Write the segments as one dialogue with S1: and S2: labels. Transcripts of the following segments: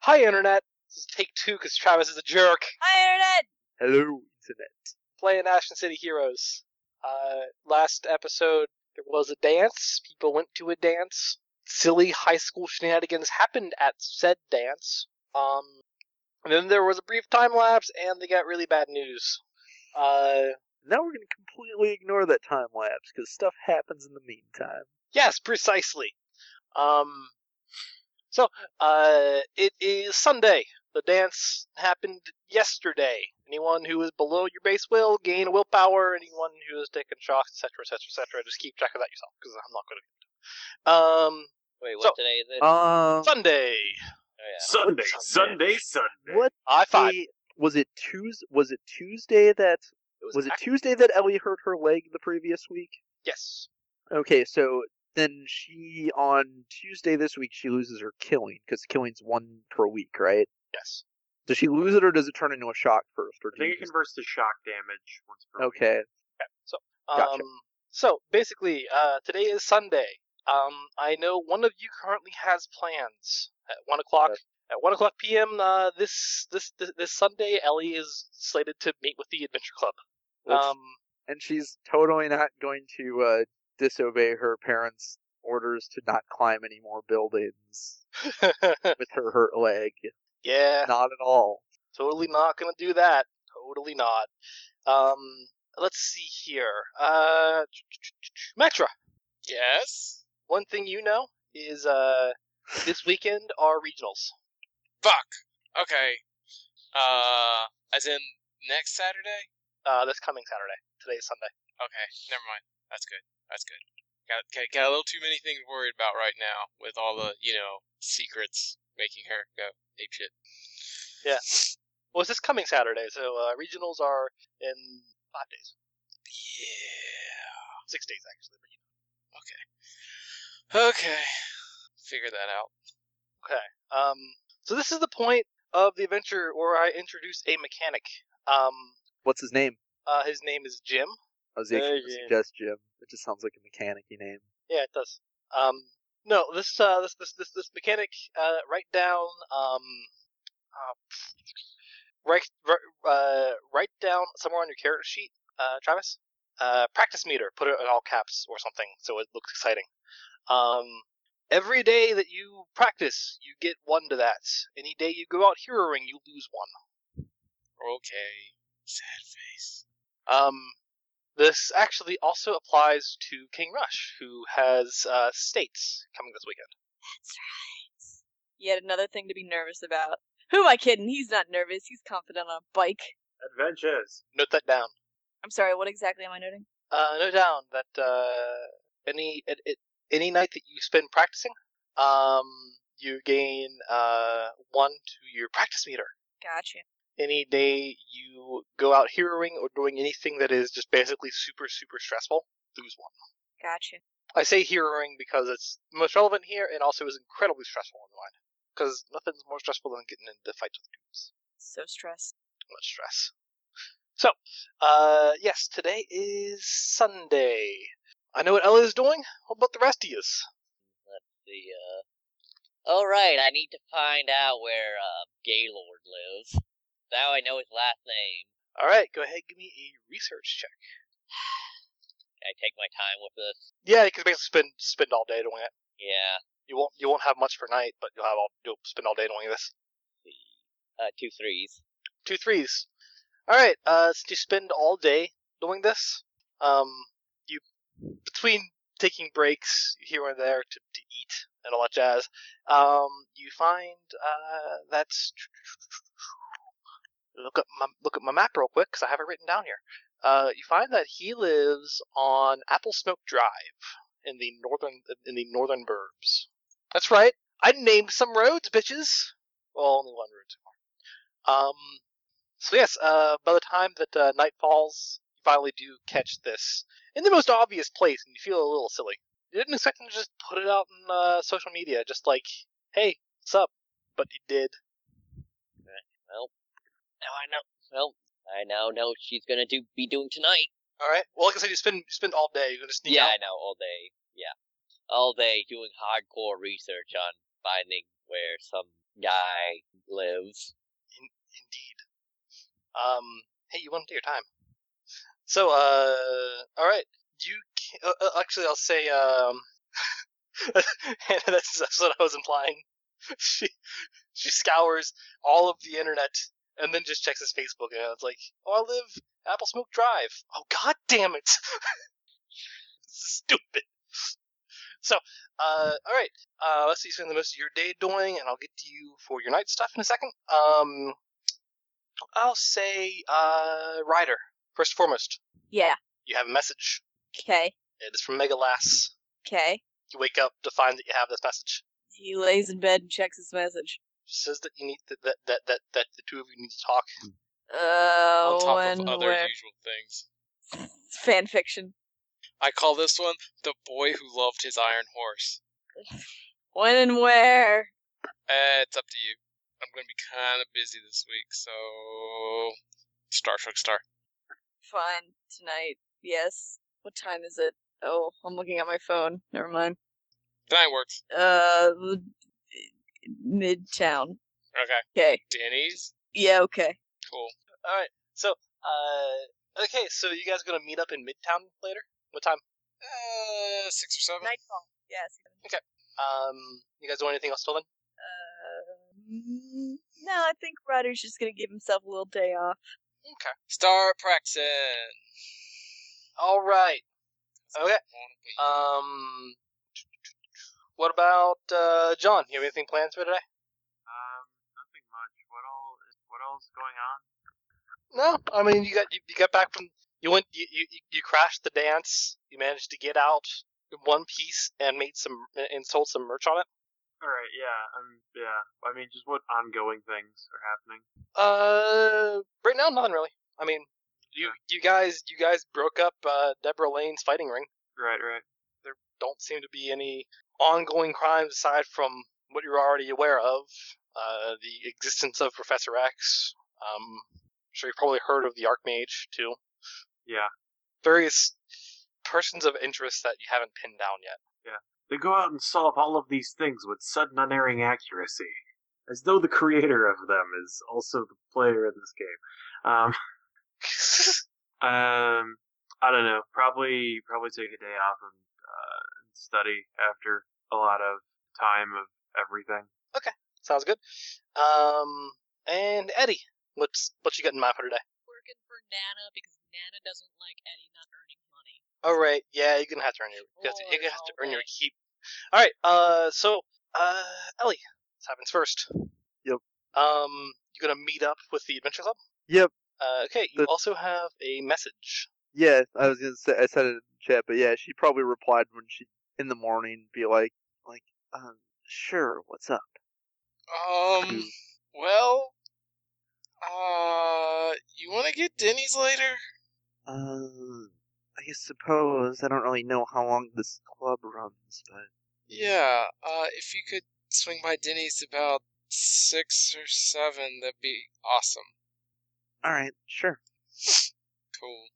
S1: Hi, Internet. This is take two because Travis is a jerk.
S2: Hi, Internet!
S3: Hello, internet.
S1: Playing Ashton City Heroes. Uh, last episode, there was a dance. People went to a dance. Silly high school shenanigans happened at said dance. Um, and then there was a brief time lapse, and they got really bad news. Uh,
S3: Now we're going to completely ignore that time lapse because stuff happens in the meantime.
S1: Yes, precisely. Um, so uh, it is Sunday. The dance happened yesterday. Anyone who is below your base will gain willpower. Anyone who is taking shocks, etc., etc., etc. Just keep track of that yourself because I'm not going to. Um,
S2: Wait,
S1: So-
S2: what today is it?
S3: Um,
S1: Sunday.
S2: oh,
S4: Sunday,
S1: Sunday.
S4: Sunday, Sunday.
S3: what
S1: I five.
S3: day- was it Tuesday? Was it Tuesday that was it
S1: act-
S3: Tuesday that Ellie hurt her leg the previous week?
S1: Yes.
S3: Okay, so then she on Tuesday this week she loses her killing because killing's one per week, right?
S1: Yes.
S3: Does she lose it or does it turn into a shock first? Or
S4: I
S3: do you
S4: think it
S3: just-
S4: converts to shock damage once per week.
S3: okay,
S1: Um,
S3: Gotcha.
S1: So basically, uh, today is Sunday. Um, I know one of you currently has plans at one o'clock. At one o'clock p.m. Uh, this, this this this Sunday, Ellie is slated to meet with the Adventure Club.
S3: Let's-
S1: Um,
S3: and she's totally not going to uh, disobey her parents' orders to not climb any more buildings with her hurt leg.
S1: yeah,
S3: Not at all.
S1: totally not gonna do that. Totally not. Um, let's see here. Uh, Metra.
S5: Yes.
S1: One thing you know is uh, this weekend are regionals.
S5: Fuck. Okay. Uh, as in next Saturday.
S1: Uh, that's coming Saturday. Today is Sunday.
S5: Okay. Never mind. That's good. That's good. Got got, got a little too many things worried about right now with all the you know secrets making her go ape shit.
S1: Yeah. Well, it's this coming Saturday, so uh, regionals are in five days,
S5: Yeah.
S1: six days actually.
S5: Okay. Figure that out.
S1: Um, so this is the point of the adventure where I introduce a mechanic. Um,
S3: What's his name?
S1: uh, his name is Jim.
S3: I was actually
S1: Hey,
S3: gonna
S1: Jim.
S3: suggest Jim. It just sounds like a mechanic-y name.
S1: Yeah, it does. Um, no, this uh, this this this this mechanic uh, write down um, uh, write write- uh, write down somewhere on your character sheet, uh, Travis. Uh, practice meter. Put it in all caps or something so it looks exciting. Um, every day that you practice, you get one to that. Any day you go out heroing, you lose one.
S5: Okay. Sad face.
S1: Um, this actually also applies to King Rush, who has uh, states coming this weekend.
S2: That's right. Yet another thing to be nervous about. Who am I kidding? He's not nervous. He's confident on a bike.
S4: Adventures.
S1: Note that down.
S2: I'm sorry, what exactly am I noting?
S1: Uh, no doubt that uh, any it, it, any night that you spend practicing, um, you gain uh, one to your practice meter.
S2: Gotcha.
S1: Any day you go out heroing or doing anything that is just basically super super stressful, lose one.
S2: Gotcha.
S1: I say heroing because it's most relevant here and also is incredibly stressful in mine. Because nothing's more stressful than getting into fights with dudes.
S2: So stressed.
S1: much stress. So, uh, yes, today is Sunday. I know what Ella is doing. What about the rest of yous?
S6: the uh all right i need to find out where uh gaylord lives now i know his last name
S1: All right, go ahead. Give me a research check.
S6: i take my time with this
S1: Yeah, you can basically spend spend all day doing it.
S6: yeah
S1: You won't you won't have much for night, but you'll have all you'll spend all day doing this.
S6: uh two threes
S1: Two threes. All right. Uh, since you spend all day doing this, um, you between taking breaks here and there to, to eat and all that jazz, um, you find uh that's look at my look at my map real quick because I have it written down here. Uh, you find that he lives on Apple Smoke Drive in the northern in the northern burbs. That's right. I named some roads, bitches. Well, only one road so far. Um, so yes, uh, by the time that uh, night falls, you finally do catch this in the most obvious place, and you feel a little silly. You didn't expect him to just put it out on uh, social media, just like, "Hey, what's up?" But he did.
S6: now i know well i now know what she's gonna do be doing tonight
S1: All right. Well, like I said, you spend you spend all day. You're gonna sneak
S6: yeah
S1: out.
S6: i know all day yeah all day doing hardcore research on finding where some guy lives.
S1: Indeed. Um, hey, you went to your time. So, uh, all right. You ca- uh, uh, actually, I'll say, um, Hannah, that's, that's what I was implying. She she scours all of the internet and then just checks his Facebook and it's like, oh, I live Apple Smoke Drive. Oh, god damn it! Stupid. So, uh, all right. Uh, let's see. You spend the most of your day doing, and I'll get to you for your night stuff in a second. Um, I'll say, uh, Ryder. First and foremost,
S2: Yeah.
S1: you have a message.
S2: Okay.
S1: It is from Megalass.
S2: Okay.
S1: You wake up to find that you have this message.
S2: He lays in bed and checks his message.
S1: It says that you need that that that that, that the two of you need to talk.
S2: Uh,
S5: on top
S2: one
S5: of other
S2: where
S5: usual things.
S2: fan fiction.
S5: I call this one the boy who loved his iron horse.
S2: When and where?
S5: Uh, it's up to you. I'm gonna be kind of busy this week, so Star Trek Star.
S2: Fine. Tonight. Yes. What time is it? Oh, I'm looking at my phone. Never mind.
S5: Tonight works.
S2: Uh, Midtown.
S5: Okay.
S2: Okay.
S5: Denny's.
S2: Yeah. Okay.
S5: Cool.
S1: All right. So, uh, okay. So you guys are gonna meet up in Midtown later? What time?
S5: Uh, six or seven.
S2: Nightfall. Yes.
S1: Um, you guys doing anything else till then?
S2: Um, no, I think Ryder's just gonna give himself a little day off.
S1: Okay.
S5: Star practicing.
S1: All right. Okay. Um, what about uh, John? You have anything planned for today?
S4: Um, nothing much. What all? is- What else going on?
S1: No, I mean you got you, you got back from you went you, you you crashed the dance. You managed to get out in one piece and made some and sold some merch on it.
S4: All right. Yeah. I'm. Yeah. I mean, just what ongoing things are happening.
S1: Uh, right now nothing really. I mean, you you guys you guys broke up uh, Deborah Lane's fighting ring.
S4: Right. Right.
S1: There don't seem to be any ongoing crimes aside from what you're already aware of. Uh, the existence of Professor X. Um, I'm sure you've probably heard of the Archmage too.
S4: Yeah.
S1: various persons of interest that you haven't pinned down yet.
S4: They go out and solve all of these things with sudden, unerring accuracy, as though the creator of them is also the player in this game. Um. Um, I don't know. Probably, probably take a day off and uh, study after a lot of time of everything.
S1: Sounds good. Um, and Eddie, what's what you got in mind for today?
S7: Working for Nana because Nana doesn't like Eddie not earning money.
S1: All Oh, right, yeah, you're gonna have to earn your you have to,
S7: Sure,
S1: you're gonna have to
S7: all
S1: earn your
S7: day.
S1: keep. All right. Uh, so uh, Ellie, this happens first.
S8: Yep.
S1: Um, you're gonna meet up with the Adventure Club.
S8: Yep.
S1: Uh, okay. You
S8: The-
S1: also have a message.
S8: Yeah, I was gonna say I said it in chat, but yeah, she probably replied when she in the morning be like, like, um, sure, what's up?
S5: Um. Well. Uh, you want to get Denny's later?
S8: Um, I guess suppose I don't really know how long this club runs, but
S5: Yeah. Uh, if you could swing by Denny's about six or seven, that'd be awesome.
S8: all right, sure.
S5: Cool.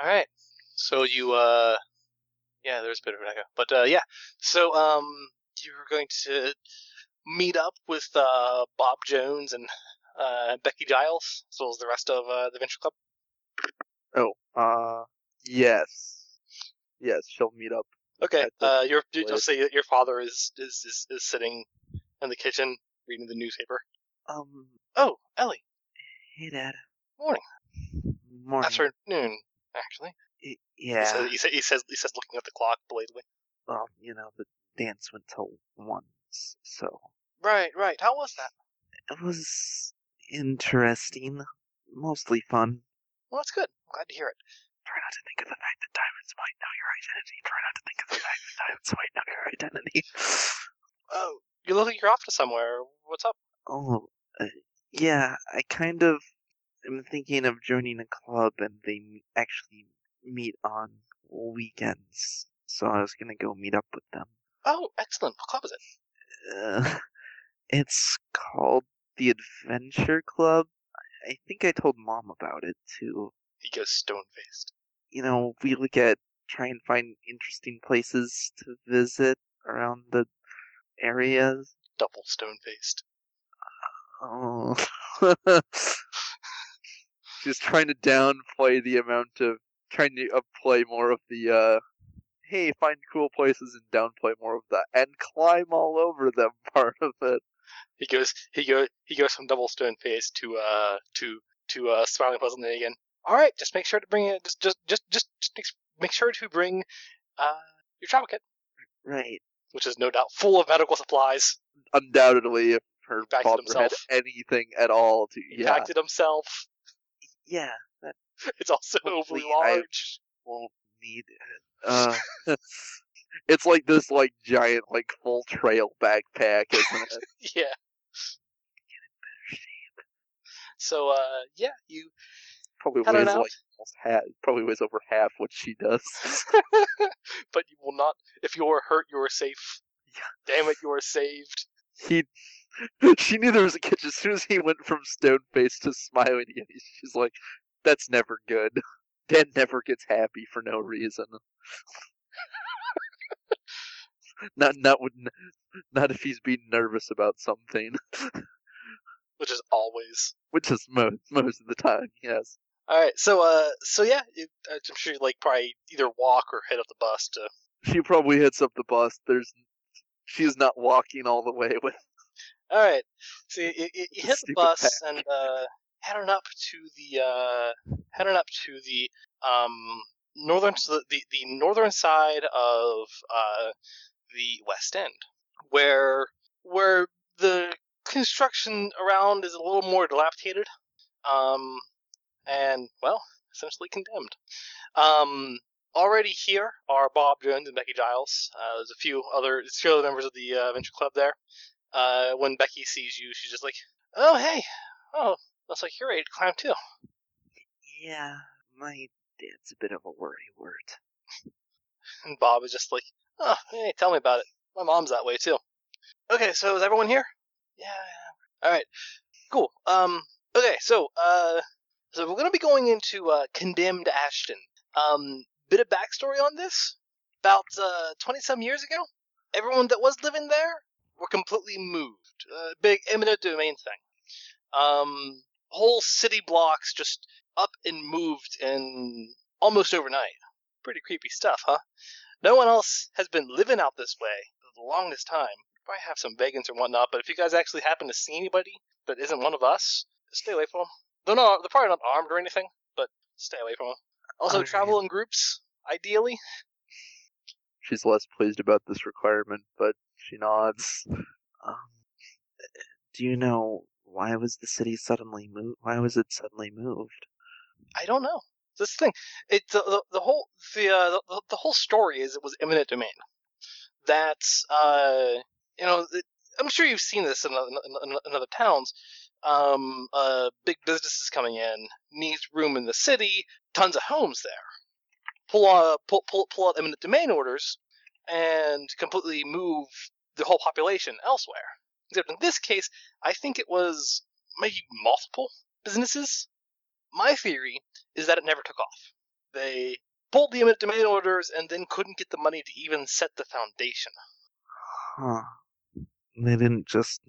S1: All right. So you, uh, yeah, there's a bit of an echo, but uh, yeah. So um, you're going to meet up with uh, Bob Jones and uh, Becky Giles, as well as the rest of uh, the Venture Club.
S8: Oh, uh, yes, yes, she'll meet up.
S1: Okay.
S8: At the
S1: Uh, your you-
S8: place.
S1: you'll say that your father is is, is is sitting in the kitchen reading the newspaper.
S8: Um,
S1: Oh, Ellie,
S8: hey, Dad.
S1: Morning.
S8: Morning.
S1: afternoon, actually.
S8: Y-
S1: He
S8: Mm. yeah.
S1: says, he, says, he says he says looking at the clock belatedly.
S8: Well, you know, the dance went till one, s- so
S1: Right, right. How was that?
S8: it was interesting, mostly fun.
S1: Well, that's good. I'm glad to hear it.
S8: Try not to think of the fact that diamonds might know your identity. Try not to think of the fact that diamonds might know your identity.
S1: Oh, you look like you're off to somewhere. What's up?
S8: Oh, uh, yeah, I kind of am thinking of joining a club and they m- actually meet on weekends. So I was gonna go meet up with them.
S1: Oh, excellent. What club is it?
S8: Uh, it's called the Adventure Club. I think I told mom about it too.
S1: He goes stone faced.
S8: You know, we look at try and find interesting places to visit around the areas.
S1: Double stone faced.
S8: Oh. Just trying to downplay the amount of trying to upplay more of the uh hey, find cool places and downplay more of that and climb all over them part of it.
S1: He goes he go he goes from double stone face to uh to to uh smiling pleasantly again. All right, just make sure to bring it. Just just just just, just make- make sure to bring uh your travel kit,
S8: Right.
S1: which is no doubt full of medical supplies.
S8: Undoubtedly if her
S1: Back to
S8: father had
S1: himself.
S8: anything at all to
S1: He
S8: yeah.
S1: packed it himself.
S8: Yeah,
S1: It's also
S8: Hopefully
S1: overly
S8: I-
S1: large.
S8: won't need it. Uh It's like this like giant like full trail backpack, isn't it?
S1: Yeah. So uh yeah, you
S8: Probably
S1: I don't
S8: weighs
S1: know.
S8: like almost half, probably weighs over half what she does.
S1: but you will not. If you are hurt, you are safe. Damn it, you are saved.
S8: he she knew there was a catch as soon as he went from stone face to smiling again, she's like that's never good dan never gets happy for no reason not not when not if he's being nervous about something
S1: Which is always.
S8: which is most most of the time yes
S1: All right, so uh, so yeah, you, uh, I'm sure you like probably either walk or head up the bus to.
S8: she probably hits up the bus there's she's not walking all the way with
S1: All right, so you, you, you
S8: The
S1: hit the
S8: stupid
S1: bus
S8: pack.
S1: and uh, head on up to the uh, head on up to the um northern so the the, the northern side of uh the West End, where where the construction around is a little more dilapidated, um, and well, essentially condemned. Um, already here are Bob Jones and Becky Giles. Uh, there's a few other there's a few other members of the uh, Venture Club there. Uh, when Becky sees you, she's just like, "Oh hey, oh looks like you're ready to climb too."
S8: yeah my dad's a bit of a worry word
S1: And Bob is just like, "Oh hey, tell me about it. My mom's that way too." Okay, so is everyone here? Yeah. yeah. All right. Cool. Um. Okay. So uh, so we're gonna be going into uh, condemned Ashton. Um. Bit of backstory on this. About uh, twenty some years ago, everyone that was living there were completely moved. Uh, big eminent domain thing. Um. Whole city blocks just up and moved in almost overnight. Pretty creepy stuff, huh? No one else has been living out this way for the longest time probably have some vegans or whatnot, but if you guys actually happen to see anybody that isn't one of us, stay away from them. They're not, they're probably not armed or anything, but stay away from them. Also,
S8: Alright.
S1: travel in groups, ideally.
S8: She's less pleased about this requirement, but she nods. Um, do you know why was the city suddenly moved? Why was it suddenly moved?
S1: I don't know. This thing, it the, the, the whole the, uh, the the whole story is it was eminent domain. That uh, you know, it, I'm sure you've seen this in, in, in, in other towns. Um, uh, big businesses coming in needs room in the city, tons of homes there. Pull out pull pull, pull out eminent domain orders, and completely move the whole population elsewhere. Except in this case, I think it was maybe multiple businesses. My theory is that it never took off. They pulled the eminent domain orders and then couldn't get the money to even set the foundation.
S8: Huh. They didn't just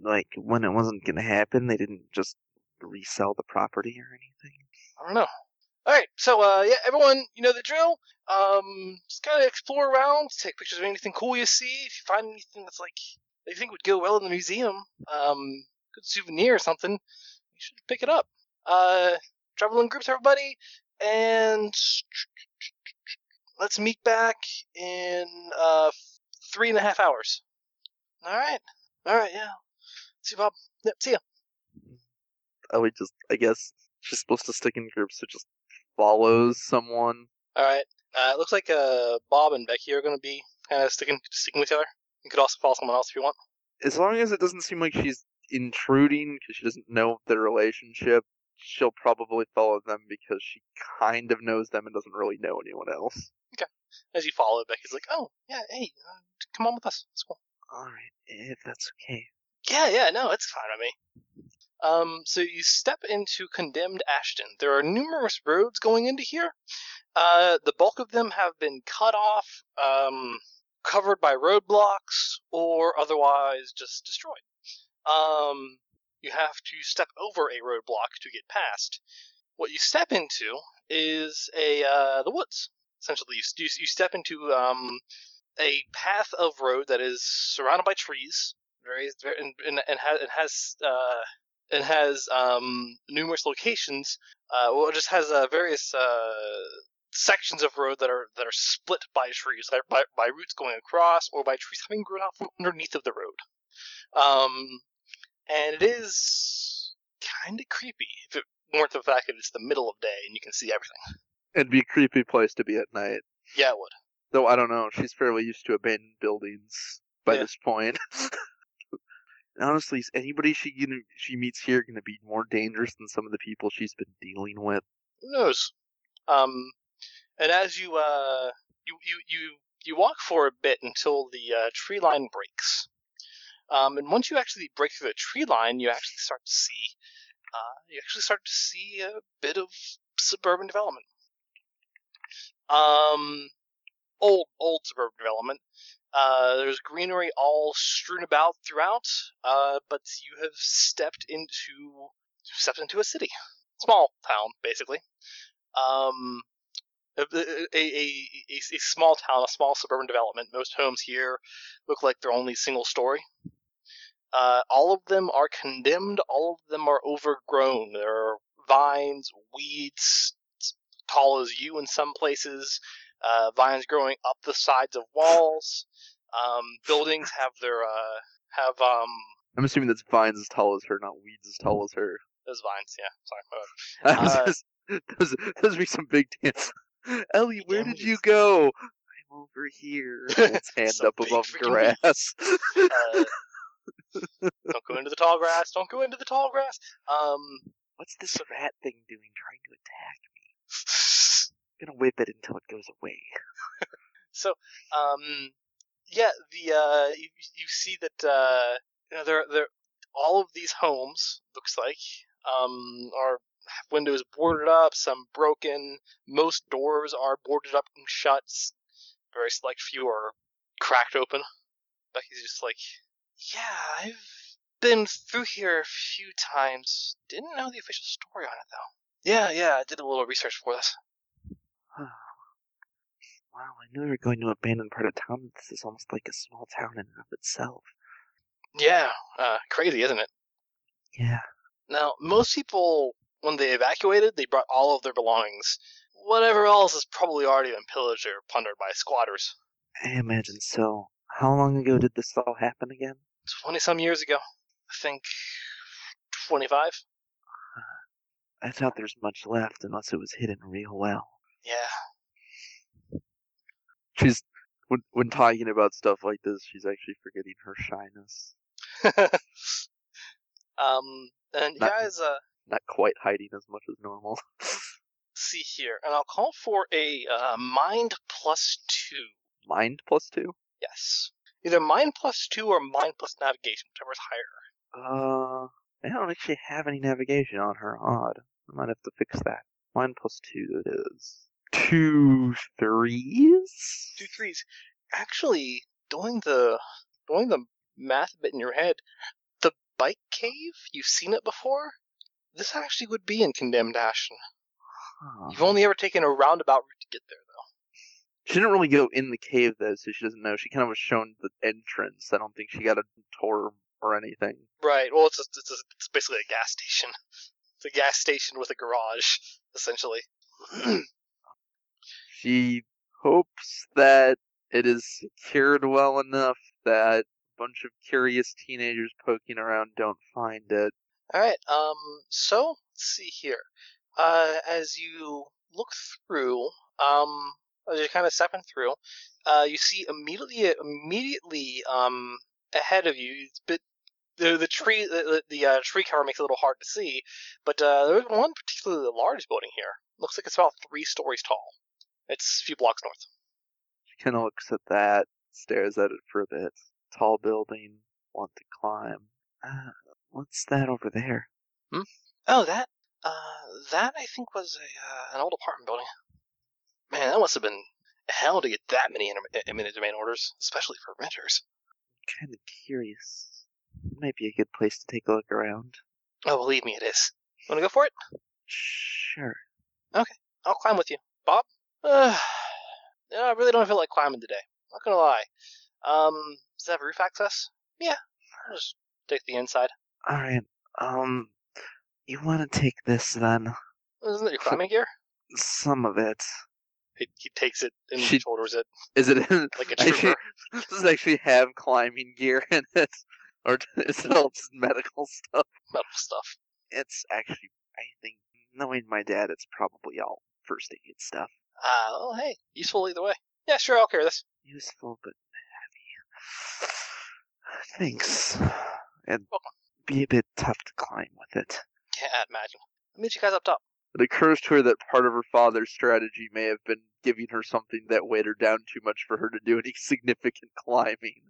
S8: like when it wasn't gonna happen. They didn't just resell the property or anything.
S1: I don't know. All right, so uh, yeah, everyone, you know the drill. Um, just kind of explore around, take pictures of anything cool you see. If you find anything that's like that you think would go well in the museum, um, good souvenir or something, you should pick it up. Uh, travel in groups, everybody, and let's meet back in uh three and a half hours. All right, all right, yeah. See you, Bob. Yep, see ya.
S8: I would just, I guess, she's supposed to stick in groups, so just follows someone.
S1: All right. Uh, it looks like uh, Bob and Becky are going to be kind of sticking sticking with each other. You could also follow someone else if you want.
S8: As long as it doesn't seem like she's intruding because she doesn't know their relationship. She'll probably follow them because she kind of knows them and doesn't really know anyone else.
S1: As you follow, Becky's like, "Oh, yeah, hey, uh, come on with us. It's cool."
S8: All right, if that's okay.
S1: Yeah, yeah, no, it's fine with me. Um, so you step into condemned Ashton. There are numerous roads going into here. Uh, the bulk of them have been cut off, um, covered by roadblocks, or otherwise just destroyed. Um, You have to step over a roadblock to get past. What you step into is a uh, the woods. Essentially, you, s- you, s- you step into um, a path of road that is surrounded by trees, very, very and, and, and has and has uh, and has um, numerous locations. Uh, well, it just has uh, various uh, sections of road that are that are split by trees, like by, by roots going across, or by trees having grown out from underneath of the road. Um, and it is kind of creepy if it weren't for the fact that it's the middle of day and you can see everything.
S8: It'd be a creepy place to be at night.
S1: Yeah, it would.
S8: Though I don't know, she's fairly used to abandoned buildings by
S1: Yeah.
S8: this point. Honestly, is anybody she gonna- she meets here going to be more dangerous than some of the people she's been dealing with?
S1: Who knows? Um, and as you uh you you you you walk for a bit until the uh, tree line breaks. Um, and once you actually break through the tree line, you actually start to see uh, you actually start to see a bit of suburban development. Um, old old suburban development. Uh, there's greenery all strewn about throughout, uh, but you have stepped into stepped into a city, small town basically. Um, a, a, a, a, a small town, a small suburban development. Most homes here look like they're only single story. Uh, all of them are condemned. All of them are overgrown. There are vines, weeds, s- tall as you in some places. Uh, vines growing up the sides of walls. Um, buildings have their uh, have um
S8: I'm assuming that's vines as tall as her, not weeds as tall as her.
S1: those vines. Yeah, sorry. my bad.
S8: That was
S1: Uh,
S8: just- those, those be some big dance. Ellie, where
S1: damn
S8: did you
S1: weeds.
S8: go? I'm over here. Holds hand
S1: Some
S8: up
S1: big
S8: above
S1: freaking
S8: grass.
S1: Uh, don't go into the tall grass. Don't go into the tall grass. Um,
S8: What's this rat thing doing trying to attack me? I'm gonna whip it until it goes away.
S1: So, um, yeah, the uh, you, you see that uh, you know, there there all of these homes looks like um are have windows boarded up, some broken. Most doors are boarded up and shut. s- Very select few are cracked open. Becky's just like, yeah, I've been through here a few times. Didn't know the official story on it though. Yeah, yeah, I did a little research for this.
S8: Wow, I knew we were going to abandon part of town. This is almost like a small town in and of itself.
S1: Yeah, uh, crazy, isn't it?
S8: Yeah.
S1: Now, most people, when they evacuated, they brought all of their belongings. Whatever else has probably already been pillaged or plundered by squatters.
S8: I imagine so. How long ago did this all happen again?
S1: 20 some years ago. I think 25?
S8: I doubt there's much left unless it was hidden real well.
S1: Yeah.
S8: She's when when talking about stuff like this, she's actually forgetting her shyness.
S1: um, and you
S8: Not-
S1: guys uh,
S8: Not quite hiding as much as normal.
S1: see here, and I'll call for a uh, mind plus two.
S8: Mind plus two?
S1: Yes. Either mind plus two or mind plus navigation, whichever's higher.
S8: Uh I don't actually have any navigation on her odd. I might have to fix that. Mind plus two it is. Two threes?
S1: Two threes. Actually, doing the doing the math bit in your head, the bike cave, you've seen it before? This actually would be in Condemned Ashton.
S8: Huh.
S1: You've only ever taken a roundabout route to get there, though.
S8: She didn't really go in the cave though, so she doesn't know. She kind of was shown the entrance. I don't think she got a tour or anything.
S1: Right. Well, it's a, it's, a, it's basically a gas station. It's a gas station with a garage, essentially.
S8: She hopes that it is secured well enough that a bunch of curious teenagers poking around don't find it.
S1: All right. Um. So let's see here. Uh, as you look through, um, as you're kind of stepping through, uh, you see immediately, immediately, um, ahead of you, it's a bit the the tree, the, the the, uh, tree cover makes it a little hard to see, but uh, there's one particularly large building here. Looks like it's about three stories tall. It's a few blocks north.
S8: She kind of looks at that, stares at it for a bit. Tall building, want to climb.
S3: "Ah,
S8: Uh, what's that over there?
S1: Oh, that uh, that I think was a uh, an old apartment building. Man, that must have been hell to get that many inter- eminent domain orders, especially for renters.
S8: Kind of curious. Might be a good place to take a look around.
S1: Oh, believe me, it is. Want to go for it?
S3: Sure.
S1: I'll climb with you, Bob. Uh, I really don't feel like climbing today. Not gonna lie. Um, does it have roof access? Yeah. I'll just take the inside.
S3: All right. Um, you want to take this then?
S1: Isn't it your climbing gear?
S3: Some of it.
S1: He, he takes it and
S3: She-
S1: shoulders it
S3: Is it? In,
S1: like a
S3: I see.
S1: trooper.
S3: does it actually have climbing gear in it, or is it all just medical stuff?
S1: Metal stuff.
S3: It's actually, I think, knowing my dad, it's probably all first aid stuff.
S1: Ah, well, hey, useful either way. Yeah, sure, I'll carry this.
S3: Useful but heavy. Thanks. And
S1: Welcome.
S3: be a bit tough to climb with it.
S1: Can't imagine. I'll meet you guys up top.
S8: It occurs to her that part of her father's strategy may have been giving her something that weighed her down too much for her to do any significant climbing.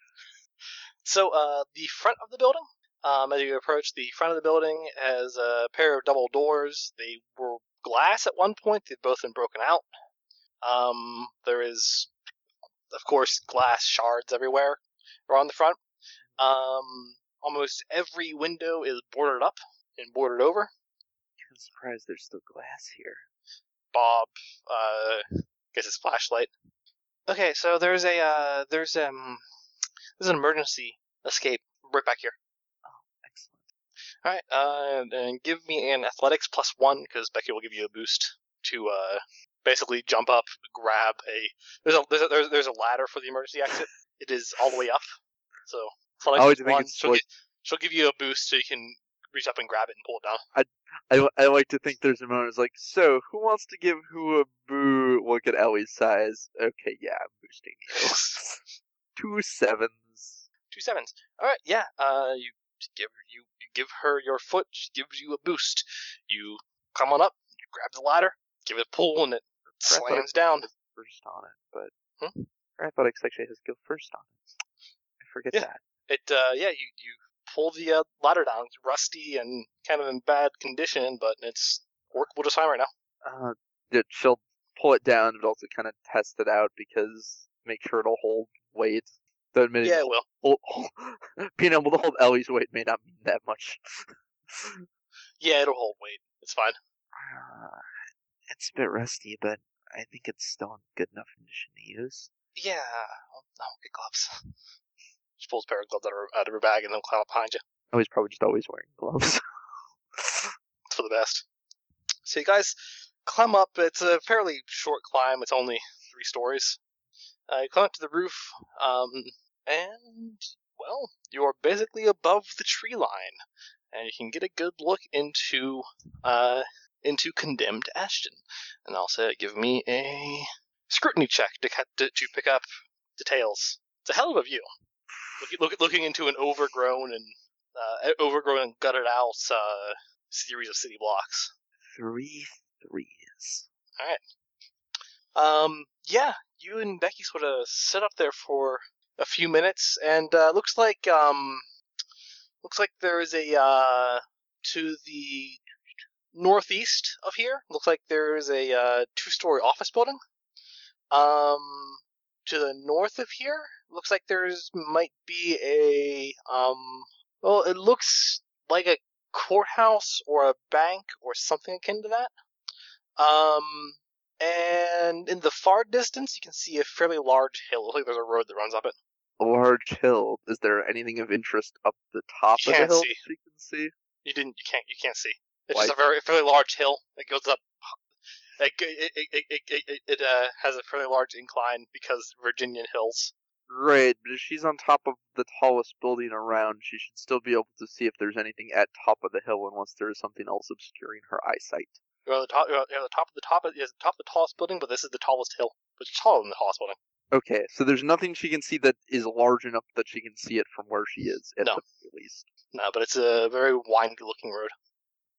S1: So, uh, the front of the building, um, as you approach the front of the building, has a pair of double doors. They were glass at one point, they've both been broken out. Um, there is, of course, glass shards everywhere around the front. Um, almost every window is boarded up and boarded over.
S3: I'm surprised there's still glass here.
S1: Bob uh, gets his flashlight. Okay, so there's a uh, there's um there's an emergency escape right back here.
S3: Oh, Excellent.
S1: All right, uh, and give me an athletics plus one because Becky will give you a boost to uh, basically jump up, grab a there's a there's a, there's, there's a ladder for the emergency exit. It is all the way up, so
S8: I always
S1: athletics plus
S8: think
S1: one.
S8: it's
S1: She'll,
S8: like-
S1: gi- she'll give you a boost so you can reach up and grab it and pull it down.
S8: I, I like to think there's a moment it's like, so who wants to give who a boo? Look at Ellie's size. Okay, yeah, I'm boosting you. Two sevens.
S1: two sevens. All right, yeah. Uh, you give you, you give her your foot. She gives you a boost. You come on up. You grab the ladder. Give it a pull, and it
S8: Right,
S1: slams down.
S8: First on it, but Hmm? I thought actually has to go first on it. I forget
S1: Yeah.
S8: that.
S1: It uh, yeah. You you pull the uh, ladder down. It's rusty and kind of in bad condition, but it's workable just fine right now.
S8: Uh, that she'll pull it down, but also kind of test it out because make sure it'll hold weight. Though admitting
S1: Yeah, it will.
S8: hold, being able to hold Ellie's weight may not mean that much.
S1: Yeah, it'll hold weight. It's fine.
S3: Uh, it's a bit rusty, but I think it's still in good enough condition to use.
S1: Yeah. I'll, I'll get gloves. She pulls a pair of gloves out of, her, out of her bag and then climb up behind you.
S8: Oh, he's probably just always wearing gloves.
S1: It's for the best. So you guys climb up. It's a fairly short climb. It's only three stories. Uh, you climb up to the roof, um, and well, you are basically above the tree line, and you can get a good look into uh, into condemned Ashton. And also give me a scrutiny check to ca- to, to pick up details. It's a hell of a view. Look, look, looking into an overgrown and uh, overgrown and gutted out uh, series of city blocks.
S3: Three threes.
S1: Um, yeah, you and Becky sort of sit up there for a few minutes, and uh, looks like um, looks like there is a uh, to the northeast of here. Looks like there is a uh, two-story office building. Um, to the north of here, looks like there's might be a um. Well, it looks like a courthouse or a bank or something akin to that. Um, and in the far distance, you can see a fairly large hill. Looks like there's a road that runs up it.
S8: A large hill. Is there anything of interest up the top of the
S1: Can't
S8: hill
S1: see.
S8: that you can see?
S1: You didn't. You can't. You can't see. It's
S8: Why?
S1: just a very fairly large hill that goes up. It it it it, it, it, it uh, has a fairly large incline because Virginian hills.
S8: Right, but if she's on top of the tallest building around, she should still be able to see if there's anything at top of the hill unless there is something else obscuring her eyesight.
S1: You're on the top. You're on the top of the top. Of, you the top of the tallest building, but this is the tallest hill, which is taller than the tallest building.
S8: Okay, so there's nothing she can see that is large enough that she can see it from where she is, at
S1: No.
S8: the very least.
S1: No, but it's a very windy-looking road.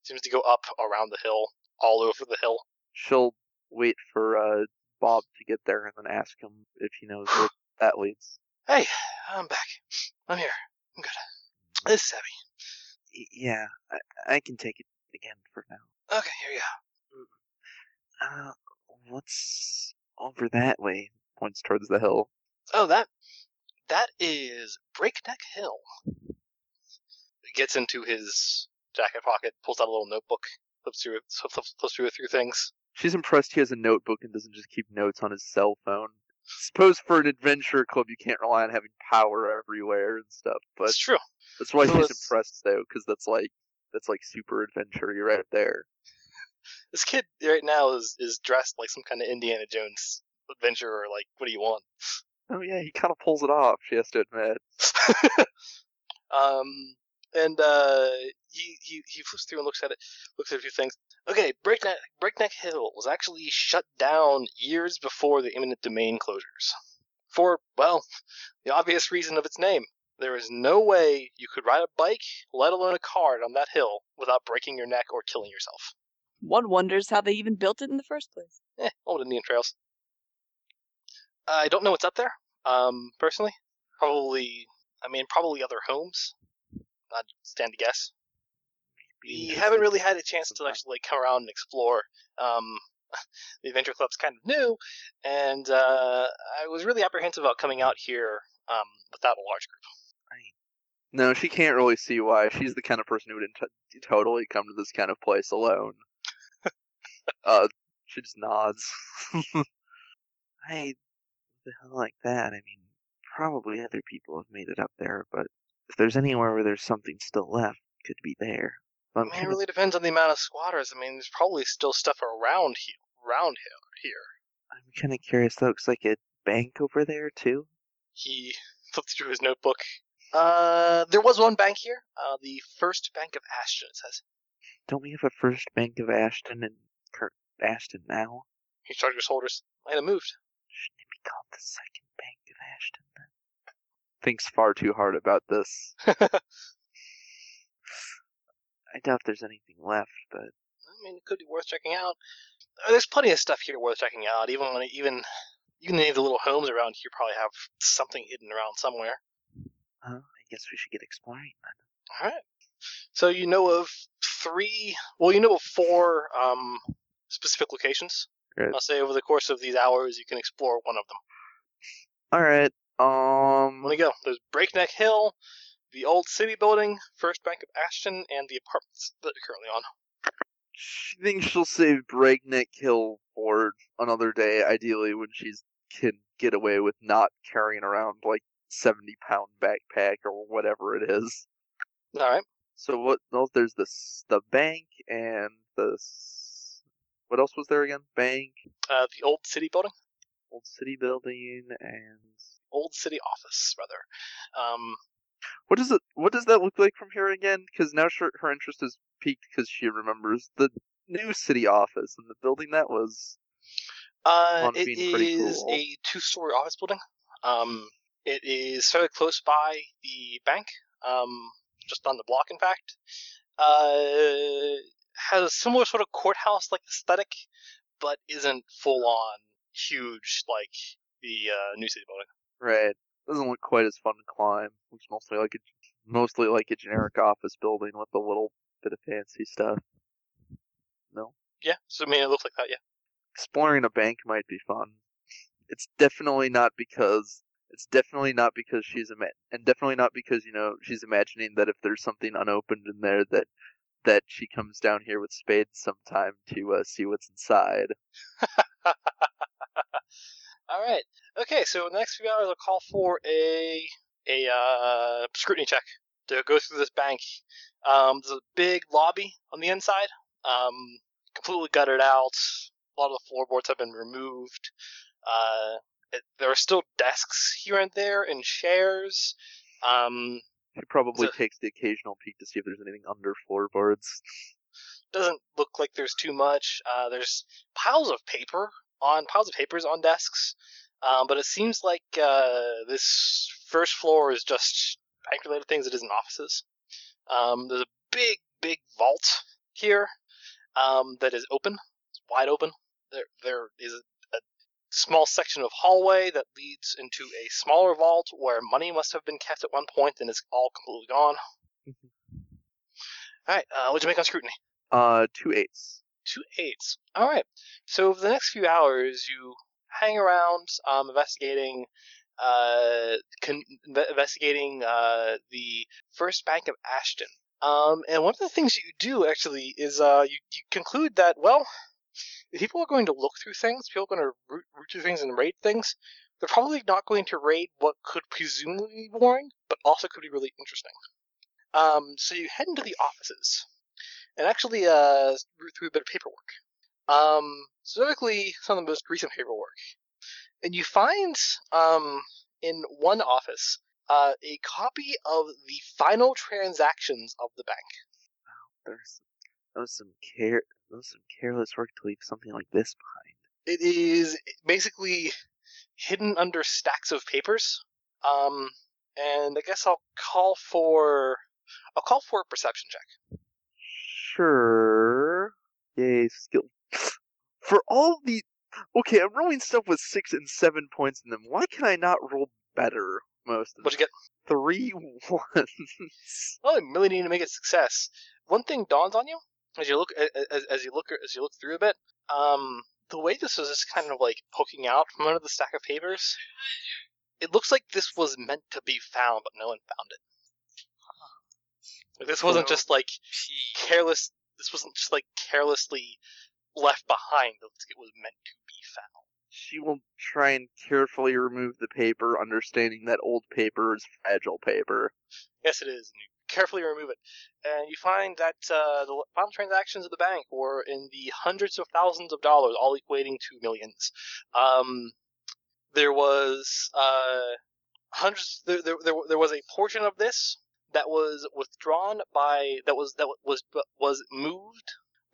S1: seems to go up around the hill, all over the hill.
S8: She'll wait for uh, Bob to get there and then ask him if he knows where that leads.
S1: Hey, I'm back. I'm here. I'm good. This is heavy.
S3: Y- yeah, I, I can take it again for now.
S1: Okay, here you go.
S3: Uh, what's over that way?
S8: Points towards the hill.
S1: Oh, that that is Breakneck Hill. Gets into his jacket pocket, pulls out a little notebook, flips through, flips, flips, flips through through things.
S8: She's impressed he has a notebook and doesn't just keep notes on his cell phone. Suppose for an adventure club, you can't rely on having power everywhere and stuff, but
S1: it's true.
S8: that's why
S1: So
S8: she's
S1: it's-
S8: impressed though, because that's like that's like super adventure right there.
S1: This kid right now is is dressed like some kind of Indiana Jones adventurer. Like, what do you want?
S8: Oh yeah, he kind of pulls it off. She has to admit.
S1: um, and uh, he, he he flips through and looks at it, looks at a few things. Okay, Breakneck Breakneck Hill was actually shut down years before the eminent domain closures, for well, the obvious reason of its name. There is no way you could ride a bike, let alone a car, on that hill without breaking your neck or killing yourself.
S2: One wonders how they even built it in the first place.
S1: Eh, old Indian trails. I don't know what's up there. Um, personally, probably. I mean, probably other homes. I'd stand to guess. we haven't really had a chance to
S8: sometime.
S1: actually like, come around and explore. Um, the adventure club's kind of new, and uh, I was really apprehensive about coming out here um, without a large group.
S8: No, she can't really see why. She's the kind of person who would int- totally come to this kind of place alone. uh, she just nods.
S3: I the hell like that. I mean, probably other people have made it up there, but if there's anywhere where there's something still left, it could be there. But
S1: I
S8: Um,
S3: I'm
S1: mean, it
S3: kinda-
S1: really depends on the amount of squatters. I mean, there's probably still stuff around here. Around here, here.
S3: I'm kind of curious though. Looks like a bank over there too.
S1: He flipped through his notebook. Uh, there was one bank here. Uh, the First Bank of Ashton. It says
S3: Don't we have a first bank of Ashton and Kurt Ashton now?
S1: he shrugged his shoulders. Might have moved.
S3: Shouldn't it be called the second bank of Ashton then?
S8: Thinks far too hard about this.
S3: I doubt there's anything left, but
S1: I mean, it could be worth checking out. Uh, There's plenty of stuff here worth checking out. Even when even even any of the little homes around here probably have something hidden around somewhere.
S3: huh? I guess we should get exploring then.
S1: All right. So you know of three. Well, you know of four um, specific locations.
S8: Good.
S1: I'll say over the course of these hours, you can explore one of them.
S8: All right. Um.
S1: Let me go. There's Breakneck Hill, the old city building, First Bank of Ashton, and the apartments that you're currently on.
S8: She thinks she'll save Breakneck Hill for another day, ideally when she's can get away with not carrying around like seventy pound backpack or whatever it is.
S1: All right.
S8: So what else? There's the s- the bank and the s- what else was there again? Bank,
S1: Uh, the old city building,
S8: old city building, and
S1: old city office, rather. Um,
S8: what does it? What does that look like from here again? Because now her her interest is piqued because she remembers the new city office and the building that was.
S1: Uh,
S8: on
S1: it
S8: being pretty
S1: is
S8: cool.
S1: a two-story office building. Um, it is fairly close by the bank, um, just on the block, in fact. Uh, has a similar sort of courthouse-like aesthetic, but isn't full-on huge like the uh, New City building.
S8: Right. Doesn't look quite as fun to climb. Looks mostly like a mostly like a generic office building with a little bit of fancy stuff.
S1: Yeah, so I mean, it looks like that. Yeah.
S8: Exploring a bank might be fun. It's definitely not because it's definitely not because she's ima- and definitely not because you know she's imagining that if there's something unopened in there that that she comes down here with spades sometime to uh, see what's inside.
S1: All right. Okay. So in the next few hours, I'll call for a a uh, scrutiny check to go through this bank. Um, there's a big lobby on the inside, um, completely gutted out. A lot of the floorboards have been removed. Uh, it, there are still desks here and there and chairs. Um,
S8: She probably
S1: So-
S8: takes the occasional peek to see if there's anything under floorboards.
S1: doesn't look like there's too much. Uh, there's piles of paper on piles of papers on desks, um, but it seems like uh, this first floor is just bank-related things. It isn't offices. Um, there's a big, big vault here um, that is open. It's wide open. There, there is a, a small section of hallway that leads into a smaller vault where money must have been kept at one point and is all completely gone. All right, uh, what'd you make on scrutiny?
S8: Uh, two eights.
S1: two eights. All right. So over the next few hours, you hang around um, investigating, uh, con- inve- investigating uh, the first bank of Ashton. Um, and one of the things that you do actually is uh, you, you conclude that well, if people are going to look through things, people are going to root, root through things and raid things. They're probably not going to raid what could presumably be boring, but also could be really interesting. Um, so you head into the offices and actually uh, root through a bit of paperwork. Um, specifically, some of the most recent paperwork, and you find um, in one office uh, a copy of the final transactions of the bank.
S8: There's that was some care that was some careless work to leave something like this behind.
S1: It is basically hidden under stacks of papers. Um, and I guess I'll call for I'll call for a perception check.
S8: Sure. Yay, skill. For all the okay, I'm rolling stuff with six and seven points in them. Why can I not roll better most of
S1: What'd you get?
S8: the three ones?
S1: Well, I'm really needing to make it a success. One thing dawns on you as you look as, as you look as you look through a bit. Um, the way this was just kind of like poking out from under the stack of papers, it looks like this was meant to be found, but no one found it. Like, this wasn't
S5: Well-
S1: just like
S5: P.
S1: careless. This wasn't just like carelessly left behind. It was- it was meant to be found.
S8: she will try and carefully remove the paper, understanding that old paper is fragile paper.
S1: Yes, it is. And you carefully remove it, and you find that uh, the final transactions of the bank were in the hundreds of thousands of dollars, all equating to millions. Um, there was uh, hundreds. There, there, there, there was a portion of this that was withdrawn by that was that was was moved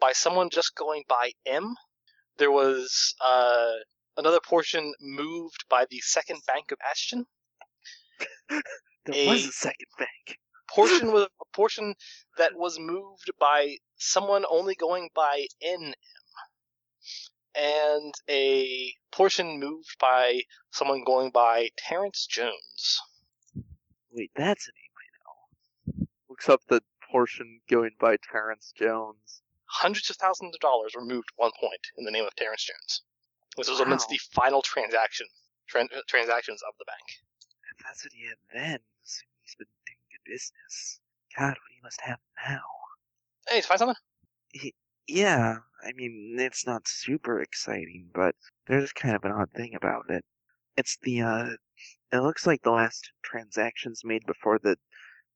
S1: by someone just going by M. There was uh, another portion moved by the second bank of Ashton.
S8: There
S1: Hey.
S8: was a second bank.
S1: portion was a portion that was moved by someone only going by NM, and a portion moved by someone going by Terrence Jones.
S8: Wait, that's a name I know. Looks up the portion going by Terrence Jones.
S1: Hundreds of thousands of dollars were moved at one point in the name of Terrence Jones. This was amidst
S8: Wow.
S1: the final transaction tran- transactions of the bank.
S8: If that's what he had then, assuming he's been doing good business. God, what he must have now.
S1: Hey, did you find something?
S8: Yeah, I mean, it's not super exciting, but there's kind of an odd thing about it. It's the, uh, it looks like the last transactions made before the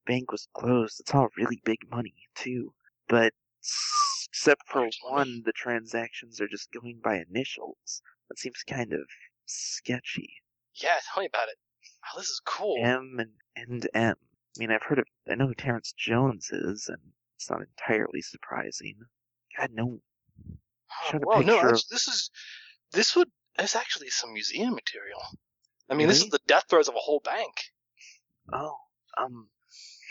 S8: bank was closed. It's all really big money, too. But s- except for
S1: Large money.
S8: one, the transactions are just going by initials. That seems kind of sketchy.
S1: Yeah, tell me about it. Oh, this is cool.
S8: M and and M. I mean, I've heard of, I know who Terrence Jones is, and it's not entirely surprising. God, no
S1: Oh,
S8: Showed a
S1: Well, no,
S8: picture
S1: that's- this is this would that's actually some museum material. I mean, this is
S8: Really?
S1: the death throes of a whole bank.
S8: Oh, um,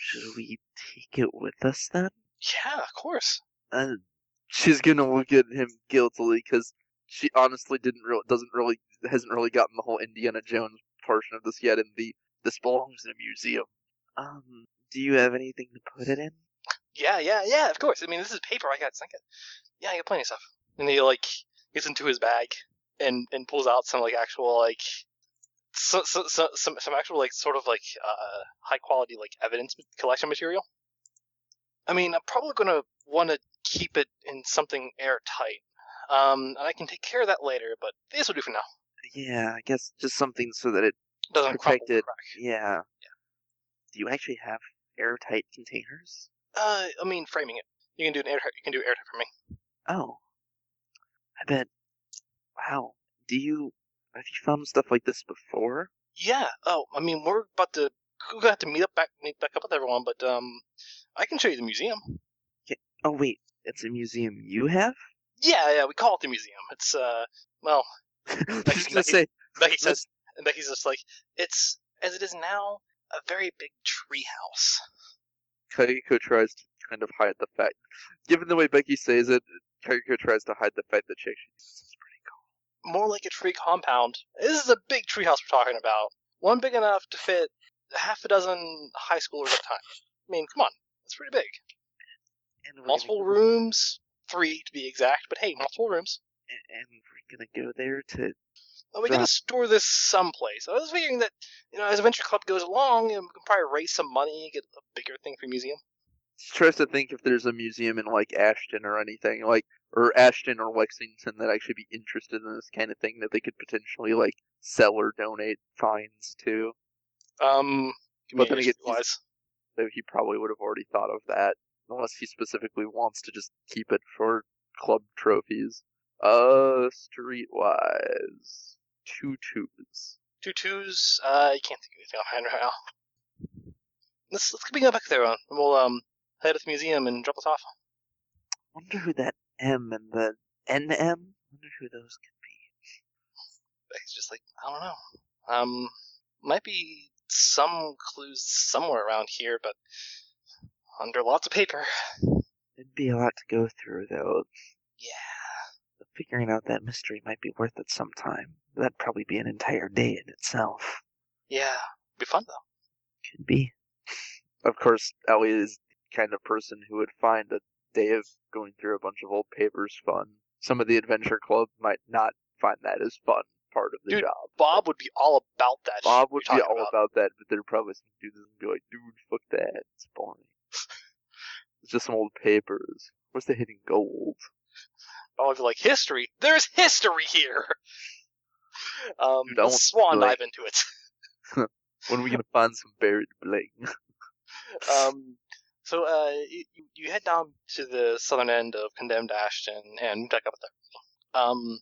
S8: should we take it with us then?
S1: Yeah, of course.
S8: Uh, she's gonna look at him guiltily because she honestly didn't real doesn't really hasn't really gotten the whole Indiana Jones portion of this yet, and the this belongs in a museum.
S3: Um, do you have anything to put it in?
S1: Yeah, yeah, yeah, of course. I mean, this is paper. I got sink it. Yeah, I got plenty of stuff. And he like gets into his bag and and pulls out some like actual like so, so, so, some some actual like sort of like uh high quality like evidence collection material. I mean, I'm probably gonna want to keep it in something airtight. Um, and I can take care of that later, but this will do for now.
S8: Yeah, I guess just something so that it.
S1: doesn't
S8: Protect
S1: crumble.
S8: it.
S1: Crack.
S8: Yeah. Do you actually have airtight containers?
S1: Uh, I mean framing it. You can do an air. You can do air for me.
S8: Oh, I bet. Wow. Do you have you found stuff like this before?
S1: Yeah. Oh, I mean we're about to we're gonna have to meet up back meet back up with everyone, but um, I can show you the museum.
S8: Oh wait, it's a museum you have.
S1: Yeah, yeah. We call it the museum. It's uh, well,
S8: I was
S1: Becky-
S8: gonna say
S1: Becky says. And Becky's just like it's as it is now a very big tree house.
S8: Kagiko tries to kind of hide the fact. Given the way Becky says it, Kagiko tries to hide the fact that she actually.
S1: More like a tree compound. This is a big tree house we're talking about. One big enough to fit half a dozen high schoolers at a time. I mean, come on, it's pretty big.
S8: And we're
S1: Multiple
S8: gonna,
S1: rooms, three to be exact, but hey, multiple rooms.
S8: And we're gonna go there to.
S1: Well, we gotta
S8: Right.
S1: store this someplace. I was figuring that, you know, as Adventure Club goes along, you know, we can probably raise some money and get a bigger thing for a museum.
S8: she tries to think if there's a museum in like Ashton or anything like or Ashton or Lexington that actually be interested in this kind of thing that they could potentially like sell or donate finds to.
S1: Um,
S8: But then again,
S1: communication wise,
S8: So he probably would have already thought of that unless he specifically wants to just keep it for club trophies. Uh, streetwise, two twos.
S1: two twos. Uh, you can't think of anything offhand right now. Let's let's go back there, and we'll um head to the museum and drop us off.
S3: wonder who that M and the NM. Wonder who those could
S1: He's just like, I don't know. Um, might be some clues somewhere around here, but under lots of paper.
S3: be. It'd be a lot to go through, though.
S1: Yeah.
S3: But figuring out that mystery might be worth it sometime. That'd probably be an entire day in itself.
S1: Yeah. Be fun though.
S3: Could be.
S8: Of course, Ellie is the kind of person who would find a day of going through a bunch of old papers fun. Some of the adventure club might not find that as fun part of the
S1: Dude,
S8: job.
S1: Bob would be all about that. shit
S8: Bob
S1: you're
S8: would be
S1: talking
S8: all about that, but there are probably some dudes that would be like, dude, fuck that. It's boring. it's just some old papers. What's the hidden gold?
S1: Bob would be Oh, like history. There's history here. Um,
S8: Dude, I want
S1: swan
S8: Blake.
S1: dive into it.
S8: When are we going to find some buried bling?
S1: Um, so uh, you, you head down to the southern end of Condemned Ashton and back up at there. Um,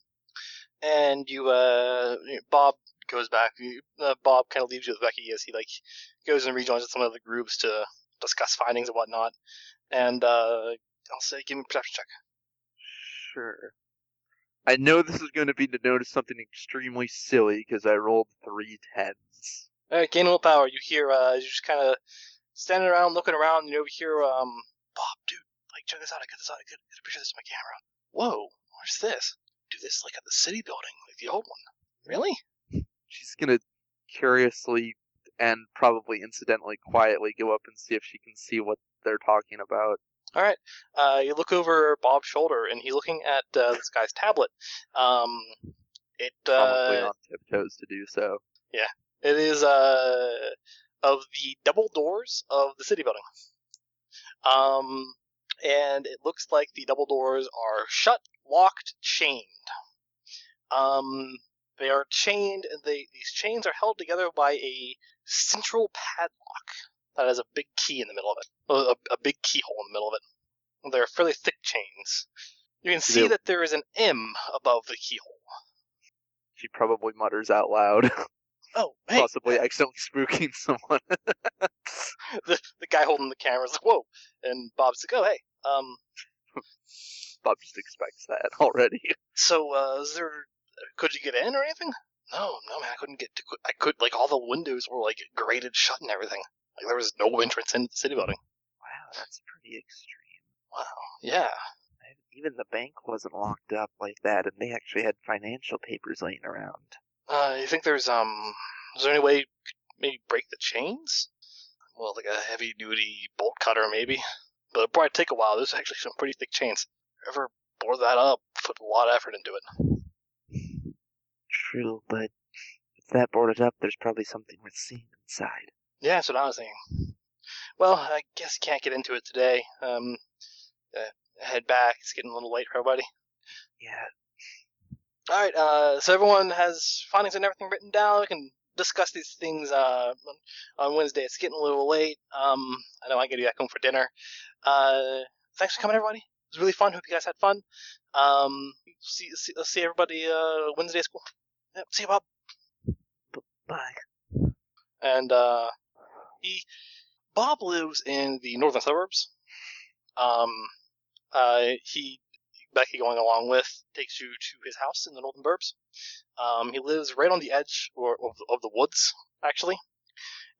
S1: and you, uh, you- Bob goes back. you- Uh, Bob kind of leaves you with Becky as he like goes and rejoins some of the groups to discuss findings and whatnot. And uh, I'll say, give me a perception check.
S8: Sure. I know this is going to be to notice something extremely silly because I rolled three tens.
S1: All right, Uh, gain willpower. You hear, uh, you're just kind of standing around, looking around, and you overhear, um, Bob, dude, like, check this out. I got this out. I got, got a picture of this on my camera. Whoa, where's this? Dude, this is like at the city building, like the old one. Really?
S8: She's going to curiously and probably incidentally quietly go up and see if she can see what they're talking about.
S1: Uh, you look over Bob's shoulder, and he's looking at uh, this guy's tablet. Um, it
S8: Probably
S1: uh,
S8: on tiptoes to do so.
S1: it is uh of the double doors of the city building. Um, and it looks like the double doors are shut, locked, chained. Um, they are chained, and they these chains are held together by a central padlock that has a big key in the middle of it, Oh, a, a- a big keyhole in the middle of it. They're fairly thick chains. You can see
S8: Yep.
S1: that there is an M above the keyhole.
S8: She probably mutters out loud,
S1: Oh, hey,
S8: possibly accidentally spooking someone.
S1: the, the guy holding the camera's like, "Whoa!" And Bob's like, "Oh, hey." Um,
S8: Bob just expects that already.
S1: so uh, is there? Could you get in or anything? No, no, man. I couldn't get. To, I could like all the windows were like grated shut and everything. Like there was no entrance into the city building.
S3: Wow, that's pretty extreme.
S1: Yeah,
S3: Even the bank wasn't locked up like that, and they actually had financial papers laying around.
S1: Uh, you think there's um? Is there any way you could maybe break the chains? Well, like a heavy duty bolt cutter, maybe. But it'll probably take a while. There's actually some pretty thick chains. Ever bore that up? Put a lot of effort into it.
S3: True, but if that boarded up, there's probably something worth seeing inside.
S1: Yeah, that's what I was thinking. Well, I guess can't get into it today. Um, uh, head back. It's getting a little late for everybody.
S3: Yeah,
S1: All right. Uh, so everyone has findings and everything written down. We can discuss these things uh, on- on Wednesday. It's getting a little late. Um, I know I got to be back home for dinner. Uh, thanks for coming, everybody. It was really fun. Hope you guys had fun. Um, see, see, let's see everybody uh, Wednesday at school. Yep, see you, Bob.
S3: bye.
S1: and uh, he Bob lives in the northern suburbs. Um, uh, he Becky going along with takes you to his house in the northern burbs. Um, he lives right on the edge or of, of the woods actually,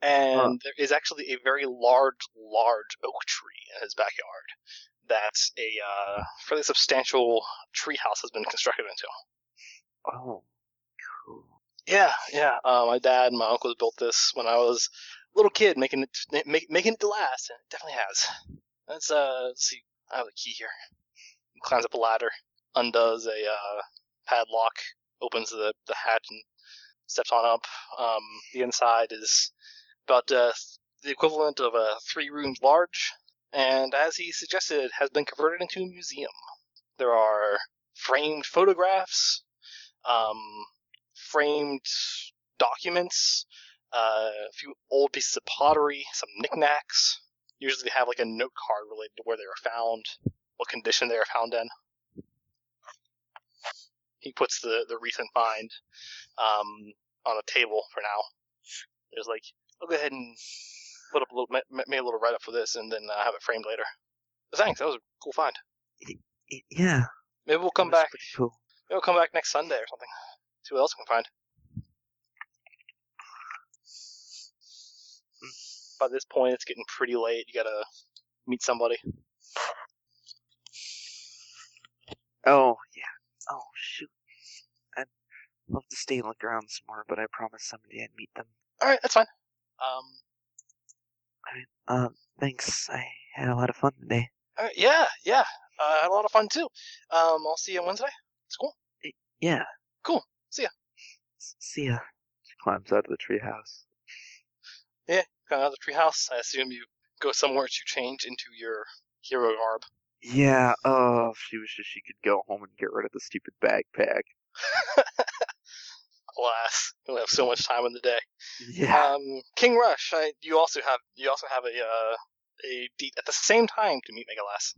S1: and
S8: Huh.
S1: there is actually a very large, large oak tree in his backyard. That a uh, fairly substantial tree house has been constructed into.
S3: Oh, cool.
S1: Yeah, yeah. Uh, my dad and my uncles built this when I was a little kid, making it make, making it to last, and it definitely has. Let's uh, let's see. I have a key here. Climbs up a ladder, undoes a uh, padlock, opens the the hatch, and steps on up. Um, the inside is about uh, the equivalent of a three rooms large, and as he suggested, has been converted into a museum. There are framed photographs, um, framed documents, uh, a few old pieces of pottery, some knickknacks. Usually they have like a note card related to where they were found, what condition they were found in. He puts the, the recent find um, on a table for now. There's like, I'll go ahead and put up a little, ma- ma- made a little write up for this, and then uh, have it framed later. But thanks, that was a cool find.
S3: Y- Yeah.
S1: Maybe we'll come
S3: that's
S1: back.
S3: pretty Cool.
S1: Maybe we'll come back next Sunday or something. See what else we can find. By this point, it's getting pretty late. You gotta meet somebody.
S3: Oh yeah. Oh shoot. I'd love to stay and look around some more, but I promised somebody I'd meet them.
S1: All right, that's fine. Um,
S3: Um, thanks. I had a lot of fun today.
S1: all right, yeah, yeah. Uh, I had a lot of fun too. Um, I'll see you on Wednesday. It's cool.
S3: Yeah.
S1: Cool. See ya.
S3: S- see ya.
S8: She climbs out of the treehouse.
S1: Got out of the treehouse. I assume you go somewhere to change into your hero garb.
S8: Yeah, oh, if she wishes she could go home and get rid of the stupid backpack.
S1: Alas, we only have so much time in the day.
S8: Yeah.
S1: Um, King Rush, I, you also have you also have a uh, a date at the same time to meet Megalas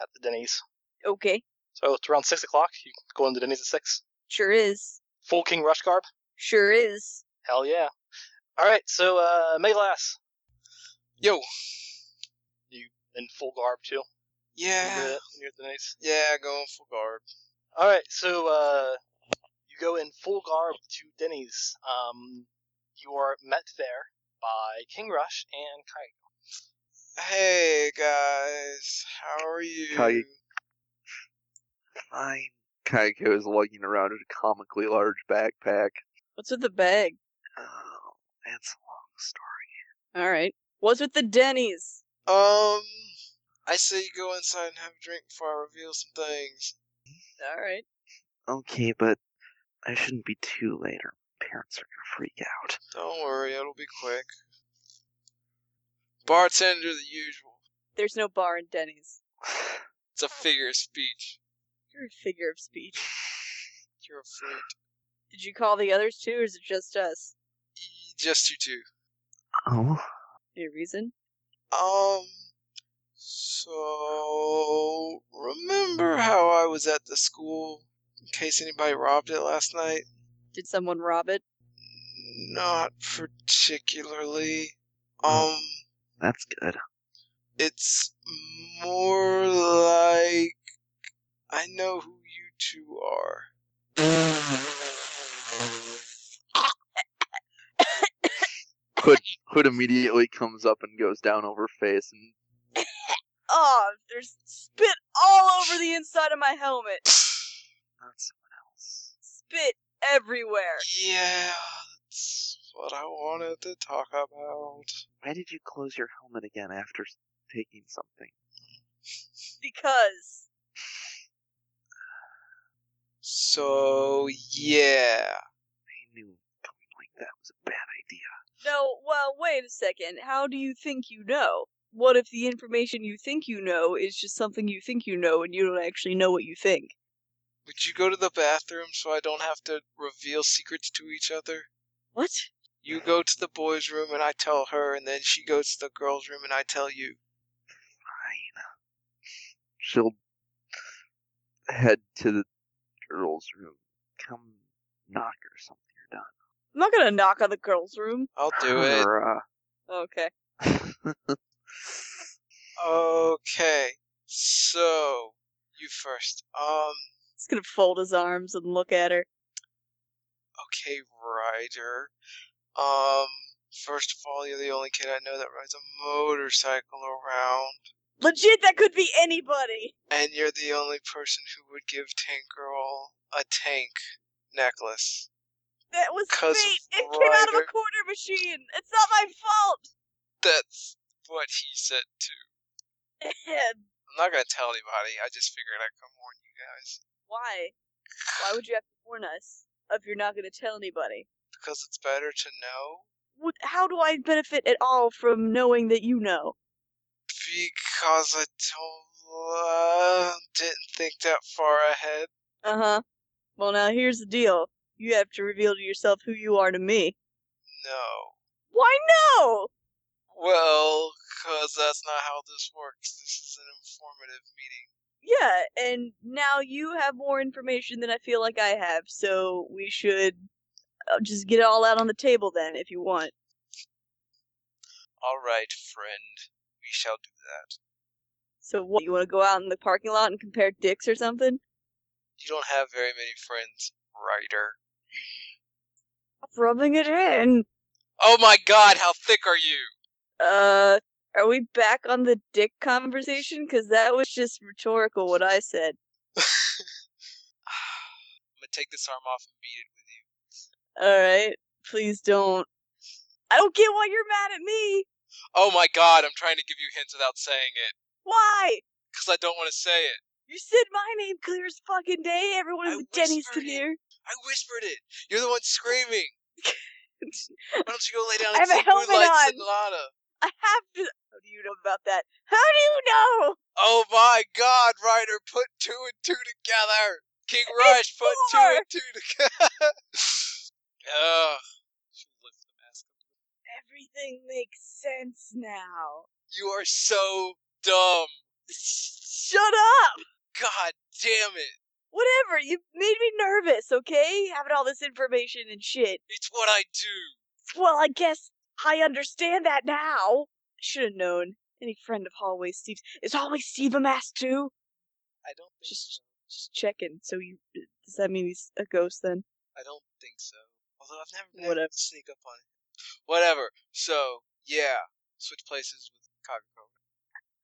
S1: at the Denny's.
S2: Okay,
S1: So it's around six o'clock. You go into Denny's at six.
S2: sure is,
S1: Full King Rush garb.
S2: sure is.
S1: Hell yeah! All right, so uh, Megalas,
S5: Yo.
S1: you in full garb too.
S5: Yeah.
S1: You're, you're at Denny's.
S5: Yeah, going full guard.
S1: All right, so uh, you go in full garb to Denny's. Um, you are met there by King Rush and Kai.
S5: Hey guys, how are you?
S8: Kai- Fine. Kaiko is lugging around a comically large backpack.
S2: What's with the bag?
S3: Oh, that's a long story.
S2: All right. What's with the Denny's?
S5: Um, I say you go inside and have a drink before I reveal some things.
S2: All right.
S3: Okay, but I shouldn't be too late or my parents are gonna freak out.
S5: Don't worry, it'll be quick. Bartender, the usual.
S2: There's no bar in Denny's.
S5: It's a figure of speech.
S2: You're a figure of speech.
S5: You're a freak.
S2: Did you call the others too, or is it just us?
S5: Just you two.
S3: Oh,
S2: Any reason?
S5: Um, so remember how I was at the school in case anybody robbed it last night?
S2: Did someone rob it?
S5: Not particularly. Um,
S3: that's good.
S5: it's more like I know who you two are.
S8: Hood, Hood immediately comes up and goes down over face and
S2: Oh, there's spit all over the inside of my helmet.
S3: Not someone else.
S2: Spit everywhere.
S5: Yeah, that's what I wanted to talk about.
S3: Why did you close your helmet again after s- taking something?
S2: Because
S5: So yeah,
S3: I knew going like that was a bad idea.
S2: no. Well, wait a second. How do you think you know? What if the information you think you know is just something you think you know and you don't actually know what you think?
S5: would you go to the bathroom so I don't have to reveal secrets to each other?
S2: What?
S5: You go to the boys' room and I tell her, and then she goes to the girls' room and I tell you.
S3: Fine.
S8: she'll head to the girls' room.
S3: Come knock or something. You're done.
S2: I'm not gonna knock on the girls' room.
S5: I'll do it.
S3: Hurrah.
S2: Okay.
S5: Okay, so you first. Um,
S2: He's gonna fold his arms and look at her.
S5: okay, rider. Um, first of all, you're the only kid I know that rides a motorcycle around.
S2: Legit, that could be anybody.
S5: And you're the only person who would give Tank Girl a tank necklace.
S2: That was
S5: 'Cause
S2: fate. It came out of
S5: Ryder-
S2: a quarter machine. It's not my fault.
S5: That's what he said too. I'm not gonna tell anybody, I just figured I'd come warn you guys.
S2: Why? Why would you have to warn us if you're not going to tell anybody?
S5: Because it's better to know
S2: What, how do I benefit at all from knowing that you know?
S5: because I told, uh, didn't think that far ahead.
S2: Uh huh. Well, now here's the deal. You have to reveal to yourself who you are to me.
S5: No.
S2: Why no?
S5: Well, because that's not how this works. This is an informative meeting.
S2: Yeah, and now you have more information than I feel like I have, so we should uh, just get it all out on the table then, if you want.
S5: All right, friend. We shall do that.
S2: So what? You want to go out in the parking lot and compare dicks or something?
S5: You don't have very many friends, writer.
S2: Rubbing it in.
S5: Oh my god, how thick are you?
S2: Uh, are we back on the dick conversation? Because that was just rhetorical what I said.
S5: I'm gonna take this arm off and beat it with you.
S2: All right, please don't. I don't get why you're mad at me.
S5: Oh my god, I'm trying to give you hints without saying it.
S2: Why?
S5: Because I don't want to say it.
S2: You said my name clear as fucking day. Everyone
S5: I
S2: at the Denny's
S5: whispered
S2: could
S5: it.
S2: hear.
S5: I whispered it. You're the one screaming. Why don't you go lay down
S2: I
S5: and
S2: have a
S5: see
S2: helmet
S5: Moonlight
S2: on.
S5: Sonata?
S2: I have to. How do you know about that? How do you know?
S5: Oh my god, Ryder, put two and two together. King Rush, put two
S2: four.
S5: and two together. Ugh. She lifts the mask up.
S2: Everything makes sense now.
S5: You are so dumb.
S2: Shut up!
S5: God damn it.
S2: Whatever. You made me nervous. Okay, having all this information and shit.
S5: It's what I do.
S2: Well, I guess I understand that now. I should have known. Any friend of Hallway Steve's is Hallway Steve a mask too?
S5: I don't think
S2: Just, just checking. So you does that mean he's a ghost then?
S5: I don't think so. Although I've never been
S2: Whatever.
S5: able to sneak up on him. Whatever. So, yeah. Switch places with Kagako.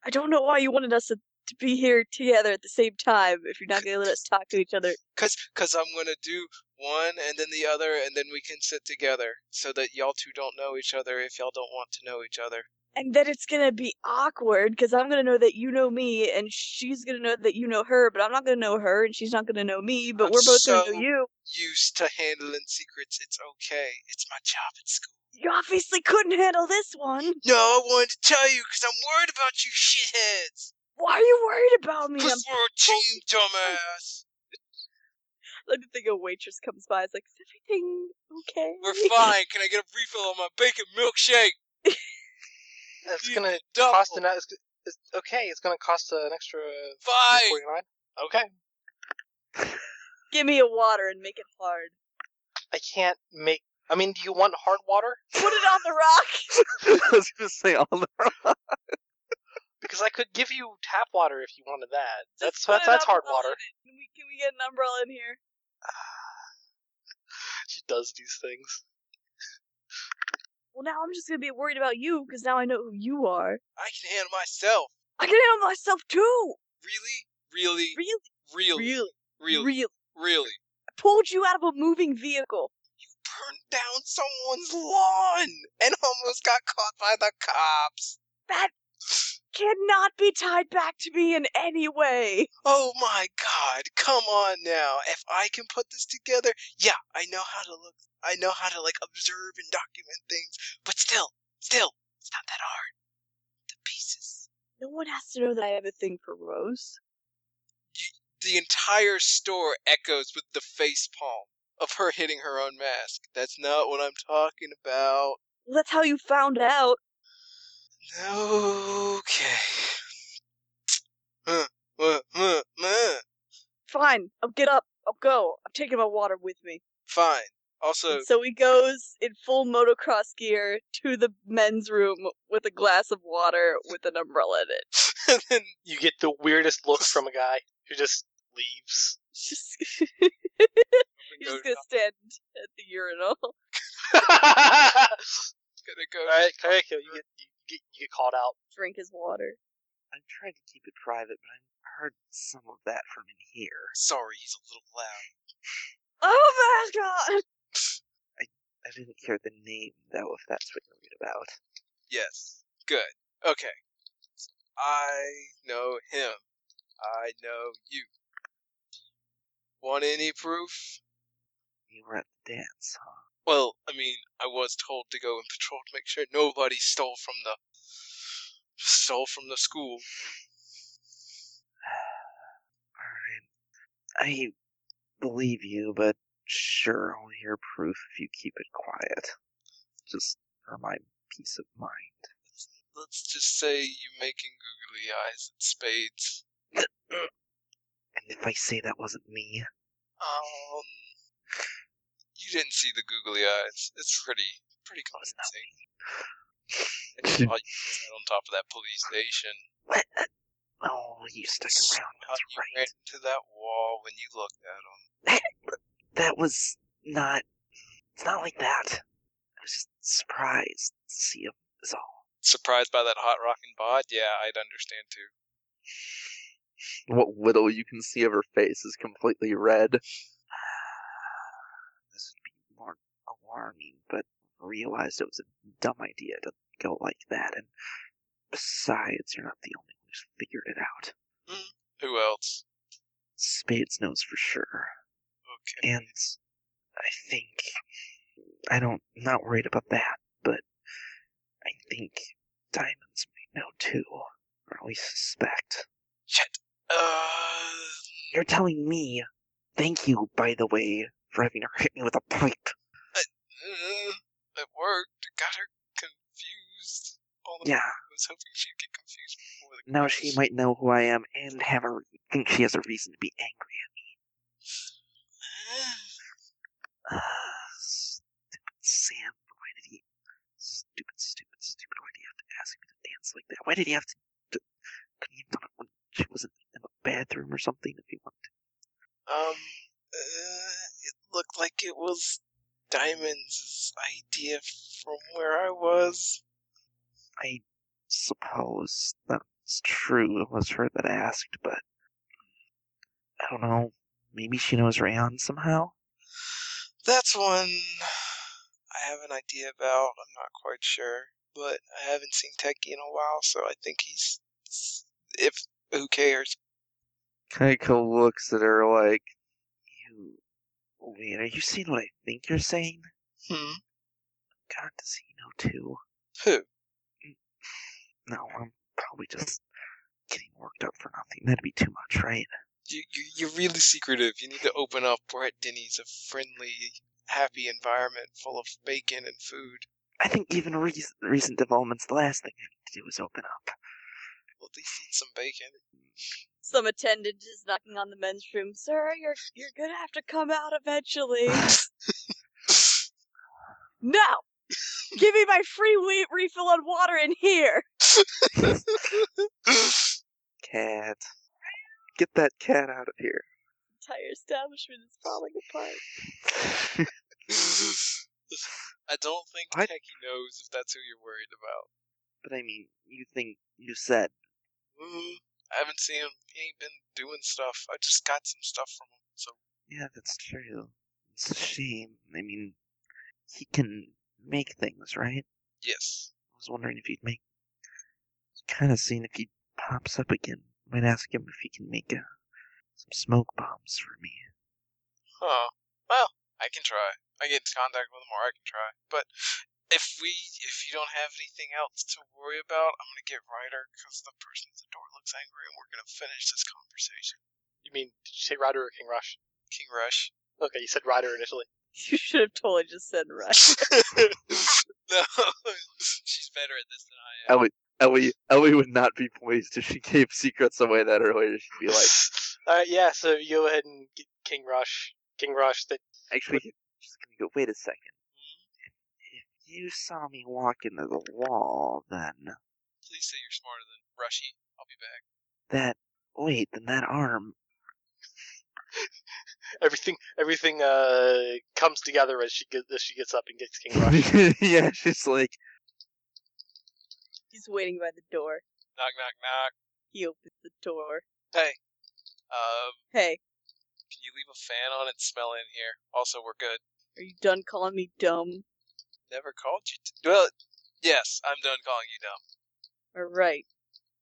S2: I don't know why you wanted us to, to be here together at the same time if you're not going to let us talk to each other.
S5: Cause, cause I'm gonna do one and then the other, and then we can sit together so that y'all two don't know each other if y'all don't want to know each other.
S2: And then it's going to be awkward because I'm going to know that you know me and she's going to know that you know her, but I'm not going to know her and she's not going to know me, but
S5: I'm
S2: we're both going
S5: so-
S2: to know you.
S5: Used to handling secrets, it's okay. It's my job at school.
S2: You obviously couldn't handle this one.
S5: No, I wanted to tell you because I'm worried about you shitheads.
S2: Why are you worried about me? I'm,
S5: Because we're a team, dumbass.
S2: like the thing a waitress comes by. It's like, is everything okay?
S5: We're fine. Can I get a refill on my bacon milkshake?
S1: It's
S5: You
S1: gonna
S2: Oh.
S5: double.
S1: cost an. It's, it's, okay, it's gonna cost an extra
S5: Fine.
S1: 49. Okay,
S2: Give me a water and make it hard.
S1: I can't make. I mean, do you want hard water?
S2: Put it on the rock.
S8: I was gonna say all the
S1: Because I could give you tap water if you wanted that. That's
S2: Just put
S1: that's,
S2: an
S1: that's hard
S2: umbrella
S1: water.
S2: in it. Can we, can we get an umbrella in here?
S1: She does these things.
S2: Well, now I'm just going to be worried about you because now I know who you are.
S5: I can handle myself.
S2: I can handle myself too.
S5: Really, really,
S2: Really,
S5: really,
S2: really,
S5: really, really.
S2: really. I pulled you out of a moving vehicle.
S5: Burned down someone's lawn and almost got caught by the cops.
S2: That cannot be tied back to me in any way.
S5: Oh my god, come on now. If I can put this together, yeah, I know how to look. I know how to, like, observe and document things, but still, still, it's not that hard. The pieces.
S2: No one has to know that I have a thing for Rose.
S5: The entire store echoes with the face palm of her hitting her own mask. That's not what I'm talking about.
S2: Well, that's how you found out.
S5: Okay. Huh, huh, huh, huh.
S2: Fine, I'll get up. I'll go. I'm taking my water with me.
S5: Fine. Also,
S2: And so he goes in full motocross gear to the men's room with a glass of water with an umbrella in it.
S5: and then
S1: You get the weirdest look from a guy who just leaves.
S2: It's just, he's
S5: go
S2: just gonna stand at the urinal.
S1: All
S5: gonna go.
S1: right, Kaiko, you get you get you get called out.
S2: Drink his water.
S3: I'm trying to keep it private, but I heard some of that from in here.
S5: Sorry, he's a little loud.
S2: Oh my god!
S3: I didn't hear the name though, if that's what you're worried about.
S5: Yes. Good. Okay. I know him. I know you. Want any proof?
S3: You were at the dance, huh?
S5: Well, I mean, I was told to go and patrol to make sure nobody stole from the stole from the school.
S8: I believe you, but sure, I'll hear proof if you keep it quiet. Just for my peace of mind.
S5: Let's just say you're making googly eyes at spades.
S8: And if I say that wasn't me,
S5: Um, you didn't see the googly eyes. It's pretty, pretty common thing. And you probably sat on top of that police station.
S8: oh, you stuck around.
S5: How
S8: That's
S5: you
S8: right.
S5: ran into that wall when you looked at him.
S8: That was not. It's not like that. I was just surprised to see him. Is all.
S5: Surprised by that hot rockin' bod? Yeah, I'd understand too.
S9: What little you can see of her face is completely red.
S8: This would be more alarming, but I realized it was a dumb idea to go like that. And besides, you're not the only one who's figured it out.
S5: Who else?
S8: Spades knows for sure.
S5: Okay.
S8: and I think I don't I'm not worried about that, but I think diamonds might know too, or at least suspect.
S5: Shit. Uh,
S8: You're telling me. Thank you, by the way, for having her hit me with a pipe.
S5: uh, it worked. It got her confused. All the
S8: Yeah,
S5: I was hoping she'd get confused before the
S8: now she
S5: quiz.
S8: might know who I am and have a think she has a reason to be angry at me. Uh, stupid Sam, why did he? Stupid, stupid, stupid. Why did he have to ask me to dance like that? Why did he have to? to could he have done it when she wasn't in the bathroom or something? If he wanted.
S5: Um, uh, it looked like it was Diamond's idea from where I was.
S8: I suppose that's true. It was her that asked, but I don't know. Maybe she knows Rayon somehow.
S5: That's one I have an idea about. I'm not quite sure, but I haven't seen Techie in a while, so I think he's. If who cares?
S9: Kaiko looks at her like,
S8: You wait. Are you saying what I think you're saying?
S5: Hmm.
S8: God, does he know too?
S5: Who?
S8: No, I'm probably just getting worked up for nothing. That'd be too much, right?
S5: You, you you're really secretive. You need to open up. We're at Denny's, a friendly, happy environment full of bacon and food.
S8: I think even re- recent developments, the last thing I need to do is open up.
S5: Well, at least eat some bacon.
S2: Some attendant is knocking on the men's room. Sir, you're you're gonna have to come out eventually. no, give me my free wheat refill on water in here.
S8: Cat. Get that cat out of here.
S2: Entire establishment is falling apart.
S5: I don't think
S8: What?
S5: Techie knows if that's who you're worried about.
S8: But I mean, you think you said
S5: Mm, I haven't seen him. He ain't been doing stuff. I just got some stuff from him. So
S8: Yeah, that's true. It's a shame. I mean, he can make things, right?
S5: yes,
S8: I was wondering if he'd make. Kind of seeing if he pops up again. Might ask him if he can make uh some smoke bombs for me.
S5: huh? Well, I can try. I get in contact with him, or I can try. But if we, if you don't have anything else to worry about, I'm gonna get Ryder because the person at the door looks angry, and we're gonna finish this conversation.
S1: You mean did you say Ryder or King Rush?
S5: King Rush.
S1: Okay, you said Ryder initially.
S2: You should have totally just said right.
S5: no, she's better at this than I am.
S9: Ellie, Ellie, Ellie would not be pleased if she gave secrets away that earlier. She'd be like,
S1: All right, yeah. So you go ahead and get King Rush. King Rush. That
S9: actually,
S8: Just gonna go. Wait a second. If you saw me walk into the wall, then
S5: Please say you're smarter than Rushy. I'll be back.
S8: that. Wait, then that arm.
S1: everything everything uh comes together as she gets as she gets up and gets King Rush.
S9: yeah, she's like,
S2: He's waiting by the door.
S5: Knock, knock, knock.
S2: He opens the door.
S5: Um,
S2: Hey,
S5: can you leave a fan on and smell in here? Also, we're good.
S2: are you done calling me dumb?
S5: Never called you. T- well, yes, I'm done calling you dumb.
S2: All right.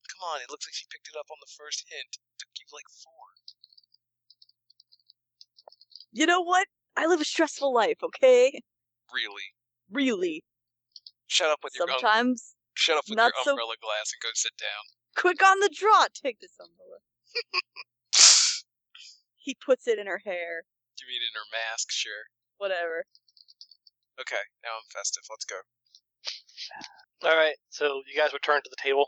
S5: Come on, it looks like she picked it up on the first hint. took you like four.
S2: You know what? I live a stressful life, okay?
S5: Really?
S2: Really.
S5: Shut up with your gunk.
S2: Sometimes
S5: Shut up with
S2: Not
S5: your
S2: so-
S5: umbrella glass and go sit down.
S2: Quick on the draw. Take this umbrella. He puts it in her hair.
S5: you mean in her mask? Sure.
S2: Whatever.
S5: Okay, now I'm festive. Let's go.
S1: All right, so you guys return to the table.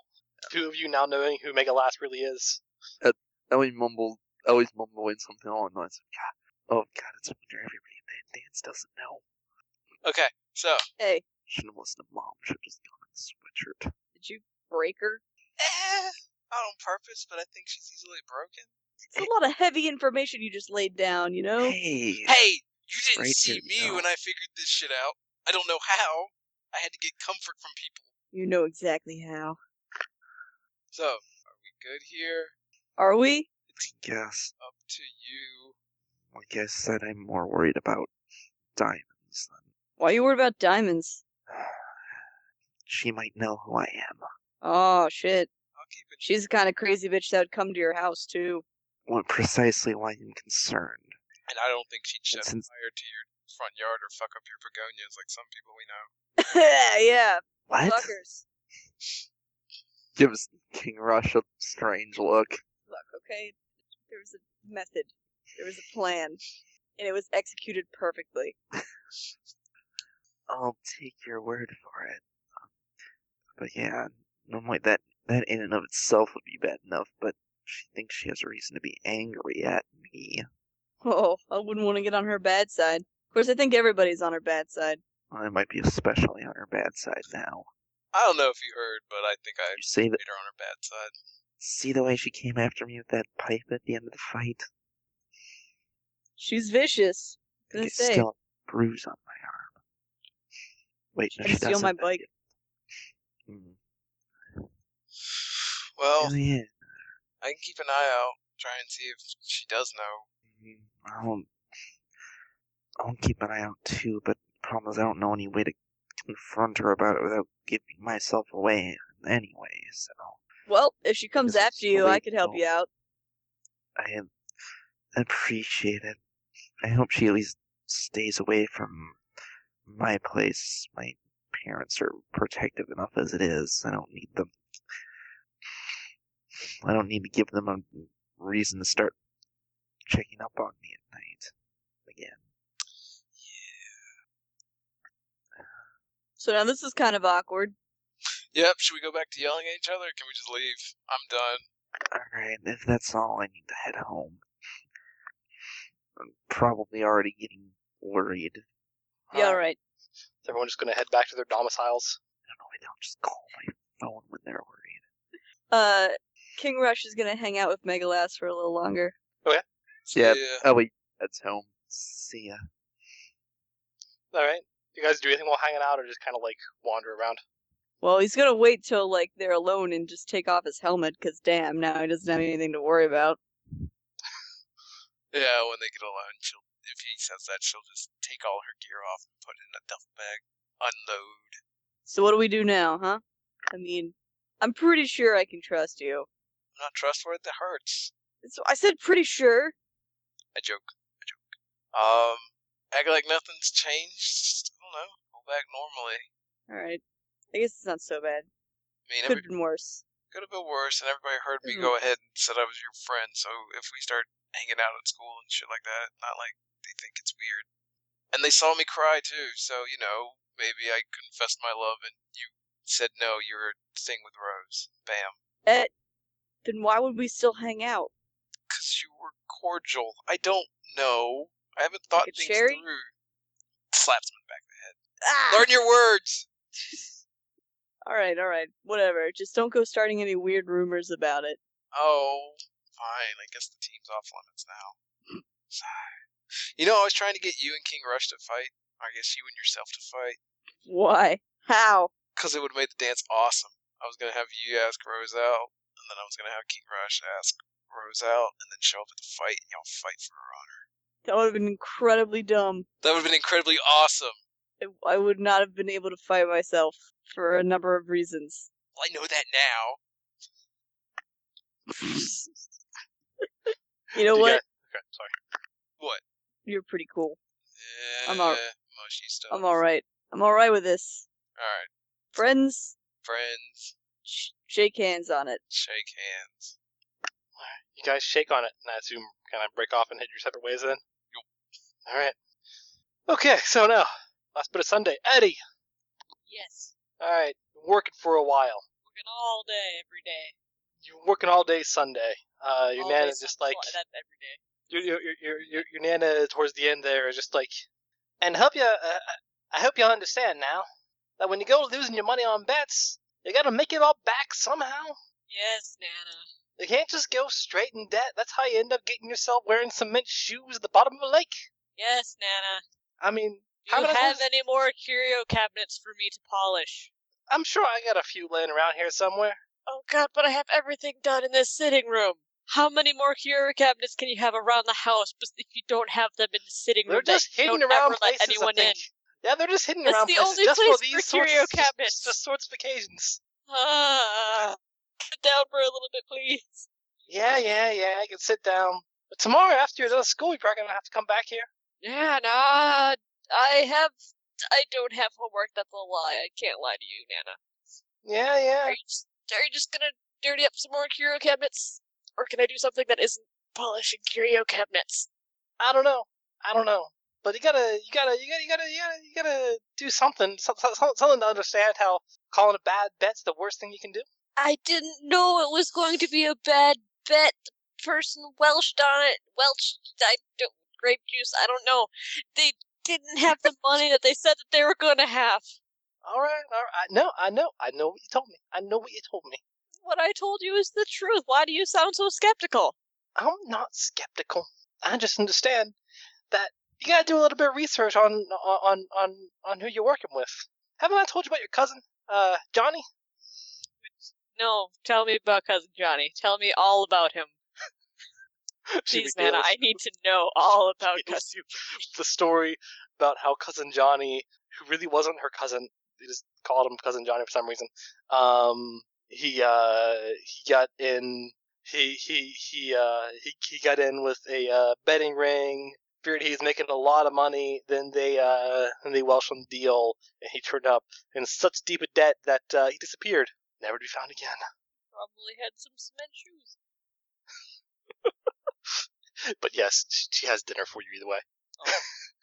S1: Two of you now knowing who Mega Last really is.
S8: I always mumble, I always mumble in something along the lines of, God, oh God, it's a wonder everybody in that dance doesn't know.
S5: Okay, so
S2: Hey,
S8: Shouldn't have listened to mom. Should have just gone in a sweatshirt.
S2: did you break her?
S5: eh, not on purpose, but I think she's easily broken.
S2: It's a lot of heavy information you just laid down, you know?
S8: Hey,
S5: Hey, you didn't
S8: Right
S5: see
S8: here,
S5: me
S8: no.
S5: when I figured this shit out. I don't know how. I had to get comfort from people.
S2: You know exactly how.
S5: So, are we good here?
S2: Are we?
S8: guess
S5: Up to you.
S8: like I said, I'm more worried about diamonds than
S2: Why are you worried about diamonds?
S8: she might know who I am.
S2: Oh, shit.
S5: I'll keep it.
S2: She's the kind of crazy bitch that would come to your house, too.
S8: What precisely why I'm concerned.
S5: And I don't think she'd set
S8: Since-
S5: fire to your front yard or fuck up your begonias like some people we know.
S2: yeah,
S8: What?
S2: fuckers.
S8: Gives King Rush a strange look.
S2: Look, okay? There was a method, there was a plan, and it was executed perfectly.
S8: I'll take your word for it. But yeah, no like that that in and of itself would be bad enough, but she thinks she has a reason to be angry at me.
S2: Oh, I wouldn't want to get on her bad side. Of course, I think everybody's on her bad side.
S8: I might be especially on her bad side now.
S5: I don't know if you heard, but I think I
S8: You see the
S5: made her on her bad side.
S8: see the way she came after me with that pipe at the end of the fight?
S2: She's vicious.
S8: I think
S2: Gonna
S8: it's
S2: say.
S8: still a bruise on my arm. Wait, no,
S2: Trying to
S8: she
S2: steal
S8: doesn't.
S2: my bike.
S8: Mm.
S5: Well,
S8: Oh, yeah.
S5: I can keep an eye out, try and see if she does know.
S8: Mm, I'll, I'll keep an eye out too, but the problem is I don't know any way to confront her about it without giving myself away anyway, so
S2: Well, if she comes
S8: it's
S2: after you, I could help you
S8: illegal.
S2: out.
S8: I am- appreciate it. I hope she at least stays away from my place. My parents are protective enough as it is. I don't need them. I don't need to give them a reason to start checking up on me at night again.
S2: So now this is kind of awkward.
S5: Yep, should we go back to yelling at each other? Or can we just leave? I'm done.
S8: Alright, if that's all, I need to head home. I'm probably already getting worried.
S2: Yeah, all right.
S1: Is everyone just going to head back to their domiciles?
S8: I don't know, I don't just call my phone when they're worried.
S2: Uh, King Rush is gonna hang out with Megalas for a little longer.
S8: Yeah.
S5: yeah.
S8: Oh, wait, that's home. See ya.
S1: All right. You guys do anything while hanging out, or just kind of like wander around?
S2: Well, he's gonna wait till like they're alone and just take off his helmet, cause damn, now he doesn't have anything to worry about.
S5: Yeah, when they get alone, she'll if he says that, she'll just take all her gear off and put it in a duffel bag, unload.
S2: So what do we do now, huh? I mean, I'm pretty sure I can trust you.
S5: I'm not trustworthy. That hurts.
S2: So I said pretty sure.
S5: I joke. I joke. Um, act like nothing's changed. Just, I don't know. Go back normally.
S2: All right. I guess it's not so bad.
S5: I mean,
S2: Could
S5: every,
S2: have been worse.
S5: could have been worse, and everybody heard me
S2: Mhm.
S5: go ahead and said I was your friend. So if we start hanging out at school and shit like that, not like they think it's weird. And they saw me cry too, so you know maybe I confessed my love and you said no. You were staying with Rose. Bam.
S2: Eh, Then why would we still hang out?
S5: Because you were cordial. I don't know. I haven't thought
S2: Like a
S5: things
S2: cherry?
S5: through. Slaps him in the back.
S2: Ah!
S5: Learn your words!
S2: All right, all right, whatever. Just don't go starting any weird rumors about it.
S5: Oh, fine. I guess the team's off limits now. Sigh. You know, I was trying to get you and King Rush to fight. I guess you and yourself to fight.
S2: Why? How?
S5: Because it would have made the dance awesome. I was going to have you ask Rose out, and then I was going to have King Rush ask Rose out, and then show up at the fight, and y'all fight for her honor.
S2: That would have been incredibly dumb.
S5: That would have been incredibly awesome.
S2: I- I would not have been able to fight myself for a number of reasons.
S5: Well, I know that now.
S2: You know
S1: Do you
S2: what?
S1: guys- okay, sorry.
S2: You're pretty cool.
S5: Yeah,
S2: I'm all-
S5: Eh, mushy stuff.
S2: I'm all right. I'm all right with this.
S5: All right.
S2: Friends,
S5: friends.
S2: Sh- shake hands on it.
S5: Shake hands.
S1: You guys shake on it, and I assume kind of break off and head your separate ways then? All right. Okay, so now, last bit of Sunday. Eddie!
S10: Yes.
S1: All right, working for a while.
S10: Working all day, every day.
S1: You're working all day Sunday. Uh, your
S10: all
S1: nana
S10: day,
S1: is just
S10: some-
S1: like,
S10: that every day.
S1: your, your, your, your, your, your nana towards the end there is just like, and help you, uh, I hope you understand now that when you go losing your money on bets, you gotta make it all back somehow.
S10: Yes, Nana.
S1: You can't just go straight in debt. That's how you end up getting yourself wearing cement shoes at the bottom of a lake.
S10: Yes, Nana.
S1: I mean,
S10: Do
S1: how
S10: you
S1: many
S10: have
S1: times-
S10: any more curio cabinets for me to polish?
S1: I'm sure I got a few laying around here somewhere.
S10: Oh god, but I have everything done in this sitting room. How many more curio cabinets can you have around the house bes- if you don't have them in the sitting
S1: They're
S10: room? that
S1: just
S10: you
S1: hidden
S10: don't
S1: around
S10: ever
S1: places.
S10: let anyone
S1: I think.
S10: in.
S1: Yeah, they're just hidden
S10: That's
S1: around
S10: the
S1: places
S10: only
S1: just
S10: place
S1: for
S10: for
S1: these
S10: curio
S1: sorts, just-
S10: cabinets.
S1: just sorts of occasions.
S10: Ah, sit down for a little bit, please.
S1: Yeah, yeah, yeah. I can sit down. But tomorrow after you're done with school, you're probably gonna have to come back here.
S10: Nana, I have. I don't have homework. That's a lie. I can't lie to you, Nana.
S1: Yeah,
S10: Are
S1: yeah.
S10: you just, are you just gonna dirty up some more curio cabinets, or can I do something that isn't polishing curio cabinets?
S1: I don't know. I don't know. But you gotta, you gotta, you gotta, you gotta, you gotta, you gotta do something. So, so, so- something to understand how calling a bad bet's the worst thing you can do.
S10: I didn't know it was going to be a bad bet. The person welched on it. Welched. I don't, grape juice. I don't know. They didn't have the money that they said that they were going to have.
S1: All right, all right. I know, I know, I know what you told me. I know what you told me.
S10: What I told you is the truth. Why do you sound so skeptical?
S1: I'm not skeptical. I just understand that you gotta do a little bit of research on on on on who you're working with. Haven't I told you about your cousin, uh, Johnny?
S10: No, tell me about cousin Johnny. Tell me all about him,
S1: She
S10: please,
S1: reveals
S10: Nana. I need to know all about cousin.
S1: tells you the story about how cousin Johnny, who really wasn't her cousin, they just called him cousin Johnny for some reason. Um, he uh he got in he he he uh he, he got in with a uh, betting ring. Figured he was making a lot of money. Then they uh then they welched him deal, and he turned up in such deep a debt that uh, he disappeared, never to be found again.
S10: Probably had some cement shoes.
S1: But yes, she, she has dinner for you either way.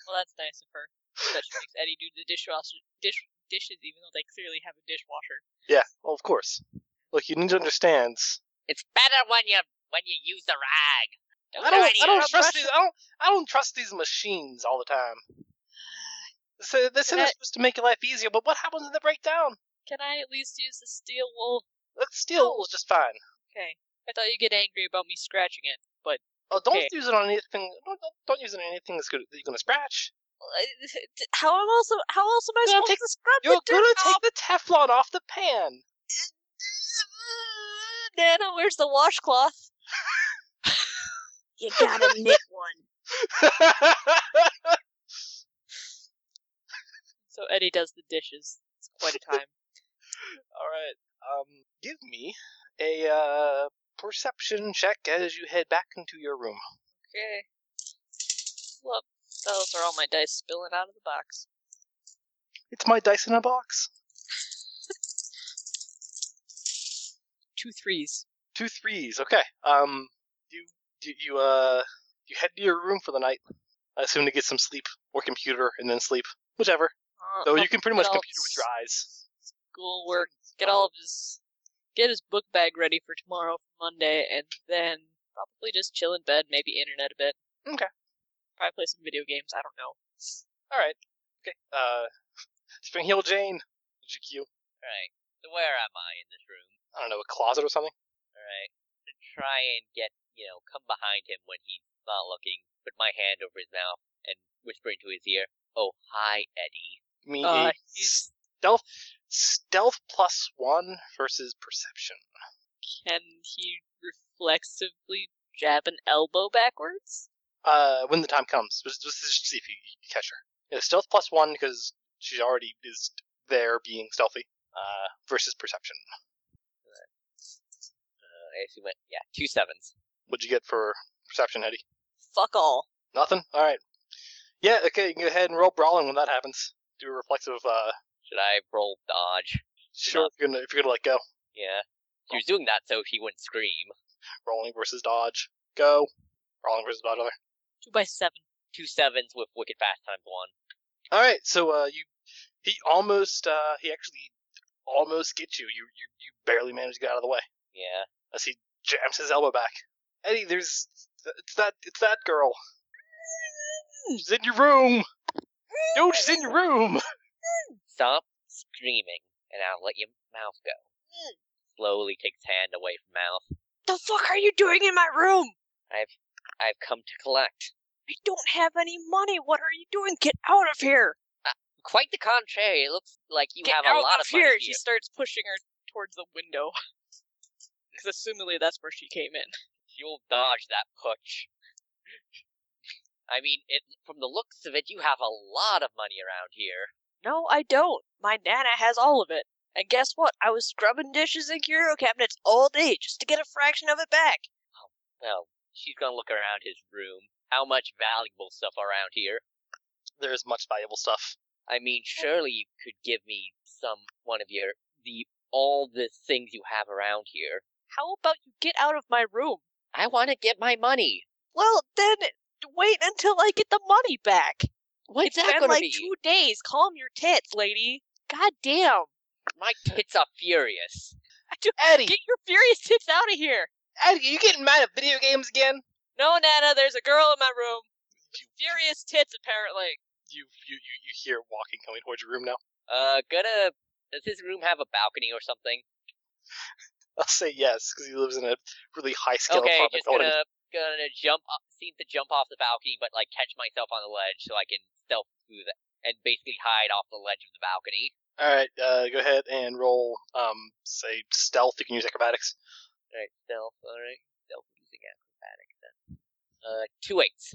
S10: Well, that's nice of her. That she makes Eddie do the dishwasher dish dishes, even though they clearly have a dishwasher.
S1: Yeah, well of course. Look, you need to understand
S6: It's better when you when you use the rag.
S1: I
S6: do
S1: don't.
S6: any
S1: I
S6: of
S1: don't
S6: that.
S1: trust these. I don't. I don't trust these machines all the time. So they say
S10: Can
S1: they're
S10: I-
S1: supposed to make your life easier, but what happens if they break down?
S10: Can I at least use the steel wool?
S1: Look, steel wool's just fine.
S10: Okay. I thought you'd get angry about me scratching it, but
S1: Oh, don't
S10: Okay.
S1: use it on anything. Don't, don't- don't use it on anything that's good, that you're gonna scratch.
S10: how am also how else am I
S1: You're gonna
S10: supposed
S1: take-
S10: to scrub Oh,
S1: You're
S10: the dirt
S1: gonna take
S10: off?
S1: the Teflon off the pan.
S10: Nana, where's the washcloth?
S2: You gotta knit one.
S10: So Eddie does the dishes. It's quite a time.
S1: all right. Um, give me a uh, perception check as you head back into your room.
S10: okay. Look, those are all my dice spilling out of the box.
S1: It's my dice in a box.
S10: Two threes.
S1: Two threes. Okay. Um, you you, you uh you head to your room for the night. I assume to get some sleep or computer and then sleep, whichever.
S10: Uh,
S1: Though you can pretty much
S10: adults.
S1: computer with your eyes.
S10: schoolwork, get all of his get his book bag ready for tomorrow for Monday, and then probably just chill in bed, maybe internet a bit.
S1: Okay.
S10: Probably play some video games, I don't know.
S1: All right. Okay. Uh, Spring Heel Jane. She cue.
S6: Right. So where am I in this room?
S1: I don't know, a closet or something.
S6: All right. To try and get you know come behind him when he's not looking. Put my hand over his mouth and whisper into his ear. Oh hi Eddie.
S1: Give Me
S10: Uh,
S1: a
S10: he's-
S1: stealth stealth plus one versus perception.
S10: Can he reflexively jab an elbow backwards?
S1: Uh, when the time comes, just, just, just see if you, you catch her. Yeah, stealth plus one because she already is there being stealthy. Uh, versus perception.
S6: Uh, I assume it. Yeah, two sevens.
S1: What'd you get for perception, Eddie?
S10: Fuck all.
S1: Nothing. All right. Yeah. Okay. You can go ahead and roll brawling when that happens. Do a reflexive. Uh,
S6: Should I roll dodge?
S1: Sure, if you're gonna if you're gonna let go.
S6: Yeah. She was doing that so she wouldn't scream.
S1: Rolling versus dodge. Go. Rolling versus dodge. Other.
S11: Two by seven.
S6: Two sevens with wicked fast times one.
S1: All right. So uh, you he almost uh he actually almost gets you. You you you barely manage to get out of the way
S6: Yeah.
S1: as he jams his elbow back. Eddie, there's it's that it's that girl. She's in your room. Dude, she's in your room.
S6: Stop screaming, and I'll let your mouth go.
S11: Mm.
S6: Slowly takes hand away from mouth.
S11: The fuck are you doing in my room?
S6: I've come to collect.
S11: I don't have any money. What are you doing? Get out of here.
S6: Quite the contrary, it looks like you
S11: Get
S6: have
S11: out
S6: a lot
S11: of
S6: of money
S11: here.
S6: here.
S10: She starts pushing her towards the window. Because assumably that's where she came in.
S6: You'll dodge that push. I mean, it, from the looks of it, you have a lot of money around here.
S11: No, I don't. My nana has all of it. And guess what? I was scrubbing dishes and curio cabinets all day just to get a fraction of it back.
S6: Well, she's gonna look around his room. How much valuable stuff around here?
S1: There's much valuable stuff.
S6: I mean, surely you could give me some one of your the all the things you have around here.
S10: How about you get out of my room?
S6: I want to get my money.
S11: Well, then wait until I get the money back. it's
S6: What's that
S11: been
S6: gonna
S11: like
S6: be?
S11: two days. Calm your tits, lady. God damn.
S6: My tits are furious.
S1: Eddie,
S10: Get your furious tits out of here!
S1: Eddie, are you getting mad at video games again?
S10: No, Nana, there's a girl in my room. Furious tits, apparently.
S1: You you you, you hear walking coming towards your room now.
S6: Uh, gonna does his room have a balcony or something?
S1: I'll say yes because he lives in a really high scale
S6: okay,
S1: apartment
S6: just
S1: building.
S6: gonna gonna jump up, seem to jump off the balcony, but like catch myself on the ledge so I can stealth through the and basically hide off the ledge of the balcony.
S1: All right, uh, go ahead and roll. Um, say stealth. You can use acrobatics.
S6: All right, stealth. All right, stealth using acrobatics. Then. Uh, two eights.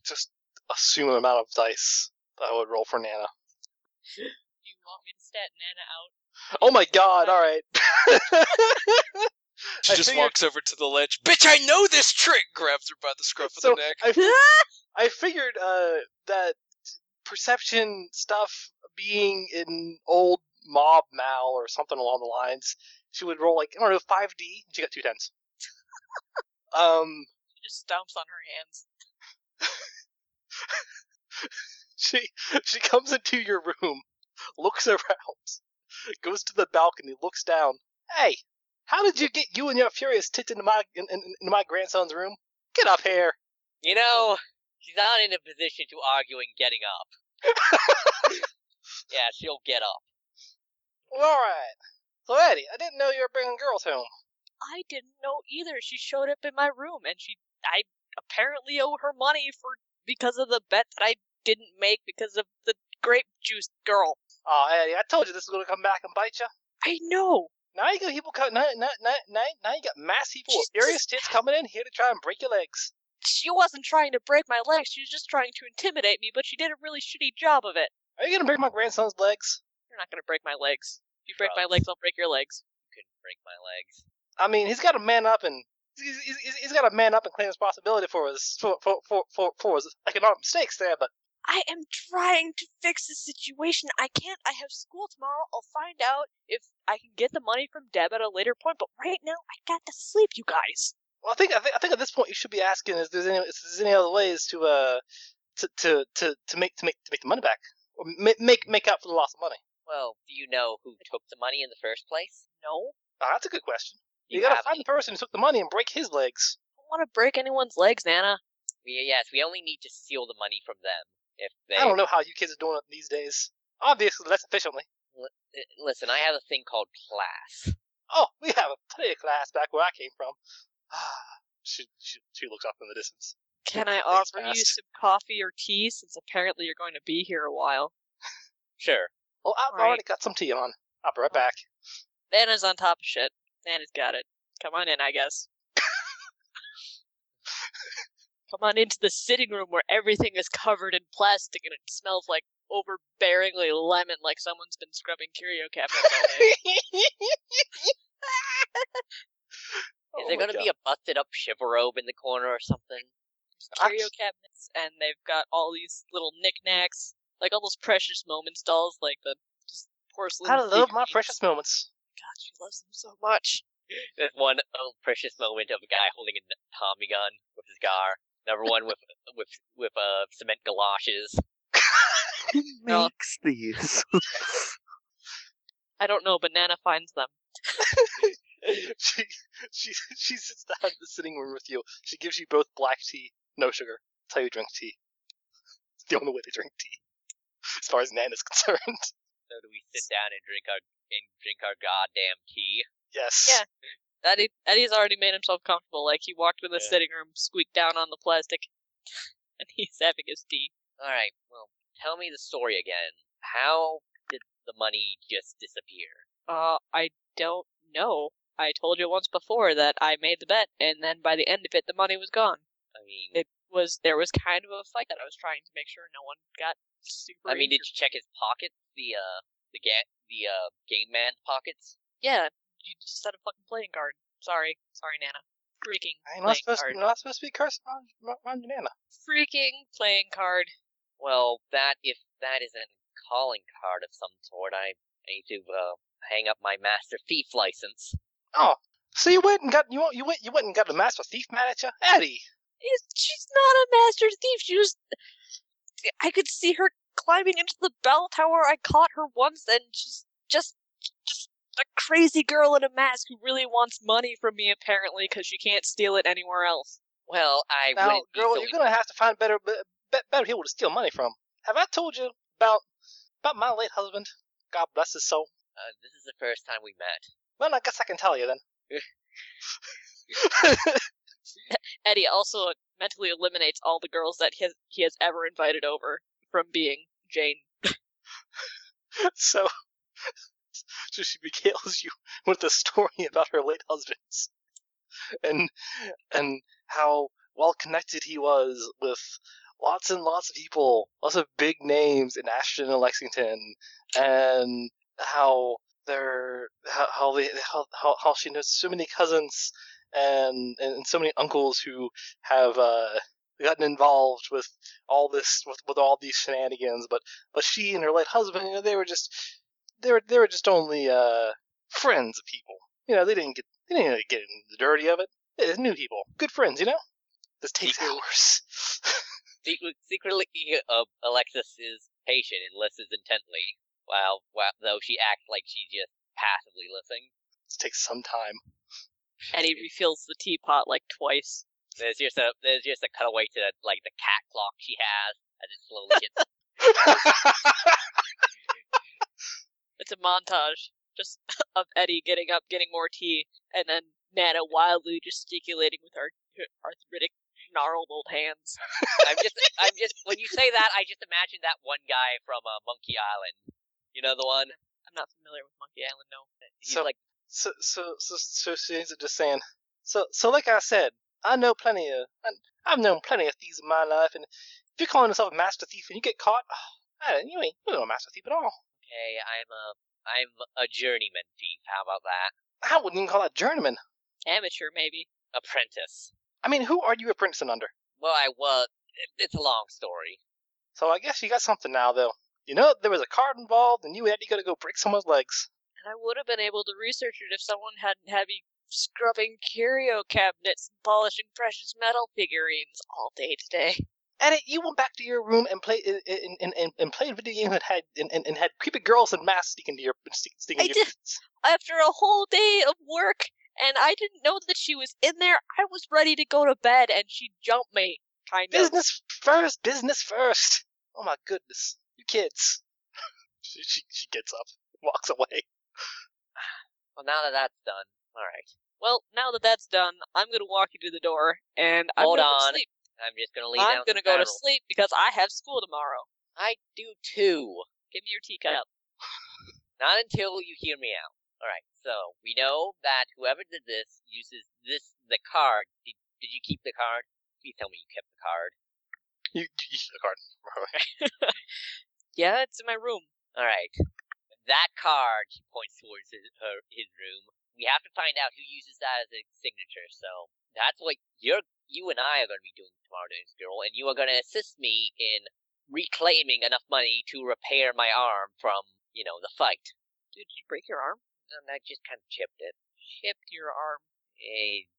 S1: Just assume an amount of dice that I would roll for Nana.
S10: Do you want me to stat Nana out?
S1: Oh my God! All right.
S5: She
S1: I
S5: just
S1: figured-
S5: walks over to the ledge. Bitch, I know this trick! Grabs her by the scruff of
S1: So,
S5: the neck.
S1: I, fi- I figured uh, that perception stuff being in old mob mal or something along the lines, she would roll like I don't know five D. She got two tens. um,
S10: She just stomps on her hands.
S1: she she comes into your room, looks around, goes to the balcony, looks down. Hey, how did you get you and your furious tits into my in, in, into my grandson's room? Get up here.
S6: You know, she's not in a position to argue and getting up. yeah, she'll get up.
S1: All right. So Eddie, I didn't know you were bringing girls home.
S10: I didn't know either. She showed up in my room and she I apparently owe her money for because of the bet that I didn't make because of the grape juice girl.
S1: Oh, Eddie, I told you this was gonna come back and bite you.
S10: I know.
S1: Now you got people co- now, now, now, now, now you got mass people with
S11: Jesus.
S1: furious tits coming in here to try and break your legs.
S10: She wasn't trying to break my legs, she was just trying to intimidate me, but she did a really shitty job of it.
S1: Are you gonna break my grandson's legs?
S10: You're not gonna break my legs. You break my
S6: Drugs.
S10: legs, I'll break your legs.
S6: Couldn't break my legs.
S1: I mean, he's got to man up and he's, he's, he's- he's got to man up and claim responsibility for his for for for for, for his economic mistakes there. But
S11: I am trying to fix the situation. I can't. I have school tomorrow. I'll find out if I can get the money from Deb at a later point, but right now I got to sleep, you guys.
S1: well, I think I think, I think at this point you should be asking if there's any if there's any other ways to uh to to to, to make to make to make the money back or make make make up for the loss of money.
S6: Well, do you know who took the money in the first place?
S10: No.
S1: Ah, that's a good question.
S6: Do
S1: You, gotta
S6: have
S1: find the person who took the money and break his legs.
S10: I don't wanna break anyone's legs, Nana.
S6: We, yes, we only need to steal the money from them. If they
S1: I don't know how you kids are doing it these days. Obviously, less efficiently.
S6: Uh, listen, I have a thing called class.
S1: Oh, we have a plenty of class back where I came from. Ah, she, she she looks off in the distance.
S10: Can I
S1: Thanks,
S10: offer you
S1: Bast.
S10: some coffee or tea since apparently you're going to be here a while?
S6: Sure.
S1: Well, Oh, I've
S10: Right.
S1: already got some tea on. I'll be right back.
S10: Nana's on top of shit. Nana's got it. Come on in, I guess. Come on into the sitting room where everything is covered in plastic and it smells like overbearingly lemon, like someone's been scrubbing curio cabinets all day.
S6: Is
S1: Oh
S6: there gonna be a busted up chivalrobe in the corner or something?
S10: curio cabinets, and they've got all these little knickknacks, like all those precious moments dolls, like the just porcelain.
S1: I love my
S10: figurines.
S1: precious moments.
S10: God, she loves them so much.
S6: There's one oh, precious moment of a guy holding a Tommy gun with his gar. Another one with with with uh cement galoshes.
S8: Who
S10: No.
S8: makes these?
S10: I don't know, but Nana finds them.
S1: she, she, she sits down in the sitting room with you. She gives you both black tea, no sugar. That's how you drink tea. It's the only way to drink tea, as far as Nan is concerned.
S6: So do we sit down and drink our and drink our goddamn tea?
S1: Yes.
S10: Yeah. Eddie, Eddie's already made himself comfortable. Like he walked in the
S6: Yeah.
S10: sitting room, squeaked down on the plastic, and he's having his tea.
S6: All right. Well, tell me the story again. How did the money just disappear?
S10: Uh, I don't know. I told you once before that I made the bet, and then by the end of it, the money was gone.
S6: I mean,
S10: It was there was kind of a fight that I was trying to make sure no one got
S6: I
S10: super.
S6: mean, did
S10: injured.
S6: you check his pockets? The uh, the ga- the uh, game man's pockets.
S10: yeah, you just said a fucking playing card. Sorry, sorry, Nana. Freaking
S1: I'm not
S10: playing
S1: supposed,
S10: card.
S1: you're not supposed to be cursing on, on- on your Nana.
S10: Freaking playing card.
S6: Well, that if that is a calling card of some sort, I I need to uh, hang up my master thief license.
S1: So you went and got you went- you went you went and got the master thief mad at you, Eddie.
S11: Is- She's not a master thief. She was. I could see her climbing into the bell tower. I caught her once, and she's just, just a crazy girl in a mask.
S10: Who really wants money from me? Apparently, because she can't steal it anywhere else.
S6: Well, I
S1: Now,
S6: wouldn't be
S1: girl,
S6: so
S1: you're gonna have to find better be, be- better people to steal money from. Have I told you about about my late husband? God bless his soul.
S6: Uh, this is the first time we met.
S1: Well, I guess I can tell you then.
S10: Eddie also mentally eliminates all the girls that he has, he has ever invited over from being Jane.
S1: so, so she regales you with the story about her late husband's, and and how well connected he was with lots and lots of people, lots of big names in Ashton and Lexington, and how they're how how, they, how, how how she knows so many cousins and and so many uncles who have uh, gotten involved with all this with, with all these shenanigans, but but she and her late husband, you know, they were just they were they were just only uh, friends of people. You know, they didn't get they didn't really get in the dirty of it. They just knew people, good friends. You know, this takes
S6: Equal-
S1: hours.
S6: Secret, secretly, uh, Alexis is patient and listens intently, while, while though she acts like she's just passively listening.
S1: this takes some time.
S10: Eddie refills the teapot like twice.
S6: There's just a there's just a cutaway to like the cat clock she has as it slowly gets.
S10: It's a montage just of Eddie getting up, getting more tea, and then Nana wildly gesticulating with her her arthritic, gnarled old hands.
S6: I'm just I'm just when you say that I just imagine that one guy from uh, Monkey Island. You know the one?
S10: I'm not familiar with Monkey Island, no.
S6: He's
S1: So-
S6: like
S1: so so so so she ends up just saying, so so like I said, I know plenty of I, I've known plenty of thieves in my life, and if you're calling yourself a master thief and you get caught, oh, I, you ain't you ain't a master thief at all.
S6: okay, I'm a I'm a journeyman thief. How about that?
S1: I wouldn't even call that journeyman.
S10: Amateur, maybe.
S6: Apprentice.
S1: I mean, who are you apprenticing under?
S6: Well, I was. It's a long story.
S1: So I guess you got something now, though. You know there was a card involved, and you had to go to go break someone's legs.
S10: And I would have been able to research it if someone hadn't had me scrubbing curio cabinets and polishing precious metal figurines all day today.
S1: And it, you went back to your room and played and, and, and, and played video games and had and, and, and had creepy girls in masks sneak into your sneak, sneak
S11: I
S1: into your.
S11: did- After a whole day of work, and I didn't know that she was in there, I was ready to go to bed, and she jumped me.
S10: Kind of.
S1: Business first, business first. Oh my goodness, you kids. she, she she gets up, walks away.
S6: Well, now that that's done, all right.
S10: Well, now that that's done, I'm gonna walk you to the door, and I'm
S6: Hold
S10: gonna go
S6: on.
S10: to sleep.
S6: I'm just gonna lay down.
S10: I'm gonna
S6: some
S10: go to
S6: federal.
S10: sleep because I have school tomorrow. Uh,
S6: I do too.
S10: Give me your teacup.
S6: Not until you hear me out. All right. So we know that whoever did this uses this the card. Did, did you keep the card? Please tell me you kept the card.
S1: You, you, you the card.
S10: Yeah, it's in my room.
S6: All right. That card. She points towards his, her, his room. We have to find out who uses that as a signature. So that's what you're. You and I are going to be doing tomorrow, Days Girl, and you are going to assist me in reclaiming enough money to repair my arm from you know the fight.
S10: Did you break your arm?
S6: And I just kind of chipped it.
S10: Chipped your arm.
S6: Hey,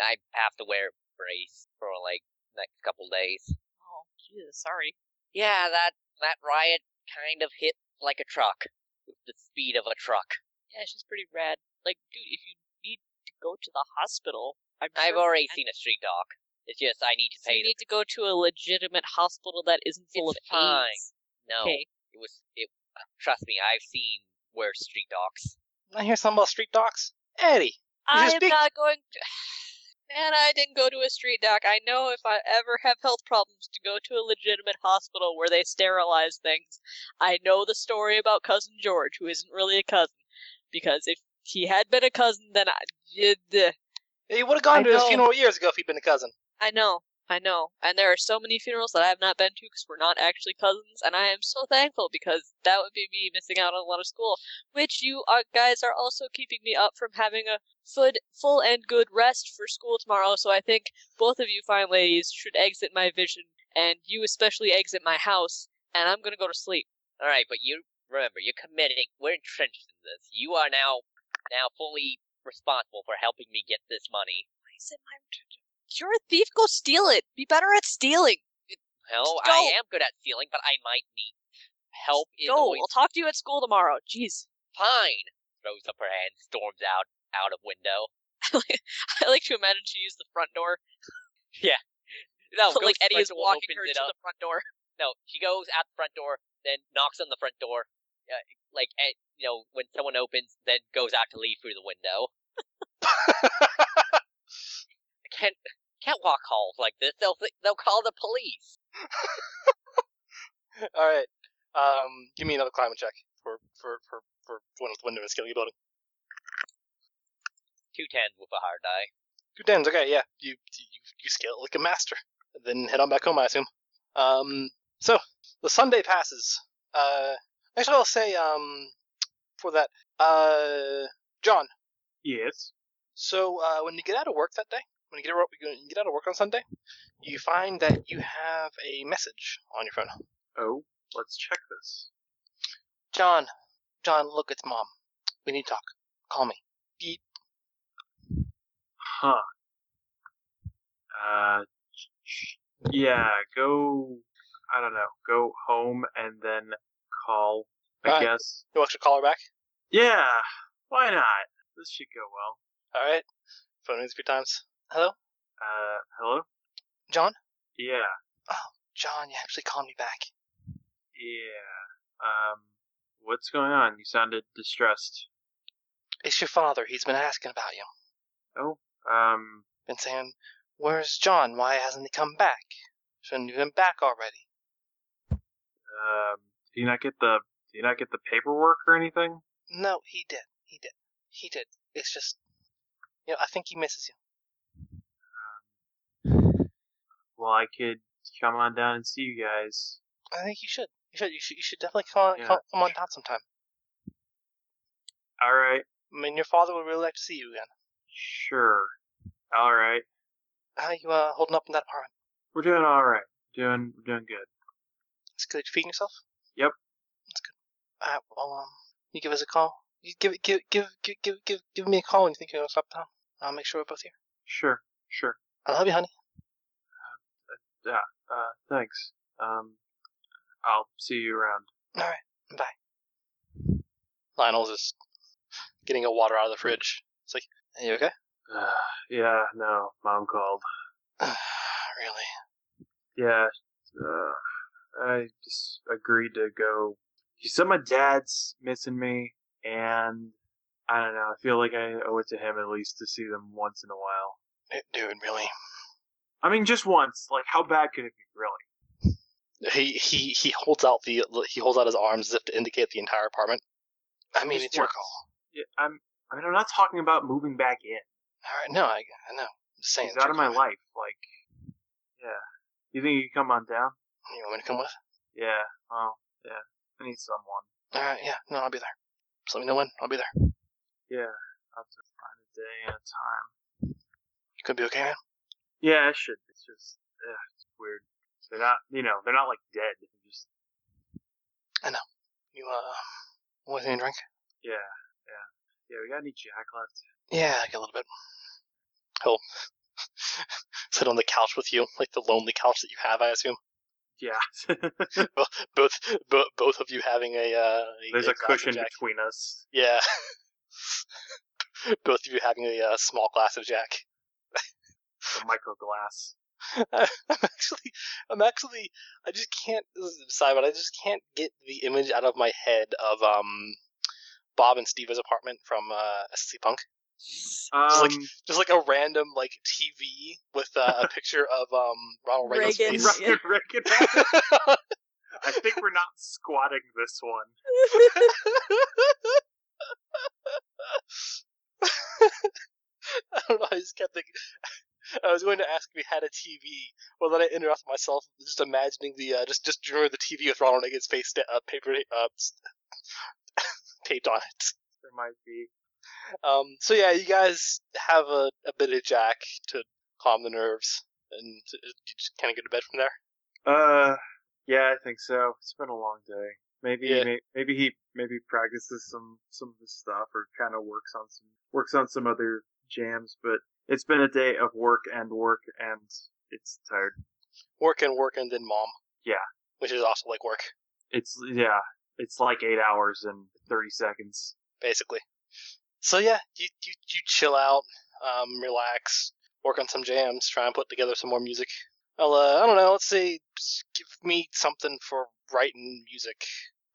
S6: I have to wear a brace for like next couple days.
S10: Oh, Jesus, sorry.
S6: Yeah, that that riot kind of hit like a truck, with the speed of a truck.
S10: Yeah, she's pretty rad. Like, dude, if you need to go to the hospital, I'm
S6: I've
S10: sure
S6: already
S10: that-
S6: seen a street dog. It's just I need to pay.
S10: You need to go to a legitimate hospital that isn't full
S6: It's
S10: of
S6: fine.
S10: AIDS.
S6: the, no,
S10: Okay.
S6: it was it. Trust me, I've seen worse street dogs.
S1: I hear something about street dogs. Eddie,
S10: I
S1: just
S10: am
S1: big-
S10: not going.
S11: Man, I didn't go to a street doc. I know if I ever have health problems to go to a legitimate hospital where they sterilize things.
S10: I know the story about cousin George, who isn't really a cousin, because if he had been a cousin, then I. Yeah, duh.
S1: he would have gone
S10: I
S1: to his
S10: know.
S1: funeral years ago if he'd been a cousin.
S10: I know, I know. And there are so many funerals that I have not been to because we're not actually cousins, and I am so thankful because that would be me missing out on a lot of school, which you uh, guys are also keeping me up from having a food, full and good rest for school tomorrow. So I think both of you fine ladies should exit my vision, and you especially exit my house, and I'm gonna go to sleep.
S6: All right, but you remember you're committing. We're entrenched in this. You are now now fully responsible for helping me get this money.
S11: I said, "My- You're a thief. Go steal it. Be better at stealing.
S6: Well,
S11: Don't.
S6: I am good at stealing, but I might need help. Is
S10: Go.
S6: always
S10: I'll talk to you at school tomorrow. Jeez.
S6: fine. Throws up her hand, storms out out of window.
S10: I like to imagine she used the front door,
S6: No,
S10: like
S6: Ghost
S10: Eddie is
S6: Special
S10: walking
S6: opens
S10: her
S6: it
S10: to
S6: up.
S10: the front door.
S6: No, she goes out the front door, then knocks on the front door. Uh, like, at, you know, when someone opens, then goes out to leave through the window. I can't can't walk halls like this. They'll thi- they'll call the police.
S1: All right. Um, give me another climate check for for for for one with window and skill building.
S6: Two tens with a hard die.
S1: Two tens. Okay, yeah. You you you scale like a master. Then head on back home, I assume. Um. So the Sunday passes. Uh. Actually, I'll say um for that. Uh, John.
S4: Yes.
S1: So uh, when you get out of work that day, when you get out, when you get out of work on Sunday, you find that you have a message on your phone.
S4: Oh, let's check this.
S1: John, John, look, it's mom. We need to talk. Call me.
S4: Huh. Uh, yeah, go, I don't know, go home and then call, I
S1: Alright.
S4: guess.
S1: You'll actually call her back.
S4: Yeah, why not? This should go well.
S1: All right. Phone rings a few times. Hello,
S4: Uh, hello?
S1: John.
S4: Yeah,
S1: John, you actually called me back.
S4: yeah. Um, what's going on? You sounded distressed.
S1: It's your father. He's been asking about you.
S4: Oh, um,
S1: Been saying, "Where's John? Why hasn't he come back? Shouldn't he been back already?"
S4: um, do you not get the, do you not get the paperwork or anything?
S1: No, he did. He did. He did. It's just, you know, I think he misses you.
S4: Well, I could come on down and see you guys.
S1: I think you should. You should. You should. You should definitely come on,
S4: Yeah.
S1: come, come on down sometime.
S4: Alright,
S1: I mean, your father would really like to see you again.
S4: sure. Alright.
S1: How you uh, holding up in that apartment?
S4: We're doing all right. Doing we're doing good.
S1: It's good. You feeding yourself?
S4: Yep.
S1: That's good. Alright, well, um, you give us a call. You give give give give give give, give me a call when you think you're gonna stop down. I'll make sure we're both here.
S4: Sure, sure.
S1: I love you, honey.
S4: Uh, thanks. Um, I'll see you around.
S1: Lionel's just getting a water out of the fridge. It's like, are you okay?
S4: Uh, yeah, no, mom called.
S1: really?
S4: Yeah, uh, I just agreed to go. She said my dad's missing me, and I don't know. I feel like I owe it to him at least to see them once in a while.
S1: Dude, really?
S4: I mean, just once. Like, how bad could it be, really?
S1: He he he holds out the he holds out his arms as if to indicate the entire apartment. I mean,
S4: Just
S1: it's your
S4: once.
S1: call.
S4: Yeah, I'm. I mean, I'm not talking about moving back in.
S1: All right, no, I, I know. I'm just saying.
S4: He's
S1: it's
S4: out
S1: your
S4: of my
S1: call.
S4: life. Like, yeah. You think you can come on down?
S1: You want me to come with?
S4: Yeah. Well, yeah. I need someone.
S1: All right, yeah. No, I'll be there. Just let me know when. I'll be there.
S4: Yeah. I'll have to find a day and a time.
S1: You could be okay, man.
S4: Yeah, it should. It's just, yeah, it's weird. They're not, you know, they're not like dead. They're just,
S1: You uh, With any drink?
S4: Yeah, yeah, yeah. We got any Jack left?
S1: Yeah, I get a little bit. He'll sit on the couch with you, like the lonely couch that you have, I assume.
S4: Yeah.
S1: Both, both, both of you having a. Uh,
S4: There's a
S1: glass of
S4: cushion
S1: Jack.
S4: between us.
S1: Yeah. both of you having a uh, small glass of Jack.
S4: A microglass.
S1: I'm actually, I'm actually, I just can't this is decide, but I just can't get the image out of my head of um Bob and Steve's apartment from uh, SC Punk.
S4: Um,
S1: like- Just like a random like TV with uh, a picture of um Ronald Reagan's
S2: Reagan.
S1: face.
S4: Rocket Reagan. I think we're not squatting this one.
S1: I don't know. I just kept thinking. I was going to ask if we had a TV. Well, then I interrupted myself, just imagining the uh, just just drawing the TV with Ronald Reagan's face sta- uh, paper uh, s- taped on it.
S4: There might be.
S1: Um, so yeah, you guys have a, a bit of Jack to calm the nerves, and uh, you just kind of go to bed from there.
S4: Uh, yeah, I think so. It's been a long day. Maybe,
S1: Yeah.
S4: may, maybe he, maybe practices some some of his stuff, or kind of works on some works on some other jams. But it's been a day of work and work, and it's tired.
S1: Work and work and then mom.
S4: Yeah.
S1: which is also like work,
S4: It's yeah, it's like eight hours and thirty seconds.
S1: basically. So yeah, you you, you chill out, um, relax, work on some jams, try and put together some more music. I'll, uh, I don't know. Let's see. just Give me something for writing music,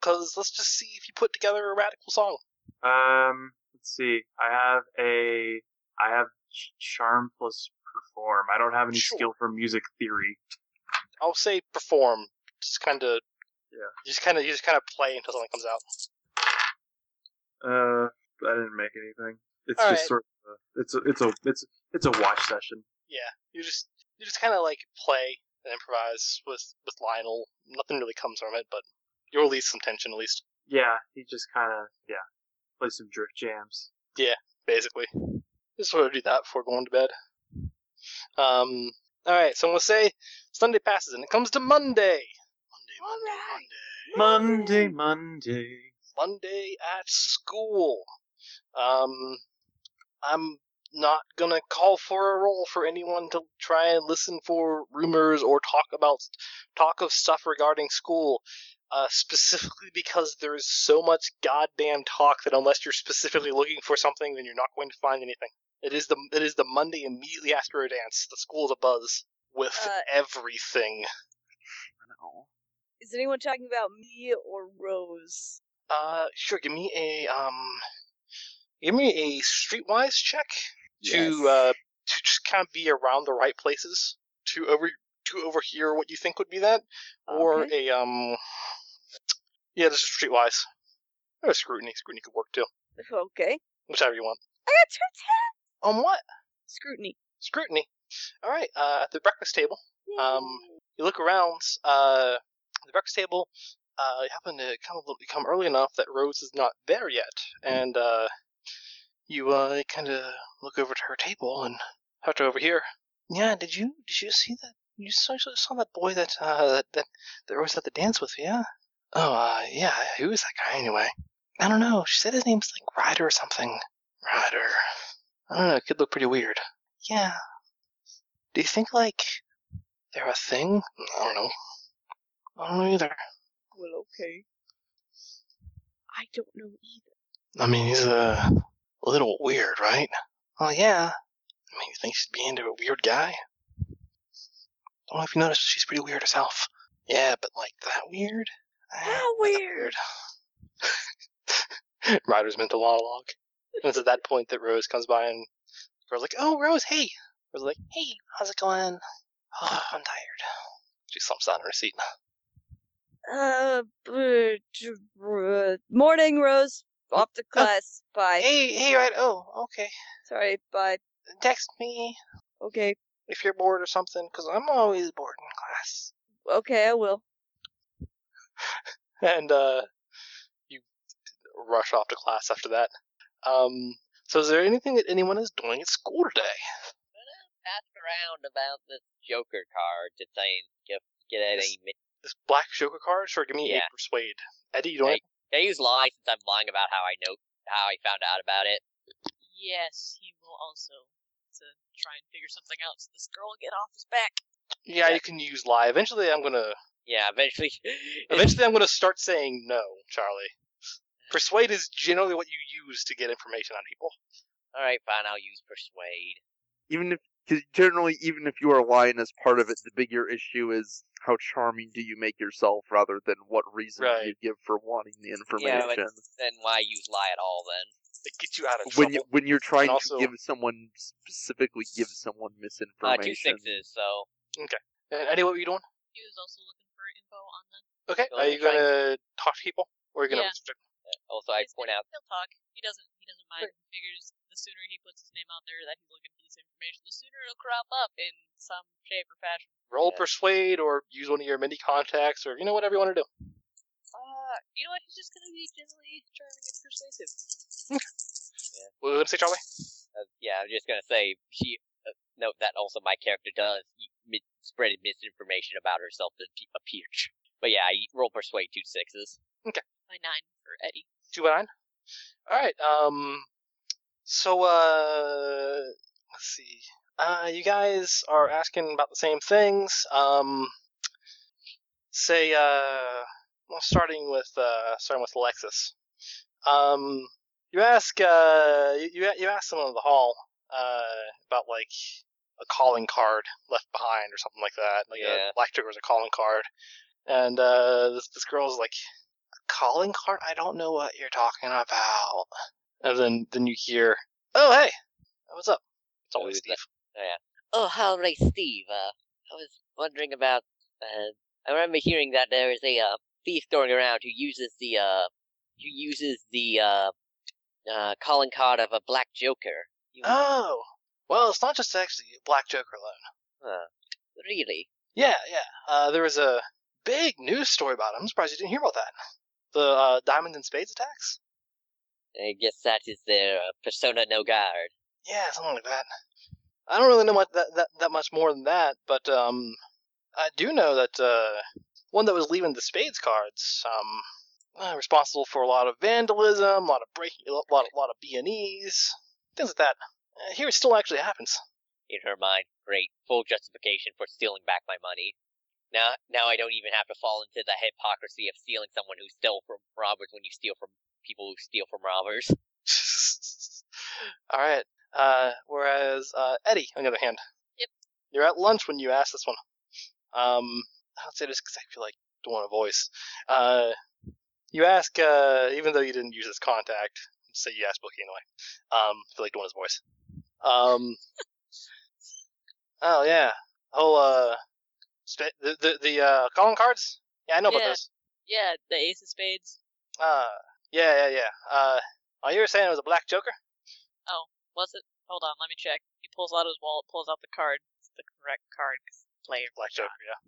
S1: cause let's just see if you put together a radical song.
S4: Um, let's see. I have a, I have ch- charm plus perform. I don't have any
S1: Sure.
S4: skill for music theory.
S1: I'll say perform. Just kind of.
S4: Yeah.
S1: Just kind of, you just kind of play until something comes out.
S4: Uh, I didn't make anything. It's
S1: All
S4: just
S1: right.
S4: sort of a, it's a, it's a it's it's a watch session.
S1: Yeah, you just you just kind of like play and improvise with with Lionel. Nothing really comes from it, but you release some tension at least,
S4: Yeah, he just kind of yeah plays some drift jams.
S1: basically. Just sort of do that before going to bed. Um. All right, so I'm gonna say Sunday passes and it comes to Monday. Monday, Monday, Monday.
S4: Monday, Monday.
S1: Monday at school. Um, I'm not gonna call for a roll for anyone to try and listen for rumors or talk about talk of stuff regarding school. Uh, specifically because there is so much goddamn talk that unless you're specifically looking for something, then you're not going to find anything. It is the it is the Monday immediately after a dance. The school is abuzz with
S2: Uh,
S1: everything.
S3: No.
S2: Is anyone talking about me or Rose?
S1: Uh, sure. Give me a um, give me a streetwise check to uh to just kind of be around the right places to over to overhear what you think would be that, or a um, yeah, just streetwise or scrutiny. Scrutiny could work too,
S2: Okay.
S1: whichever you want.
S2: I got two ten.
S1: On what
S2: Scrutiny.
S1: scrutiny? All right. Uh, at the breakfast table, Um,
S2: Yay.
S1: you look around. Uh, the breakfast table. Uh, you happen to come a little, come early enough that Rose is not there yet, and uh, you uh kind of look over to her table and have to overhear. Yeah, did you did you see that? You saw, saw- saw that boy that uh that that, that Rose had the dance with, yeah? Oh, uh, yeah. Who is that guy anyway? I don't know. She said his name's like Ryder or something. Ryder. I don't know. It could look pretty weird. Yeah. Do you think like they're a thing? I don't know. I don't know either.
S2: Well, okay. I don't know either.
S1: I mean, he's a little weird, right? Well, yeah. I mean, you think she'd be into a weird guy? Don't know if you noticed, she's pretty weird herself. Yeah, but like that weird? Ah,
S2: How
S1: not that
S2: weird?
S1: weird. Ryder's mental monologue. And it's at that point that Rose comes by and Rose like, "Oh, Rose, hey." Rose like, "Hey, how's it going?" Oh, I'm tired. She slumps down in her seat.
S2: Uh, br- d- br- morning, Rose.
S1: mm,
S2: Off
S1: uh,
S10: uh,
S2: to class.
S10: eh.
S2: Bye.
S1: Hey, hey, right? Oh, okay.
S2: Sorry. Bye.
S1: Text me
S2: Okay.
S1: if you're bored or something, because I'm always bored in class.
S2: Okay, I will.
S1: and uh, you rush off to class after that. Um, so, is there anything that anyone is doing at school today?
S6: Ask around about this Joker card to try and get get at
S1: Yes.
S6: any. mi-
S1: This black Joker card? Sure, give me
S6: Yeah.
S1: a persuade. Eddie, you doing
S6: Hey.
S1: it?
S6: Can I use lie since I'm lying about how I know how I found out about it?
S10: Yes, he will also to try and figure something out so this girl will get off his back.
S1: Yeah,
S6: Yeah.
S1: you can use lie. Eventually, I'm gonna.
S6: Yeah, eventually.
S1: Eventually, I'm gonna start saying no, Charlie. Persuade is generally what you use to get information on people.
S6: All right, fine. I'll use persuade.
S8: Even if, because generally, even if you are lying as part of it, the bigger issue is how charming do you make yourself rather than what reason
S1: Right.
S8: you give for wanting the
S6: Yeah, but
S8: information.
S6: then why use lie at all then?
S1: It gets you out of trouble.
S8: when you, when you're trying
S1: also-
S8: to give someone specifically give someone
S6: Uh,
S8: misinformation.
S6: two sixes, so
S1: Uh, Anyway, what are you doing?
S10: He was also looking for info on the
S1: Okay.
S6: Go
S1: Are
S6: ahead,
S1: you
S6: try
S1: gonna talk to people, or are you gonna?
S10: Yeah.
S1: restrict-
S6: also I
S10: He's
S6: point
S10: gonna-
S6: out
S10: He'll talk. He doesn't. He doesn't mind. He figures the sooner he puts his name out there that he's looking for this information, the sooner it'll crop up in some shape or fashion.
S1: Roll
S6: Yeah.
S1: persuade, or use one of your mini contacts, or you know whatever you want to do.
S10: Uh, you know what? He's just gonna be generally charming and persuasive.
S1: What were you gonna say, Charlie?
S6: Uh, yeah, I'm just gonna say she. Uh, note that also my character does e, mi- spread misinformation about herself to pe- a peach. But yeah, I roll persuade two sixes.
S10: My nine for Eddie.
S1: Two by nine. All right. Um. So uh, let's see. Uh, you guys are asking about the same things. Um. Say uh, well, starting with uh, starting with Alexis. Um, you ask uh, you you- you ask someone in the hall uh about like a calling card left behind or something like that. Like
S6: Yeah.
S1: a black trigger was a calling card, and uh, this this girl's like calling card? I don't know what you're talking about. And then then you hear, oh hey, what's up? It's
S6: Oh,
S1: always
S6: is
S1: Steve.
S6: that- Oh, how right, Steve. Uh, I was wondering about. Uh, I remember hearing that there is a uh, thief going around who uses the uh, who uses the uh, uh, calling card of a black Joker. You,
S1: Oh, well, it's not just actually Black Joker alone.
S6: really?
S1: Yeah, yeah. Uh, there was a big news story about him. I'm surprised you didn't hear about that. The uh, diamonds and spades attacks.
S6: I guess that is their uh, persona no guard.
S1: Yeah, something like that. I don't really know much that that, that much more than that, but um, I do know that uh, one that was leaving the spades cards um. Uh, responsible for a lot of vandalism, a lot of breaking, a lot, lot, lot of B and E's, things like that. Uh, here it still actually happens.
S6: In her mind, great full justification for stealing back my money. Now, now I don't even have to fall into the hypocrisy of stealing someone who stole from robbers when you steal from people who steal from robbers.
S1: All right. Uh, whereas uh, Eddie, on the other hand,
S10: Yep.
S1: you're at lunch when you ask this one. Um, I'll say this because I feel like doing a voice. Uh, you ask, uh, even though you didn't use this contact, say you asked Bookie anyway. Um, I feel like doing his voice. Um, oh yeah. Oh, uh, sp- the the, the uh, calling cards. Yeah, I know about
S10: Yeah.
S1: those.
S10: Yeah, the Ace of Spades
S1: Uh, yeah, yeah, yeah. Uh, oh, you were saying it was a black Joker.
S10: was it? Hold on, let me check. He pulls out his wallet, pulls out the card. It's the correct card. 'cause Player.
S1: Black Joker, yeah.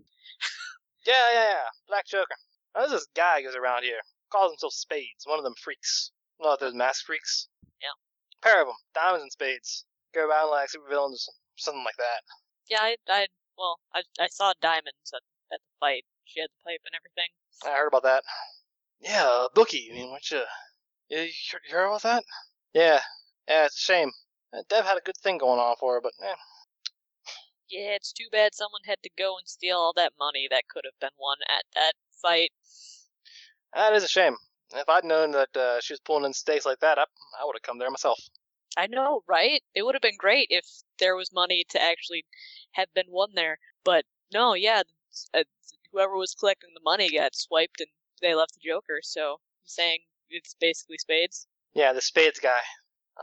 S1: yeah, yeah, yeah. Black Joker. Now, there's this guy who goes around here, calls himself Spades, one of them freaks. You know those mask freaks?
S10: Yeah.
S1: Pair of them, diamonds and spades. Go around like supervillains or some- something like that.
S10: Yeah, I, I, well, I, I saw diamonds at, at the fight. She had the pipe and everything.
S1: I heard about that. Yeah, uh, Bookie, I mean, what you. You, you heard about that? Yeah. Yeah, it's a shame. Uh, Dev had a good thing going on for her, but eh,
S10: Yeah, it's too bad someone had to go and steal all that money that could have been won at that fight.
S1: that is a shame. If I'd known that uh, she was pulling in stakes like that, I, I would have come there myself.
S10: I know, right? It would have been great if there was money to actually have been won there. But no, yeah, s- uh, whoever was collecting the money got swiped and they left the Joker. So I'm saying it's basically spades.
S1: Yeah, the spades guy.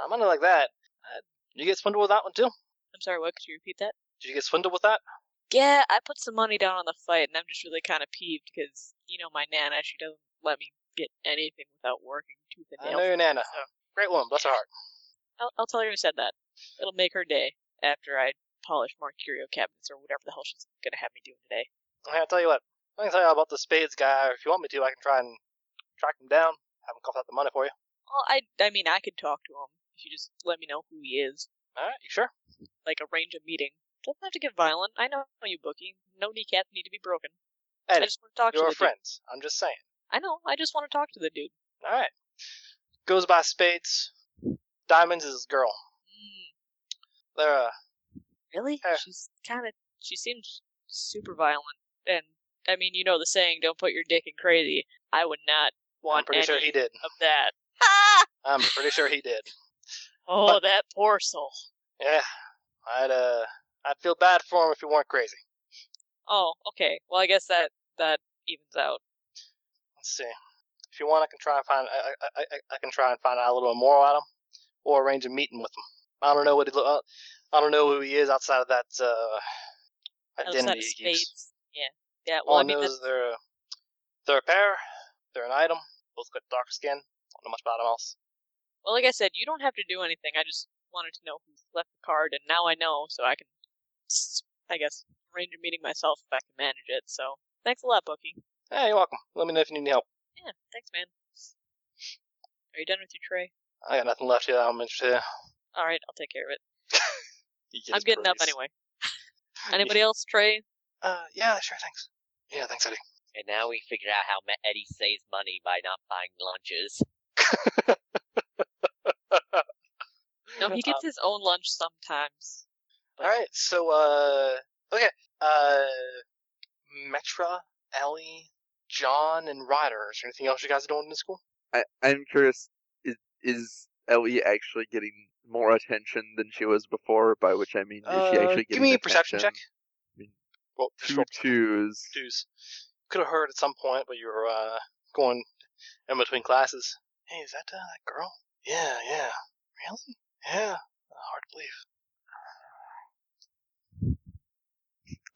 S1: I'm gonna like that. Uh, you get swindled with that one too?
S10: I'm sorry, what? Could you repeat that?
S1: Did you get swindled with that?
S10: Yeah, I put some money down on the fight, and I'm just really kind of peeved because you know my nana, she doesn't let me get anything without working tooth and
S1: I
S10: nail.
S1: know your nana.
S10: so-
S1: Great woman, bless her heart.
S10: I'll, I'll tell her who said that. It'll make her day after I polish more curio cabinets or whatever the hell she's gonna have me do today.
S1: Okay, I'll tell you what. I can tell you about the spades guy. or If you want me to, I can try and track him down. Have him cough out the money for you.
S10: Well, I I mean I could talk to him if you just let me know who he is.
S1: All right, you sure?
S10: Like arrange a meeting. Doesn't have to get violent. I know you, Bookie. No kneecaps need to be broken. I
S1: Eddie,
S10: just want to talk to
S1: You're
S10: the
S1: friends. I'm just saying.
S10: dude. I know. I just want to talk to the dude.
S1: All right. Goes by spades. Diamonds is his girl.
S10: Mm,
S1: They're uh,
S10: really?
S1: Yeah.
S10: She's kind of. She seems super violent. And I mean, you know the saying, "Don't put your dick in crazy." I would not
S1: I'm
S10: want
S1: pretty
S10: any
S1: sure he did.
S10: of that.
S11: Ah!
S1: I'm pretty sure he did.
S10: Oh,
S1: But-
S10: that poor soul.
S1: Yeah. I'd uh I'd feel bad for him if he weren't crazy.
S10: Oh, okay. Well, I guess that that evens out.
S1: Let's see. If you want, I can try and find I I, I, I- I can try and find out a little more about him, or arrange a meeting with him. I don't know what he lo- uh, I don't know who he is outside of that uh,
S10: Outside
S1: identity
S10: of
S1: he keeps.
S10: spades. Yeah. Yeah. Well,
S1: All
S10: I mean,
S1: I know
S10: that's,
S1: is they're they're a pair, they're an item, both got dark skin. Don't know much about them else.
S10: well, like I said, you don't have to do anything. I just wanted to know who left the card, and now I know, so I can, s- I guess, arrange a meeting myself if I can manage it. So thanks a lot, Bookie.
S1: Hey, you're welcome. Let me know if you need any help.
S10: Yeah. Thanks, man. Are you done with your tray?
S1: I got nothing left here. that I'm interested. in.
S10: All right, I'll take care of it.
S1: Yes,
S10: I'm getting up
S1: please.
S10: anyway. Anybody else tray?
S1: Uh, yeah, sure, thanks. Yeah, thanks, Eddie.
S6: And now we figure out how Ma- Eddie saves money by not buying lunches.
S10: No,
S1: Uh,
S10: he gets his own lunch sometimes.
S1: All right, so uh, okay, uh, Metra, Ellie, John, and Ryder. Is there anything else you guys are doing in school?
S8: I, I'm curious. Is, is Ellie actually getting more attention than she was before? By which I mean, is she
S1: Uh,
S8: actually getting
S1: give me a perception
S8: attention?
S1: Well, just
S8: Two
S1: roll
S8: twos.
S1: twos. Could have heard at some point, but you were uh, going in between classes. Hey, is that uh, that girl? Yeah, yeah. Really? Yeah. Hard to believe.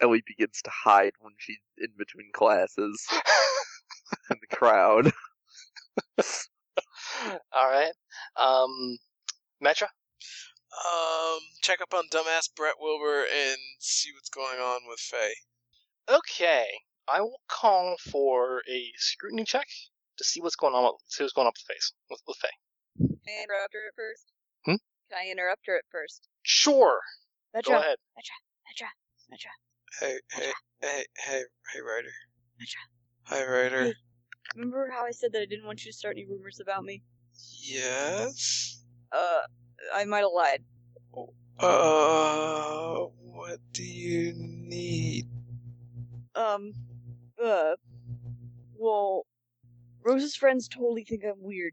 S8: Ellie begins to hide when she's in between classes in the crowd.
S1: All right. Um, Metra.
S5: Um, check up on dumbass Brett Wilbur and see what's going on with Faye.
S1: Okay, I will call for a scrutiny check to see what's going on. With, see what's going on with Faye. With, with Faye.
S2: Can I interrupt her at first?
S1: Hmm?
S2: Can I interrupt her at first?
S1: Sure.
S2: Metra,
S1: Go ahead.
S2: Metra, Metra,
S5: Hey, hey, hey, hey, hey, Ryder.
S2: Petra.
S5: Hi, Ryder.
S2: Hey. remember how I said that I didn't want you to start any rumors about me?
S5: Yes.
S2: Uh, I might have lied.
S5: Uh, what do you need?
S2: Um, uh, well, Rose's friends totally think I'm weird.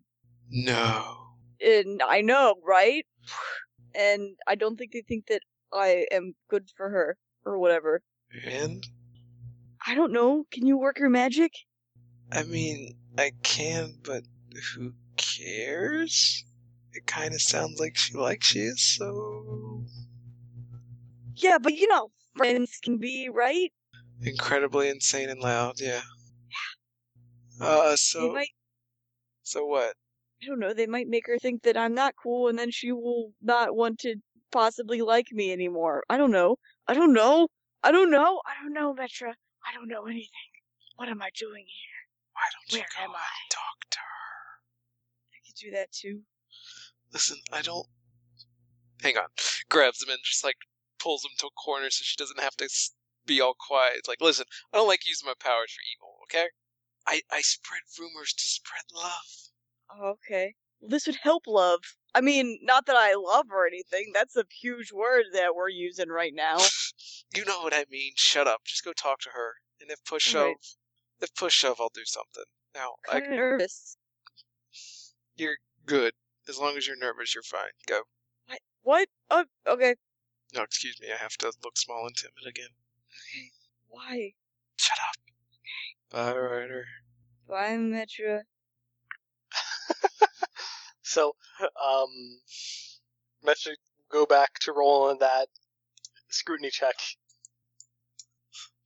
S5: No.
S2: And I know, right? And I don't think they think that I am good for her or whatever.
S5: And
S2: I don't know. Can you work your magic?
S5: I mean, I can, but who cares? It kind of sounds like she likes you, so
S2: Yeah, but you know, friends can be, right?
S5: incredibly insane and loud. Yeah. Uh,
S2: They
S5: so
S2: might,
S5: so what?
S2: I don't know, they might make her think that I'm not cool and then she will not want to possibly like me anymore. I don't know. I don't know. I don't know. I don't know, Metra. I don't know anything. What am I doing here?
S5: Why don't you
S2: Where
S5: go
S2: am
S5: and
S2: I?
S5: talk to her?
S2: I could do that too.
S5: Listen, I don't. Hang on. Grabs him and just like pulls him to a corner so she doesn't have to s- be all quiet. It's Like, listen, I don't like using my powers for evil. Okay? I I spread rumors to spread love.
S2: Oh, okay. Well, this would help love. I mean, not that I love or anything. That's a huge word that we're using right now.
S5: You know what I mean. Shut up. Just go talk to her. And if push shove,
S2: Alright.
S5: if push shove, I'll do something. Now, I,
S2: kind of nervous.
S5: you're good. As long as you're nervous, you're fine. Go.
S2: What? What? Oh, okay.
S5: No, excuse me. I have to look small and timid again.
S2: Why?
S5: Shut up. Bye, Ryder.
S2: Why, Metra?
S1: So, um, Metra, go back to rolling that scrutiny check.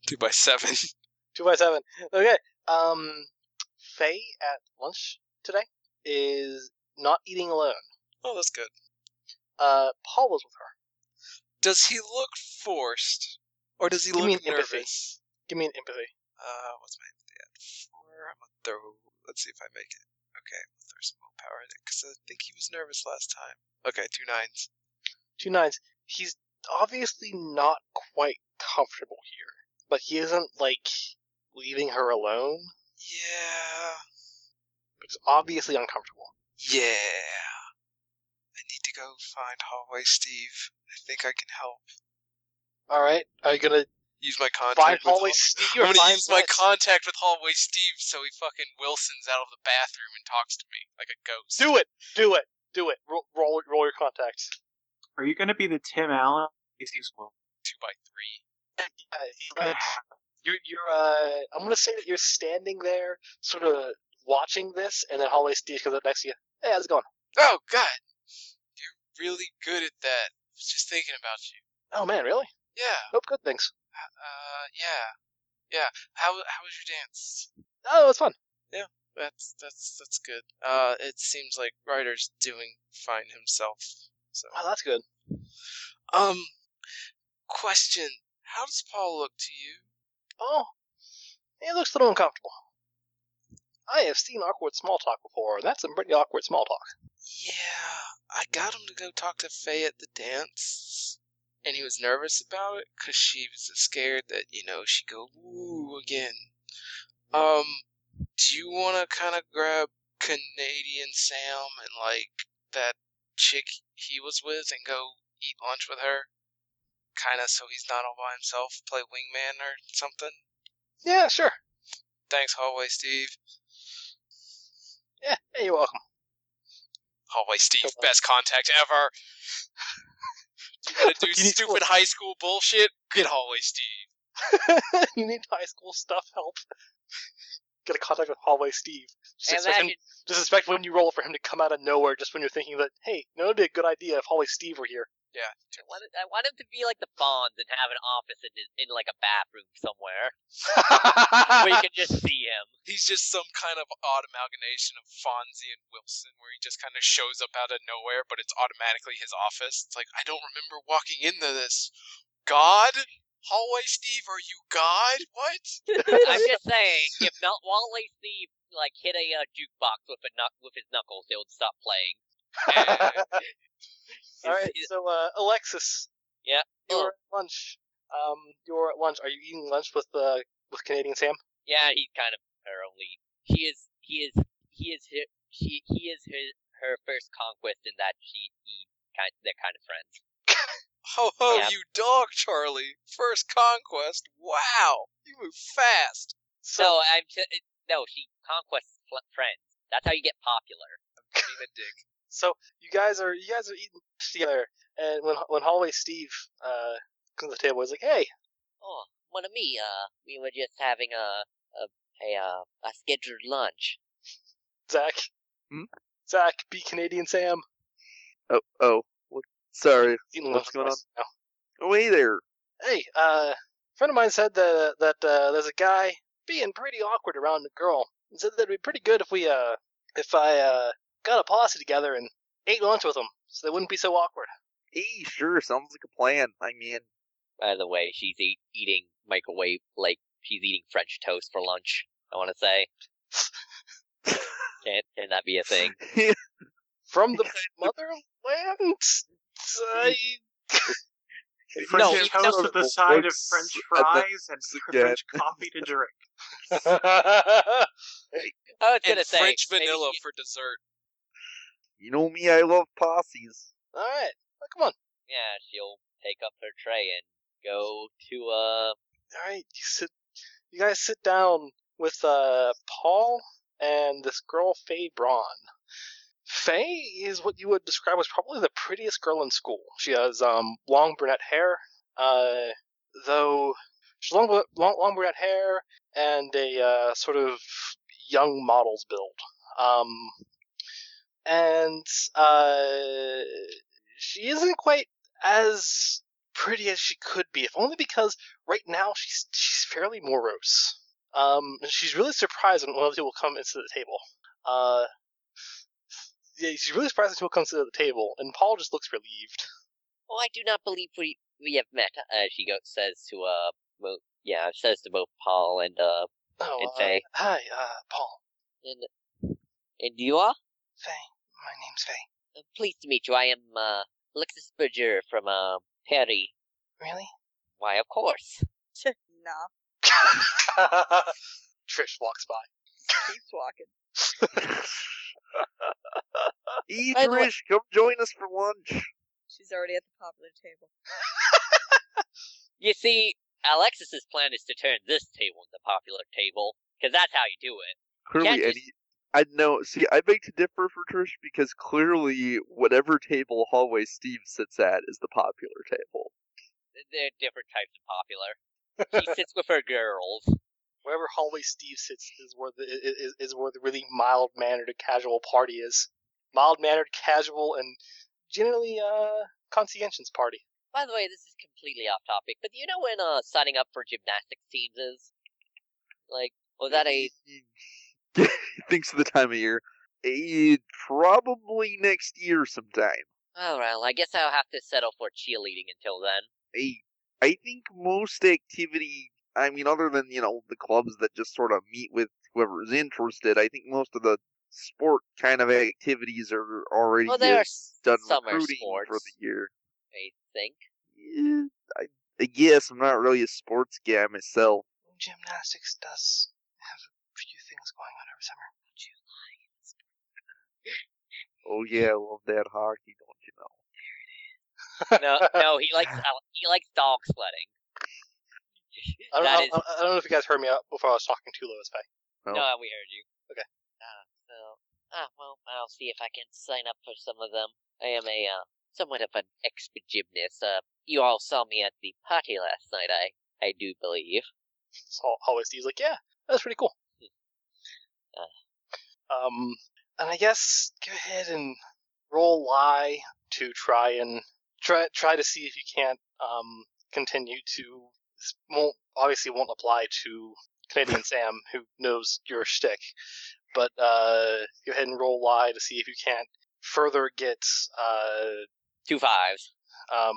S5: Two by seven.
S1: Two by seven. Okay. Um, Faye at lunch today is not eating alone.
S5: Oh, that's good.
S1: Uh, Paul was with her.
S5: Does he look forced, or does he
S1: Give
S5: look
S1: me an empathy.
S5: nervous?
S1: Give me an empathy.
S5: Uh, what's my empathy at? Four. I'm gonna throw. Let's see if I make it. Okay, I'm gonna throw some willpower in it because I think he was nervous last time. Okay, two nines.
S1: Two nines. He's obviously not quite comfortable here, but he isn't like leaving her alone.
S5: Yeah.
S1: It's obviously uncomfortable.
S5: Yeah. I need to go find Hallway Steve. I think I can help.
S1: All right. Are you gonna
S5: Use my contact.
S1: find
S5: with
S1: hallway
S5: Hall-
S1: Steve or
S5: I'm gonna
S1: find
S5: use my
S1: Wes?
S5: contact with Hallway Steve so he fucking Wilson's out of the bathroom and talks to me like a ghost.
S1: Do it. Do it. Do it. Roll, roll, roll your contacts.
S4: Are you going to be the Tim Allen? He seems well.
S5: Two by three.
S1: Uh, you're, you're. Uh, I'm gonna say that you're standing there, sort of watching this, and then hallway Steve comes up next to you. Hey, how's it going?
S5: Oh God, you're really good at that. I was just thinking about you.
S1: Oh man, really?
S5: Yeah.
S1: Hope good things.
S5: Uh, yeah, yeah. How how was your dance?
S1: Oh, it's fun.
S5: That's that's that's good. Uh, it seems like Ryder's doing fine himself. So
S1: Oh, that's good.
S5: um, question: How does Paul look to you?
S1: Oh, it looks a little uncomfortable. I have seen awkward small talk before, and that's some pretty awkward small talk.
S5: Yeah, I got him to go talk to Faye at the dance, and he was nervous about it because she was scared that you know she'd go woo again. Um, do you want to kind of grab Canadian Sam and like that chick he was with and go eat lunch with her? Kind of so he's not all by himself, play wingman or something.
S1: Yeah, sure.
S5: Thanks, Hallway Steve.
S1: Yeah, yeah you're welcome.
S5: Hallway Steve,
S1: Don't-
S5: best contact ever. you gotta do
S1: You need-
S5: stupid high school bullshit. Get Hallway Steve.
S1: you need high school stuff help. Get a contact with hallway Steve. Just expect, him,
S6: Imagine,
S1: just expect when you roll for him to come out of nowhere, just when you're thinking that, hey, you know, it'd be a good idea if hallway Steve were here.
S6: I want, it, I want him to be like the Fonz and have an office in, his- in like a bathroom somewhere where you can just see him.
S5: He's just some kind of odd amalgamation of Fonzie and Wilson, where he just kind of shows up out of nowhere, but it's automatically his office. It's like I don't remember walking into this. God, Hallway Steve, are you God? What?
S6: I'm just saying, if not Wally Steve like hit a uh, jukebox with a knuck with his knuckles, it would stop playing.
S1: All right,
S6: Is-
S1: so uh, Alexis.
S6: Yeah. oh.
S1: You're at lunch. Um, you're at lunch. Are you eating lunch with uh, with Canadian Sam?
S6: Yeah, he's kind of her only. He is. He is. He is. Her, she. He is her. Her first conquest in that she. He kind. They're kind of friends.
S5: Ho ho,
S6: Yeah.
S5: you dog, Charlie. First conquest. Wow, you move fast.
S1: So,
S6: No, I'm. t- it- No, she conquests fl- friends. That's how you get popular.
S5: Being a dick.
S1: so you guys are you guys are eating together, and when when hallway Steve uh comes to the table, he's like, "Hey,
S6: Oh, one of me. Uh, we were just having a a a uh, a scheduled lunch.
S1: Zach,
S8: Hmm?
S1: Zach, be Canadian Sam."
S8: Oh, oh, what, sorry.
S1: Eating
S8: What's
S1: lunch
S8: going
S1: with us now.
S8: Oh, hey there.
S1: Hey, uh, a friend of mine said that that uh, there's a guy being pretty awkward around a girl. He said that'd be pretty good if we uh if I uh got a posse together and ate lunch with him, so they wouldn't be so awkward.
S8: Hey, sure. Sounds like a plan. I mean,
S6: By the way, she's eat, eating microwave like she's eating French toast for lunch. I want to say. Can can that be a thing?
S1: From the motherland. I...
S4: French
S6: he
S4: toast
S8: tells
S4: with a
S8: the
S4: side of
S8: works
S4: French
S8: at the-
S4: fries and
S8: again.
S4: French coffee to drink.
S6: I was
S5: And
S6: gonna say
S5: French
S6: maybe
S5: vanilla
S6: she-
S5: for dessert.
S8: you know me. I love posses.
S1: All right, well, come on.
S6: yeah, she'll take up her tray and go to uh
S1: All right, you sit. You guys sit down with uh Paul and this girl Faye Braun. Faye is what you would describe as probably the prettiest girl in school. She has um long brunette hair, uh, though she's long bru- long, long brunette hair and a uh, sort of young model's build. Um, and uh, she isn't quite as pretty as she could be, if only because right now she's she's fairly morose. Um, and she's really surprised when one of the people come into the table. Uh, yeah, she's really surprised when people comes to the table, and Paul just looks relieved.
S6: Oh, I do not believe we we have met. Uh, she goes says to uh, well, yeah, says to both Paul and uh,
S1: Oh,
S6: And
S1: uh,
S6: Faye.
S1: hi, uh, Paul.
S6: and you are.
S1: Faye, my name's Faye.
S6: I'm pleased to meet you. I am uh, Alexis Berger from uh, Perry.
S1: Really?
S6: Why, of course.
S2: nah,
S1: Trish walks by.
S2: keeps walking.
S8: Eat
S10: By the way-
S8: Rish, come join us for lunch.
S10: She's already at the popular table.
S6: You see, Alexis's plan is to turn this table into popular table, because that's how you do it.
S8: Clearly,
S6: Can't
S8: any. I know. See, I beg to differ for Trish because clearly, whatever table hallway Steve sits at is the popular table.
S6: There are different types of popular. She sits with her girls.
S1: Wherever hallway Steve sits is where the is, is where the really mild mannered and casual party is. Mild mannered, casual, and generally uh conscientious party.
S6: By the way, this is completely off topic, but do you know when uh, signing up for gymnastics teams is? Like, was that a
S8: Thanks for the time of year. Eh, probably next year sometime.
S6: Oh well, I guess I'll have to settle for cheerleading until then.
S8: I I think most activity I mean other than, you know, the clubs that just sort of meet with whoever's interested, I think most of the sport kind of activities are already
S6: Well, there
S8: uh,
S6: are s-
S8: done
S6: summer
S8: recruiting
S6: sports,
S8: for the year.
S6: I think.
S8: Yeah, I, I guess I'm not really a sports guy myself.
S1: Gymnastics does have a few things going on every summer.
S8: Oh yeah, I love that hockey, don't you know?
S6: No, no, he likes al- he likes dog sledding.
S1: I don't,
S6: That
S1: know,
S6: is-
S1: I, I don't know if you guys heard me out before I was talking to Lois Pay.
S8: No.
S6: No, we heard you.
S1: Okay.
S6: Uh, so, ah, well, I'll see if I can sign up for some of them. I am a uh, somewhat of an expert gymnast. Uh, you all saw me at the party last night. I I do believe.
S1: So hallway Steve's like, yeah, that's pretty cool.
S6: Uh.
S1: Um, and I guess go ahead and roll lie to try and try try to see if you can't um continue to this won't obviously won't apply to Canadian Sam who knows your shtick, but uh, go ahead and roll lie to see if you can't further get uh
S6: Two fives.
S1: um,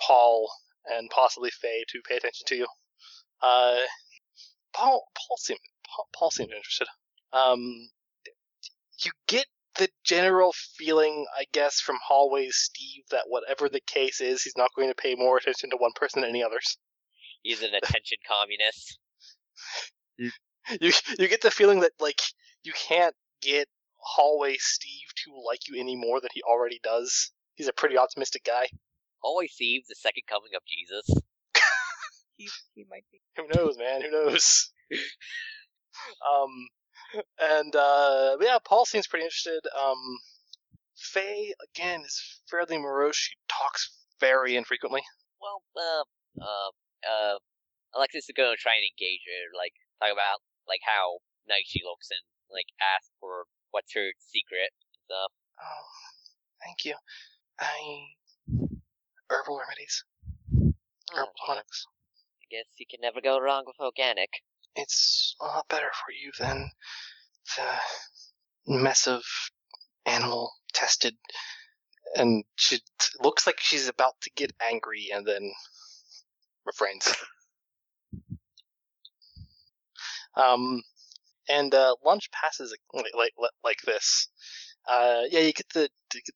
S1: Paul and possibly Faye to pay attention to you. Uh, Paul, Paul seemed Paul, Paul seemed interested. Um, you get the general feeling, I guess, from Hallway's Steve that whatever the case is, he's not going to pay more attention to one person than any others.
S6: He's an attention communist.
S1: You you get the feeling that like you can't get Hallway Steve to like you any more than he already does. He's a pretty optimistic guy.
S6: Always sees the second coming of Jesus.
S10: He, he might be.
S1: who knows, man? Who knows? um, and uh, but yeah, Paul seems pretty interested. Um, Faye again is fairly morose. She talks very infrequently.
S6: well, uh, uh, uh, Alexis is going to try and engage her, like, talk about, like, how nice she looks and, like, ask for what's her secret.
S1: Oh, thank you. I herbal remedies,
S6: Oh,
S1: herbal
S6: well,
S1: tonics.
S6: I guess you can never go wrong with organic.
S1: It's a lot better for you than the mess of animal tested. And she t- looks like she's about to get angry, and then refrains. Um, and uh, lunch passes like like, like, like this. Uh, yeah, you get the, you get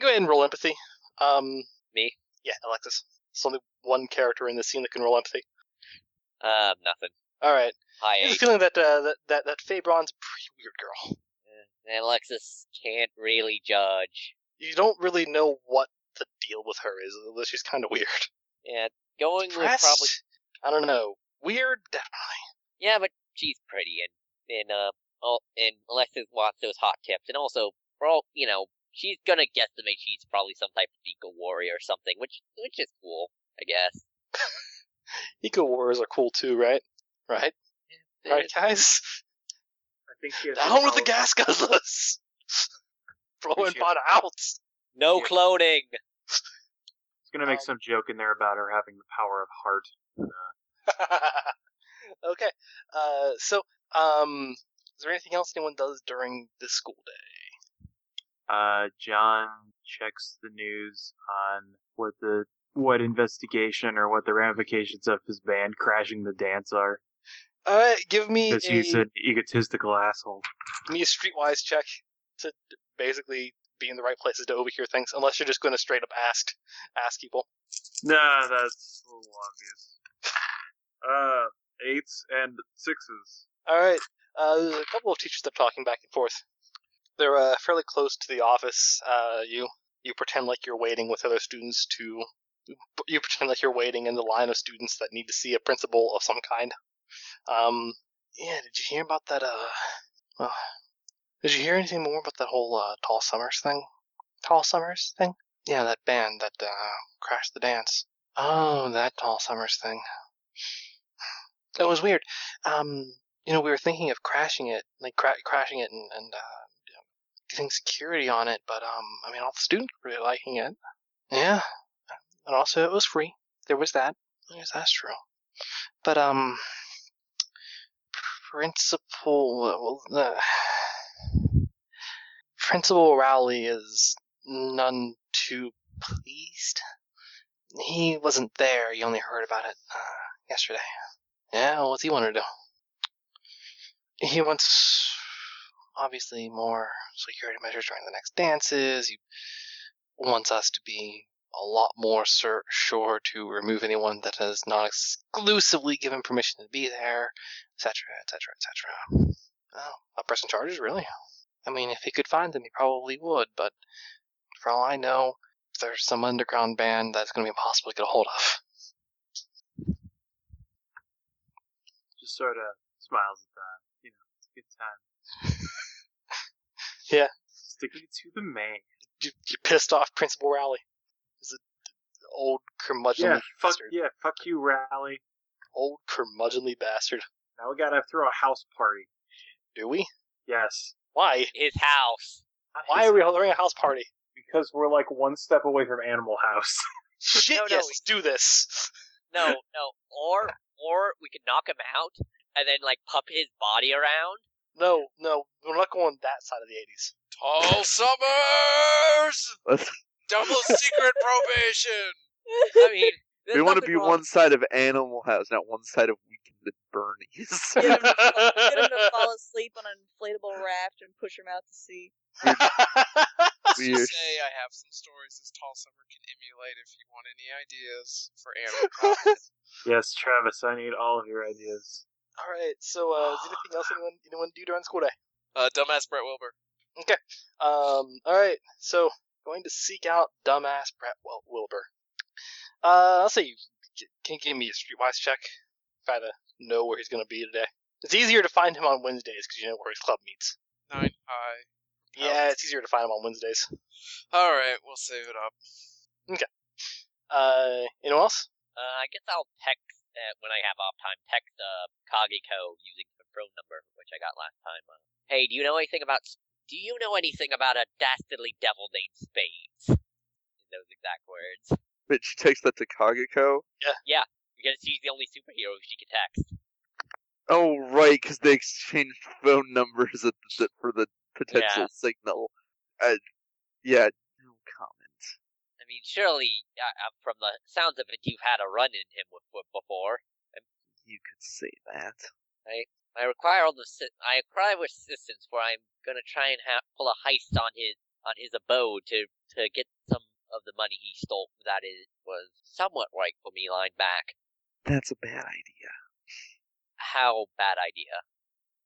S1: go ahead and roll empathy. Um,
S6: Me?
S1: Yeah, Alexis. It's only one character in the scene that can roll empathy.
S6: Um, nothing.
S1: All right.
S6: High
S1: I have a
S6: eight.
S1: feeling that uh, that that that Faye Braun's a pretty weird girl.
S6: And Alexis can't really judge.
S1: You don't really know what the deal with her is. although She's kind of weird.
S6: Yeah, going with
S1: Depressed?
S6: probably.
S1: I don't know. Weird, definitely.
S6: Yeah, but she's pretty and and uh all, and Alexis wants those hot tips and also for all you know, she's gonna guesstimate she's probably some type of eco warrior or something, which which is cool, I guess.
S1: Eco wars are cool too, right? Right, right, guys.
S4: I think she has
S1: Down with the
S4: power-
S1: gas guzzlers. Blowing
S4: Appreciate
S1: pot out.
S6: No
S4: Yeah.
S6: cloning.
S4: She's gonna make
S1: Um,
S4: some joke in there about her having the power of heart.
S1: okay. Uh, so, um, is there anything else anyone does during this school day?
S4: Uh, John checks the news on what the what investigation or what the ramifications of his band crashing the dance are,
S1: All right, Uh, give me
S4: because he's
S1: a
S4: an egotistical asshole.
S1: give me a streetwise check to d- basically be in the right places to overhear things. Unless you're just going to straight up ask ask people.
S4: Nah, that's a little obvious. Uh, eights and sixes.
S1: All right. Uh, there's a couple of teachers that are talking back and forth. They're uh, fairly close to the office. Uh, you you pretend like you're waiting with other students to. You pretend like you're waiting in the line of students that need to see a principal of some kind. Um, yeah. Did you hear about that? Uh, well, did you hear anything more about that whole uh, Tall Summers thing? Tall Summers thing? Yeah, that band that uh, crashed the dance. Oh, that Tall Summers thing. That was weird. Um, you know, we were thinking of crashing it, like cra- crashing it and, and uh, getting security on it, but um, I mean, all the students were really liking it. Yeah, and also it was free. There was that. Yes, that's true. But um, principal, well, uh, Principal Rowley is none too pleased. He wasn't there. He only heard about it uh, yesterday. Yeah, well, what's he want to do? He wants obviously more security measures during the next dances. He wants us to be a lot more sur- sure to remove anyone that has not exclusively given permission to be there, etc., etc., etc. Oh, a pressing charges, really? I mean, if he could find them, he probably would, but for all I know, there's some underground band that's going to be impossible to get a hold of.
S4: Just sort of smiles at that. You know, it's a good time.
S1: Yeah.
S4: Sticking it to the man.
S1: You, you pissed off Principal Rowley. He's an old curmudgeonly
S4: Yeah, fuck
S1: bastard.
S4: yeah, fuck you, Rally.
S1: Old curmudgeonly bastard.
S4: Now we gotta throw a house party.
S1: Do we?
S4: Yes.
S1: Why?
S6: His house.
S1: Why are we throwing a house party?
S4: Because we're like one step away from Animal House.
S1: Shit,
S6: No, no,
S1: yes, let's do this.
S6: No, no. Or or we could knock him out and then like puppet his body around.
S1: No, no, we're not going that side of the 80s.
S5: Tall Summers!
S8: Let's,
S5: Double secret probation!
S6: I mean, there's
S8: we want to
S6: nothing
S8: be
S6: wrong-
S8: one side of Animal House, not one side of Weekend at Bernie's.
S2: Get him, to fall, get him to fall asleep on an inflatable raft and push him out to sea.
S5: Let's
S8: We
S5: just
S8: are-
S5: say I have some stories this Tall Summer can emulate if you want any ideas for Animal Crossing.
S4: yes, Travis, I need all of your ideas.
S1: All right, so uh, is there anything else anyone, anyone do during school day?
S5: uh, dumbass Brett Wilbur.
S1: Um, all right, so going to seek out dumbass Brett Wil- Wilbur. Uh, I'll say you g- can give me a streetwise check. Try to know where he's going to be today. It's easier to find him on Wednesdays because you know where his club meets. Oh.
S5: Nine high.
S1: Yeah, it's easier to find him on Wednesdays.
S5: Alright, we'll save it up.
S1: Uh, anyone else?
S6: Uh, I guess I'll text uh, when I have off time. Text uh, Kagiko using the phone number which I got last time. Uh, hey, do you know anything about? Do you know anything about a dastardly devil named Spades? In those exact words,
S8: But she takes that to Kagiko.
S6: because she's the only superhero she can text.
S8: Oh right, because they exchanged phone numbers at the, for the potential
S6: Yeah.
S8: signal. Uh, yeah, no comment.
S6: I mean, surely, uh, uh, from the sounds of it, you've had a run in him with, with before.
S8: You could say that.
S6: I require all the assi- I require assistance where I'm gonna try and ha- pull a heist on his on his abode to to get some of the money he stole. That is was somewhat rightful me line back.
S8: That's a bad idea.
S6: How bad idea?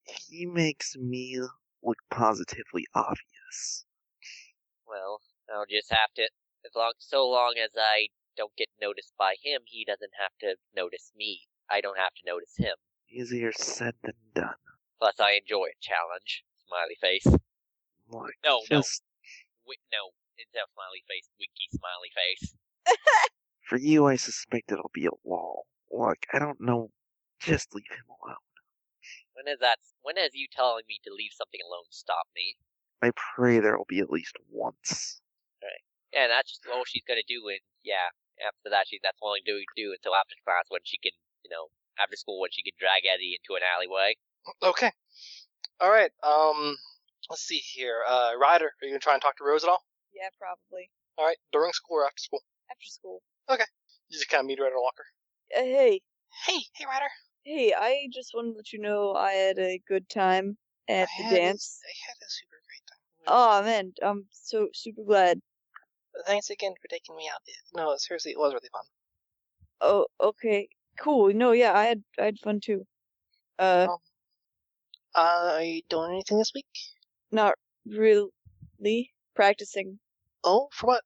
S8: He makes me look positively obvious.
S6: Well, I'll just have to. As long so long as I don't get noticed by him, he doesn't have to notice me. I don't have to notice him.
S8: Easier said than done.
S6: Plus, I enjoy a challenge. Smiley face.
S8: Look,
S6: No, Oh, no,
S8: just
S6: wi- no. It's a smiley face. Winky smiley face.
S8: for you, I suspect it'll be a wall. Look, I don't know. Just leave him alone.
S6: When is that? When is you telling me to leave something alone stop me?
S8: I pray there will be at least once.
S6: Yeah, that's just all she's gonna do. And yeah, after that, she that's all she do do until after class when she can, you know, after school when she can drag Eddie into an alleyway.
S1: Okay. All right. Um, let's see here. Uh, Ryder, are you gonna try and talk to Rose at all?
S2: Yeah, probably
S1: All right, during school or after school?
S2: after school.
S1: You just kind of meet her at a locker.
S2: Uh, hey,
S1: Hey, hey, Ryder.
S2: hey! I just wanted to let you know I had a good time at
S1: I
S2: the
S1: had a-
S2: dance.
S1: I had a super great time.
S2: Oh man, I'm so super glad.
S1: Thanks again for taking me out. No, seriously, it was really fun.
S2: Oh, okay, cool. No, yeah, I had I had fun too. Uh,
S1: Um, Uh, are you doing anything this week?
S2: Not really practicing.
S1: Oh, for what?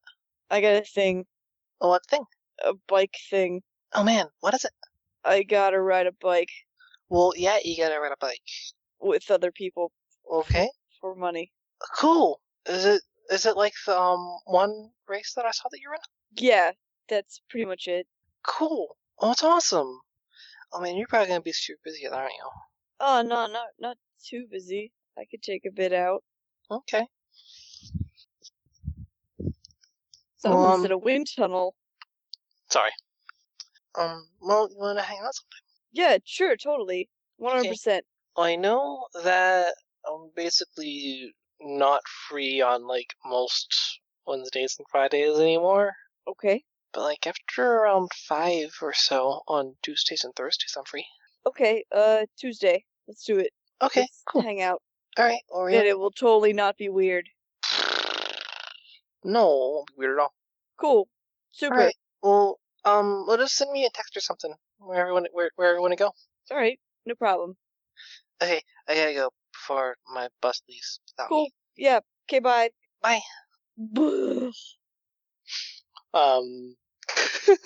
S2: I got a thing,
S1: Oh, what thing?
S2: a bike thing.
S1: Oh man, what is it?
S2: I gotta ride a bike
S1: Well, yeah, you gotta ride a bike.
S2: with other people
S1: Okay.
S2: for money.
S1: Cool. Is it is it like the um one race that I saw that you're in?
S2: Yeah, that's pretty much it.
S1: Cool. Oh, that's awesome. Oh man, you're probably gonna be super busy, aren't you?
S2: Oh no, not not too busy. I could take a bit out.
S1: Okay.
S2: So I'm
S1: Um,
S2: in a wind tunnel.
S1: Sorry. Um, well, you wanna hang out?
S2: Yeah, sure, totally, one hundred percent.
S1: I know that I'm basically not free on like most Wednesdays and Fridays anymore.
S2: Okay,
S1: But like after around five or so on Tuesdays and Thursdays, I'm free.
S2: okay. Uh, Tuesday, let's do it.
S1: Okay,
S2: Let's Hang out,
S1: all right. Or
S2: and it will totally not be weird.
S1: no, it won't be weird at all.
S2: Cool, super.
S1: All right. Well, um, well, just send me a text or something where everyone where where everyone to go.
S2: All right, no problem.
S1: Okay, I gotta go before my bus leaves. without me.
S2: Cool. Yeah. Okay. Bye.
S1: Bye.
S2: Buh.
S1: Um,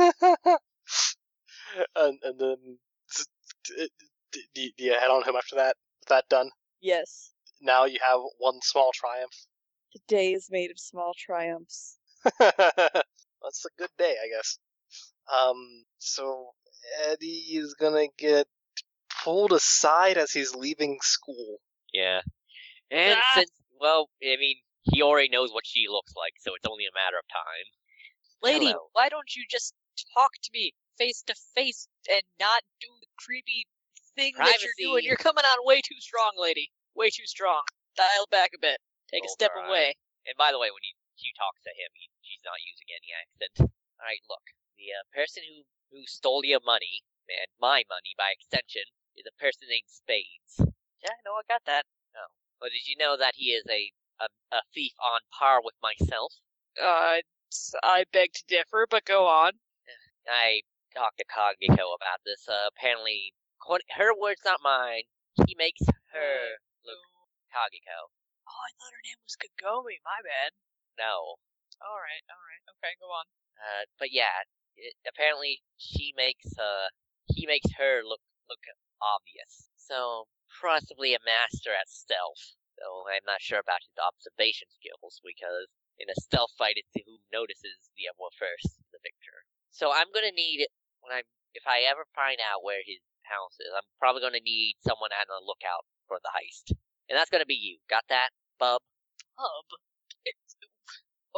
S1: and, and then s- d- d- do, do you head on home after that? With that done,
S2: Yes,
S1: now you have one small triumph.
S2: the day is made of small triumphs.
S1: That's a good day, I guess. Um, so Eddie is gonna get pulled aside as he's leaving school.
S6: Yeah. And
S10: Ah!
S6: since, well, I mean, he already knows what she looks like, so it's only a matter of time.
S10: Lady,
S6: Hello.
S10: why don't you just talk to me face to face and not do the creepy thing that you're doing?
S6: Privacy.
S10: You're coming on way too strong, lady. Way too strong. Dial back a bit. Take a
S6: Rolled
S10: step
S6: her eyes.
S10: away.
S6: And by the way, when he, she talks to him, he, she's not using any accent. All right, look, the uh, person who who stole your money, and my money by extension, is a person named Spades.
S10: Yeah, no, I got that.
S6: Well, Oh, did you know that he is a a, a thief on par with myself?
S10: Uh, s- I beg to differ, but go on.
S6: I talked to Cognito about this. Uh, apparently, according- her words, not mine. He makes her look Cognito.
S10: Oh, I thought her name was Kagomi. My bad.
S6: No,
S10: All right, all right, okay, go on.
S6: Uh, but yeah, it, apparently she makes uh he makes her look look obvious. So possibly a master at stealth. Though I'm not sure about his observation skills because in a stealth fight, it's who notices the other one first, the victor. So I'm gonna need when I'm if I ever find out where his house is, I'm probably gonna need someone on the lookout for the heist, and that's gonna be you. Got that, bub?
S10: Hub. It's,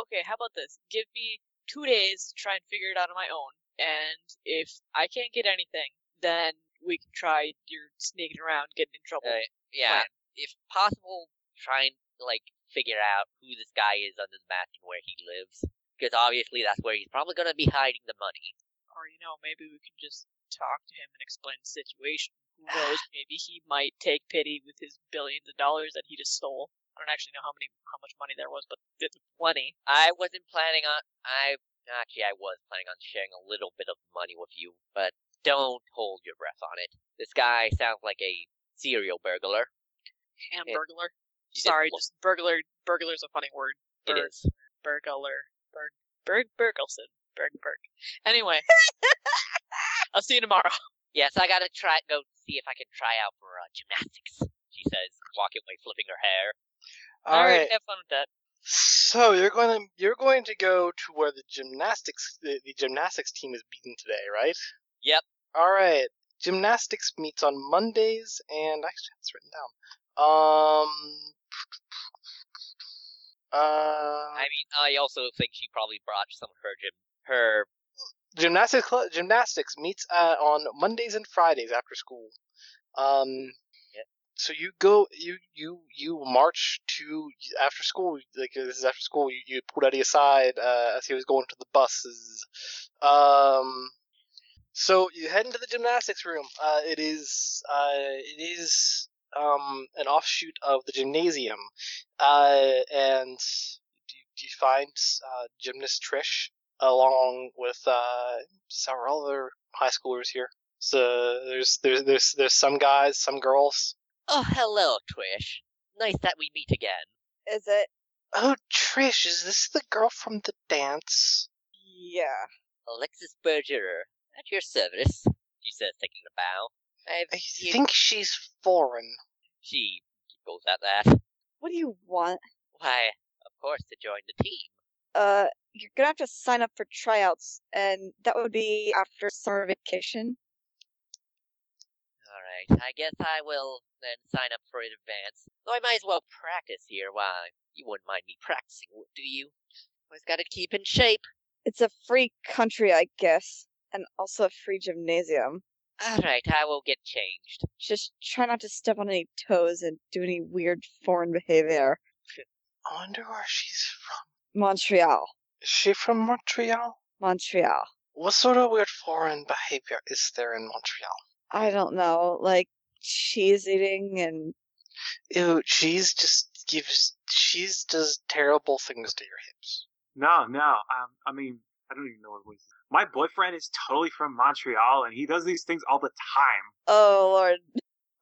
S10: okay, how about this? Give me two days to try and figure it out on my own, and if I can't get anything, then we can try your sneaking around, getting in trouble.
S6: Alright, Uh, Yeah,
S10: plan.
S6: if possible, try and like figure out who this guy is under the map and where he lives, because obviously that's where he's probably gonna be hiding the money.
S10: Or, you know, maybe we can just talk to him and explain the situation. Who knows? Maybe he might take pity with his billions of dollars that he just stole. I don't actually know how many, how much money there was, but it's plenty.
S6: I wasn't planning on. I actually I was planning on sharing a little bit of money with you, but don't hold your breath on it. This guy sounds like a serial burglar.
S10: And
S6: Yeah.
S10: burglar.
S6: You just
S10: Sorry,
S6: look-
S10: just burglar. Burglar's a funny word.
S6: it
S10: Burg,
S6: is.
S10: burglar. Burg, burg, burgelson. Burg, burg. Anyway, I'll see you tomorrow.
S6: Yes, I gotta try go see if I can try out for uh, gymnastics. She says, walking away, flipping her hair.
S10: All right.
S1: right.
S10: have fun with that.
S1: So you're going to you're going to go to where the gymnastics the, the gymnastics team is beaten today, right?
S6: Yep.
S1: All right. Gymnastics meets on Mondays, and actually it's written down. Um. Uh,
S6: I mean, I also think she probably brought some of her gym, her
S1: gymnastics cl- gymnastics meets uh, on Mondays and Fridays after school. Um,
S6: Yeah.
S1: so you go you you you march to after school like this is after school you, you pulled Eddie aside uh, as he was going to the buses. Um, so you head into the gymnastics room. Uh, it is uh, it is um, an offshoot of the gymnasium, uh, and you, you find uh, gymnast Trish along with uh, several other high schoolers here. So there's there's there's there's some guys, some girls.
S6: Oh, hello, Trish. Nice that we meet again.
S12: Is it?
S1: Oh, Trish, is this the girl from the dance?
S12: Yeah.
S6: Alexis Bergerer, at your service, she says, taking a bow.
S12: I've,
S1: I
S12: you-
S1: think she's foreign.
S6: She goes at that.
S2: What do you want?
S6: Why, of course, to join the team.
S2: Uh, you're gonna have to sign up for tryouts, and that would be after summer vacation.
S6: Alright, I guess I will then sign up for it in advance. Though I might as well practice here. Why, you wouldn't mind me practicing, would- do you? Always gotta keep in shape.
S2: It's a free country, I guess, and also a free gymnasium.
S6: Alright, I will get changed.
S2: Just try not to step on any toes and do any weird foreign behavior.
S1: I wonder where she's from.
S2: Montreal.
S1: Is she from Montreal?
S2: Montreal.
S1: What sort of weird foreign behavior is there in Montreal?
S2: I don't know, like cheese eating and
S1: Ew, she's just gives. She's does terrible things to your hips.
S4: No, no. Um, I mean, I don't even know what it was. My boyfriend is totally from Montreal, and he does these things all the time.
S2: oh lord,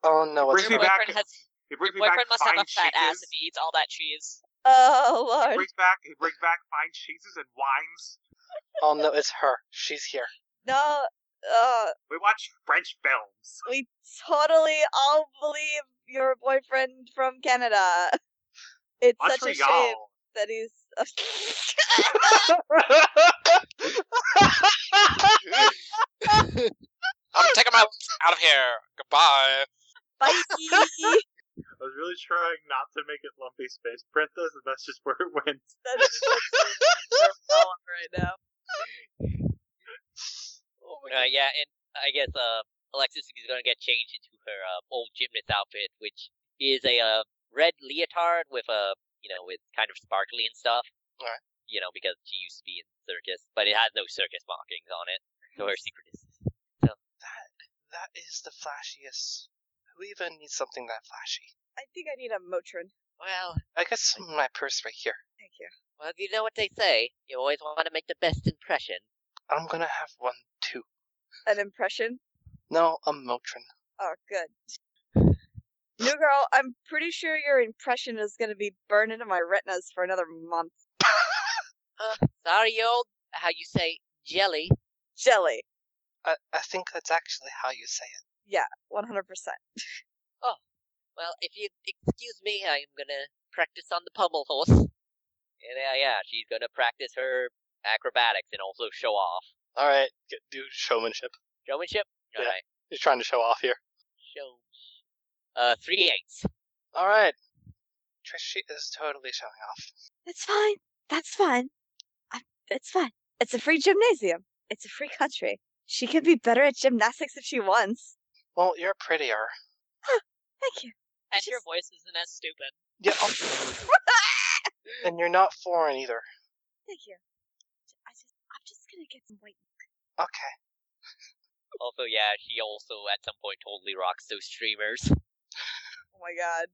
S1: Oh no, it's
S4: Brings me
S10: Your
S1: not.
S4: back.
S10: boyfriend has-
S4: It
S10: Your
S4: brings me back
S10: boyfriend must have
S4: fine
S10: a fat ass
S4: cheeses.
S10: if he eats all that cheese.
S2: oh
S4: He
S2: lord,
S4: brings back. He brings back fine cheeses and wines.
S1: Oh no, it's her. She's here.
S2: no, uh,
S4: We watch French films.
S2: we totally all believe your boyfriend from Canada. It's such a shame
S4: Montreal.
S2: that he's.
S5: I'm taking my lights out of here. Goodbye.
S2: Bye.
S4: I was really trying not to make it lumpy space princess, and that's just where it went.
S2: That's just what's going on right now.
S1: Oh my
S6: Uh, yeah, and I guess uh, Alexis is going to get changed into her uh, old gymnast outfit, which is a uh, red leotard with a you know with kind of sparkly and stuff.
S1: Alright.
S6: You know because she used to be in circus, but it has no circus markings on it. So her secret is
S1: That is the flashiest. Who even needs something that flashy?
S2: I think I need a Motrin.
S6: well,
S1: I got some in my purse right here.
S2: Thank you.
S6: well you know what they say. You always want to make the best impression.
S1: I'm gonna have one too.
S2: An impression.
S1: No, a Motrin.
S2: Oh, good. New girl, I'm pretty sure your impression is going to be burned into my retinas for another month.
S6: Sorry, you old how you say jelly.
S2: Jelly,
S1: I, I think that's actually how you say it.
S2: 100%.
S6: Well, if you excuse me, I'm gonna practice on the pummel horse. And uh, yeah, she's gonna practice her acrobatics and also show off
S1: All right, g- do showmanship.
S6: showmanship.
S1: Yeah.
S6: All right,
S1: You're trying to show off here.
S6: show. Uh, three eights.
S1: All right. Trishy is totally showing off.
S2: It's fine. That's fine. I, it's fine. It's a free gymnasium. It's a free country. She can be better at gymnastics if she wants.
S1: Well, you're prettier.
S2: Thank you.
S10: And
S2: It's
S10: your
S2: just-
S10: voice isn't as stupid.
S1: Yeah. oh, and you're not foreign either.
S2: Thank you. I just, I'm just going to get some white.
S1: Okay.
S6: Also, yeah, she also at some point totally rocks those streamers.
S2: Oh my god.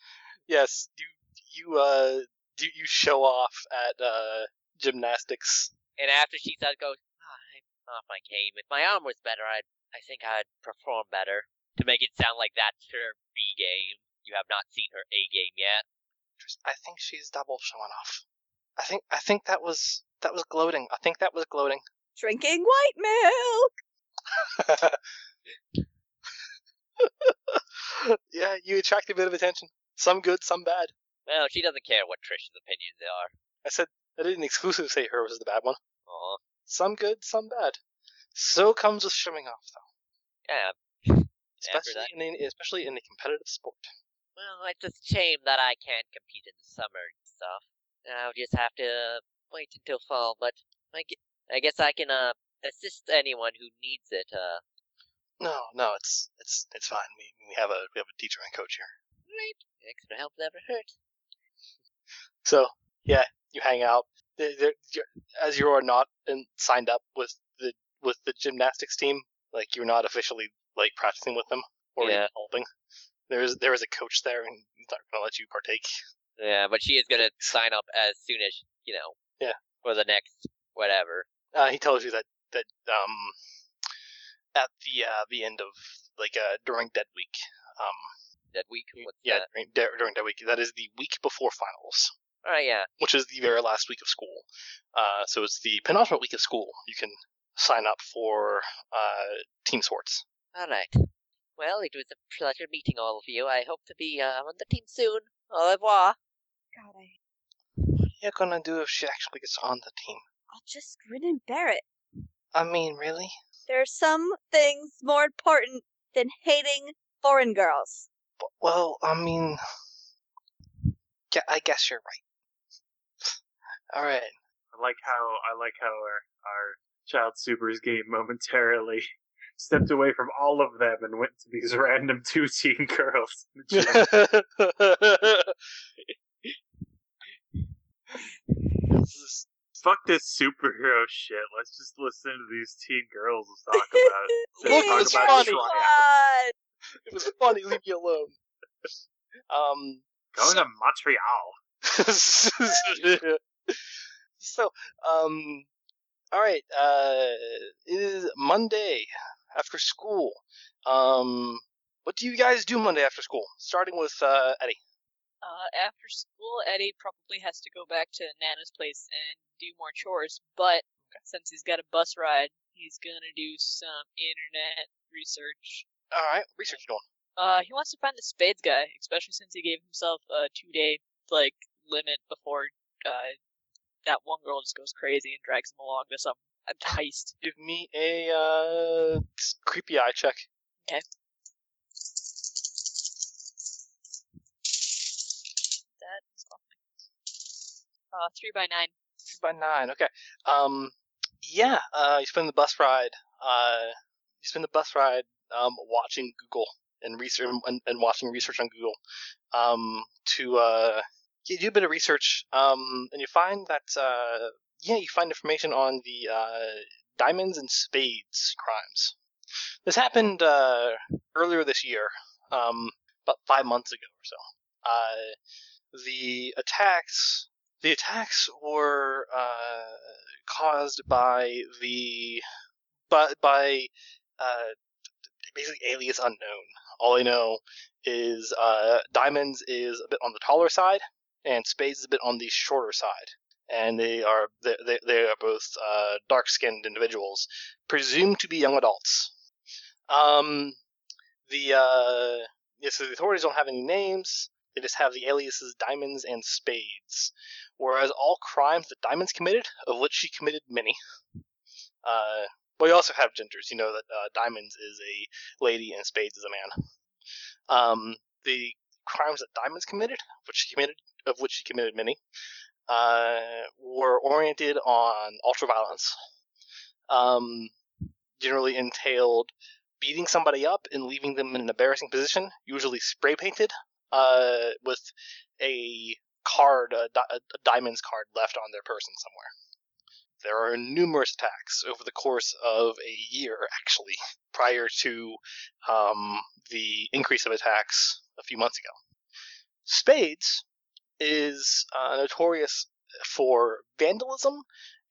S1: yes, you you uh you, you show off at uh gymnastics.
S6: And after she said, "Goes, "Ah, I'm off my game. If my arm was better, I'd, I think I'd perform better." To make it sound like that's her B game. You have not seen her A game yet.
S1: Tris- I think she's double showing off. I think I think that was that was gloating. I think that was gloating.
S2: Drinking white milk.
S1: yeah, you attract a bit of attention. Some good, some bad.
S6: Well, she doesn't care what Trish's opinions are.
S1: I said I didn't exclusively say her was the bad one.
S6: Aw.
S1: Some good, some bad. So comes with showing off though.
S6: Yeah, Yeah, for
S1: Especially in a, especially in a competitive sport.
S6: Well, it's a shame that I can't compete in the summer and stuff. I'll just have to wait until fall, but I, gue- I guess I can uh, assist anyone who needs it. Uh,
S1: No, no, it's it's it's fine. We we have a we have a teacher and coach here.
S6: right? Extra help never hurts.
S1: So yeah, you hang out. There- there- you're- As you are not in, signed up with the with the gymnastics team, like you're not officially like practicing with them or even
S6: Yeah.
S1: helping. There is there is a coach there, and he's not going to let you partake.
S6: Yeah, but she is gonna sign up as soon as you know.
S1: Yeah.
S6: For the next whatever.
S1: Uh, he tells you that that um at the uh, the end of like uh during dead week Um,
S6: That week? What's
S1: yeah,
S6: that?
S1: during, dur- during that week. That is the week before finals,
S6: All right, oh, yeah.
S1: which is the very last week of school. Uh, so it's the penultimate week of school. You can sign up for uh, team sports.
S6: All right. Well, it was a pleasure meeting all of you. I hope to be uh, on the team soon. Au revoir.
S2: God, I,
S1: What are you gonna do if she actually gets on the team?
S11: I'll just grin and bear it.
S1: I mean, really?
S11: There are some things more important than hating foreign girls.
S1: B- Well, I mean, yeah, I guess you're right. All right.
S4: I like how I like how our, our child supers game momentarily stepped away from all of them and went to these random two teen girls.
S1: This is-
S4: Fuck this superhero shit. Let's just listen to these teen girls talk about it. Instead of
S1: Look,
S4: talk
S1: it's
S4: about
S1: funny.
S4: Toronto.
S11: God.
S1: it was funny. Leave me alone. Um,
S4: Go to Montreal.
S1: so, um, all right. Uh, it is Monday after school. Um, what do you guys do Monday after school? Starting with uh, Eddie.
S10: Uh, after school, Eddie probably has to go back to Nana's place and do more chores, but since he's got a bus ride, he's gonna do some internet research.
S1: All right, research you doing.
S10: Uh, he wants to find the spades guy, especially since he gave himself a two day, like, limit before, uh, that one girl just goes crazy and drags him along to some a heist.
S1: Give me a uh, creepy eye check.
S10: That is all. Uh, three by nine.
S1: Two by nine. Okay. Um, yeah. Uh, you spend the bus ride. Uh, you spend the bus ride um, watching Google and research and, and watching research on Google. Um, to uh, you do a bit of research. Um, and you find that uh, yeah, you find information on the uh, diamonds and spades crimes. This happened uh, earlier this year, um, about five months ago or so. Uh, the attacks the attacks were uh, caused by the by by uh, basically alias unknown. All I know is uh, diamonds is a bit on the taller side, and spades is a bit on the shorter side. And they are they they, they are both uh, dark skinned individuals, presumed to be young adults. Um, the uh, yeah, so the authorities don't have any names. They just have the aliases Diamonds and Spades whereas all crimes that Diamonds committed, of which she committed many, uh, well, you also have gingers. You know that uh, Diamonds is a lady and Spades is a man. Um, the crimes that Diamonds committed, which she committed, of which she committed many, uh, were oriented on ultraviolence. Um, generally entailed beating somebody up and leaving them in an embarrassing position, usually spray painted, uh, with a card, a, di- a diamond's card left on their person somewhere. There are numerous attacks over the course of a year, actually, prior to um, the increase of attacks a few months ago. Spades is uh, notorious for vandalism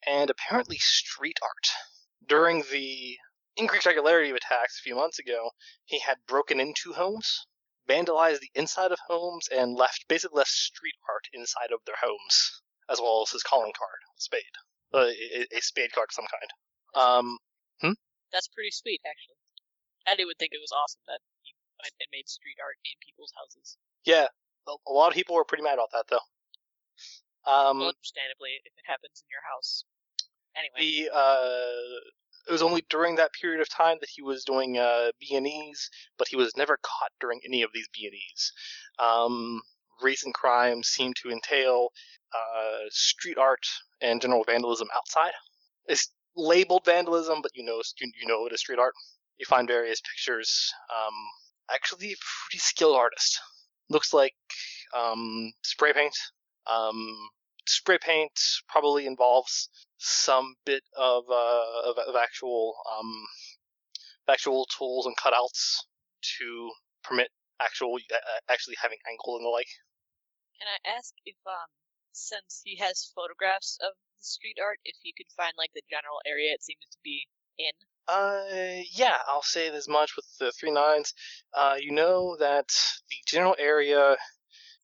S1: and apparently street art. During the increased regularity of attacks a few months ago, he had broken into homes vandalized the inside of homes and left basically left street art inside of their homes, as well as his calling card, spade, uh, a, a spade card of some kind. Um,
S10: That's pretty sweet, actually. Eddie would think it was awesome that he went and made street art in people's houses.
S1: yeah, a, a lot of people were pretty mad about that though. Um,
S10: Well, understandably, if it happens in your house. Anyway,
S1: the uh, it was only during that period of time that he was doing uh, B and E's, but he was never caught during any of these B and E's. Um, recent crimes seem to entail uh, street art and general vandalism outside. It's labeled vandalism, but you know you, you know it is street art. You find various pictures. Um, actually, a pretty skilled artist. Looks like um, spray paint. Um, spray paint probably involves some bit of uh, of, of actual um, of actual tools and cutouts to permit actual uh, uh, actually having angle and the like.
S10: can I ask if, um, since he has photographs of the street art, if he could find like the general area it seems to be in?
S1: Uh, yeah, I'll say it as much with the three nines. Uh, you know that the general area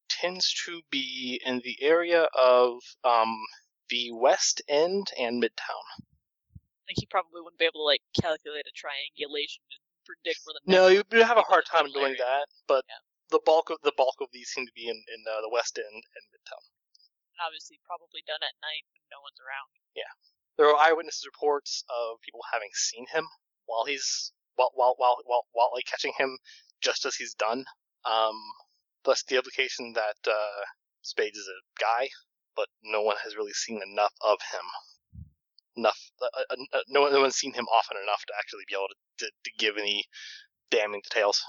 S1: tends to be in the area of um the west end and midtown.
S10: Like he probably wouldn't be able to like calculate a triangulation and predict where the
S1: No,
S10: next
S1: you would have a
S10: people
S1: hard
S10: in the
S1: time
S10: middle
S1: doing
S10: area.
S1: that, but
S10: Yeah.
S1: the bulk of the bulk of these seem to be in in uh, the west end and midtown.
S10: Obviously, probably done at night when no one's around.
S1: There are eyewitness reports of people having seen him while he's while while while while, while like catching him just as he's done. Um, thus the implication that uh, Spades is a guy, but no one has really seen enough of him. Enough, uh, uh, uh, no one, no one's seen him often enough to actually be able to, to, to give any damning details.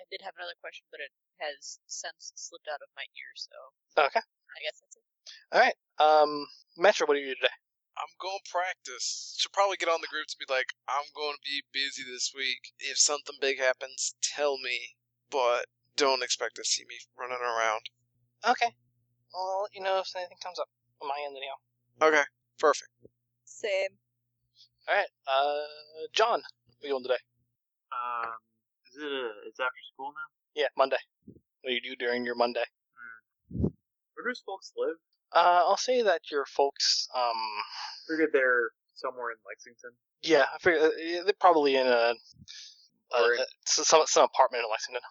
S10: I did have another question, but it has since slipped out of my ear, so
S1: Okay,
S10: I guess that's it.
S1: all right. Um, Metro, what do you do today?
S5: I'm going to practice. Should probably get on the group to be like, I'm going to be busy this week. If something big happens, tell me, but don't expect to see me running around.
S1: Okay. Well, I'll let you know if anything comes up on my end, anyhow.
S5: Okay, perfect.
S10: Same.
S1: All right. Uh, John, what are you doing today?
S4: Um, is it a, it's after school now?
S1: Yeah, Monday. What do you do during your Monday?
S4: Where do his folks live?
S1: Uh, I'll say that your folks, um,
S4: I figured they're somewhere in Lexington.
S1: yeah, I figure uh, yeah, they're probably in a, a,
S4: Or in-
S1: a- some some apartment in Lexington.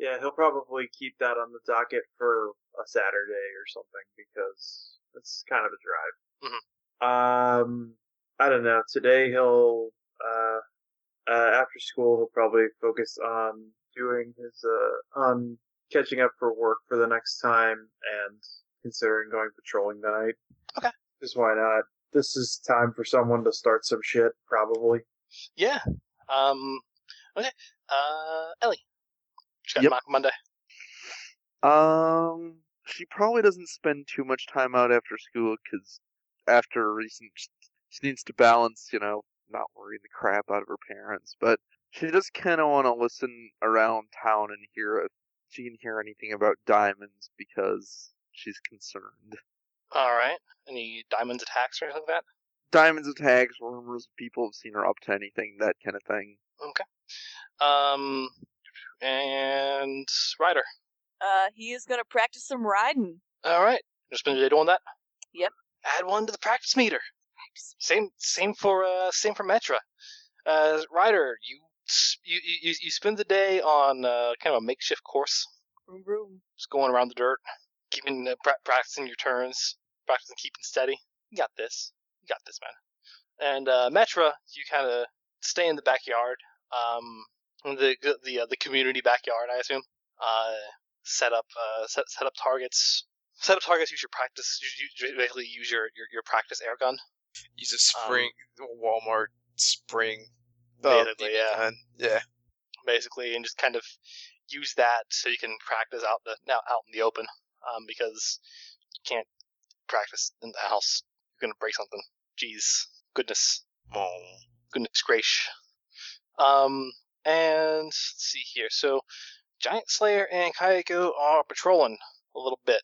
S4: Yeah, he'll probably keep that on the docket for a Saturday or something because it's kind of a
S1: Mhm.
S4: drive. Um, I don't know. Today he'll uh, uh after school he'll probably focus on doing his uh on catching up for work for the next time and considering going patrolling tonight.
S1: Okay.
S4: Just why not? This is time for someone to start some shit, probably.
S1: Yeah. Um. Okay. Uh, Ellie. She got
S8: Yep.
S1: Mon- Monday.
S8: Um, she probably doesn't spend too much time out after school because after a recent, she she needs to balance, you know, not worrying the crap out of her parents. But she just kind of want to listen around town and hear if she can hear anything about diamonds because she's concerned.
S1: All right. Any diamonds attacks or anything like
S8: Diamonds attacks, rumors of people have seen her up to anything, that kind of thing.
S1: that? Um. And Ryder.
S2: Uh, he is gonna practice some riding.
S1: All right. Just spend your day doing that.
S2: Yep.
S1: Add one to the practice meter. Same, same for uh, same for Metra. Uh, Ryder, you s- you you- you you spend the day on uh, kind of a makeshift course,
S2: Vroom vroom.
S1: just going around the dirt, keeping uh, pra- practicing your turns, practicing keeping steady. You got this. You got this, man. And uh, Metra, you kind of stay in the backyard, um, in the the uh, the community backyard, I assume. Uh, set up uh, set set up targets. Set up targets. Use your practice. You, you basically use your, your, your practice air gun.
S5: Use a
S1: Um,
S5: spring, Walmart spring.
S1: Basically,
S5: BB
S1: yeah.
S5: gun. Yeah.
S1: basically, and just kind of use that so you can practice out the now out in the open, um, because you can't practice in the house. You're gonna break something. Jeez, goodness,
S5: Oh.
S1: goodness gracious. Um, and let's see here. So, Giant Slayer and Kayako are patrolling a little bit.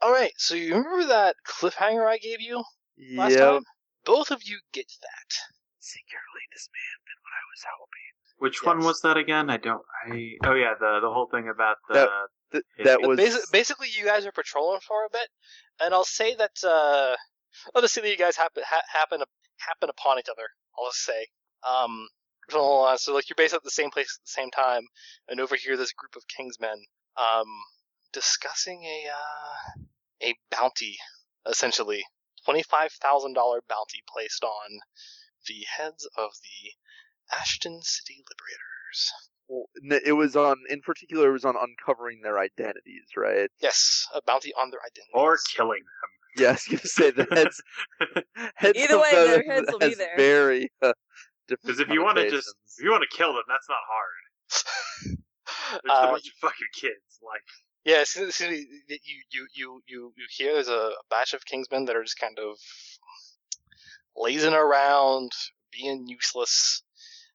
S1: All right. So you remember that cliffhanger I gave you last
S8: Yep.
S1: time? Both of you get that.
S3: Singularly, this may have been what I was hoping.
S4: Which
S1: Yes.
S4: one was that again? I don't. I oh yeah, the the whole thing about the
S8: That- Th-
S4: It-
S8: that
S1: But
S8: was
S1: basi- basically you guys are patrolling for a bit, and I'll say that uh, I'll just say that you guys happen ha- happen happen upon each other. I'll just say, um, so so, like you're based at the same place at the same time, and over here this group of Kingsmen um, discussing a uh, a bounty, essentially twenty five thousand dollar bounty placed on the heads of the Ashton City Liberators.
S8: well, n- it was on in particular it was on uncovering their identities, right?
S1: Yes, a bounty on their identity.
S4: or killing them.
S8: Yeah, I was gonna say the heads. heads
S2: Either
S8: of
S2: way, their
S8: the-
S2: heads will be
S8: has
S2: there.
S8: Very uh, different.
S4: Because if you want to just
S8: connotations.
S4: if you want to kill them, that's not hard. They're just
S1: Uh,
S4: a bunch of fucking kids. Like
S1: Yeah, as soon as soon as you you you you you hear there's a batch of Kingsmen that are just kind of lazing around, being useless,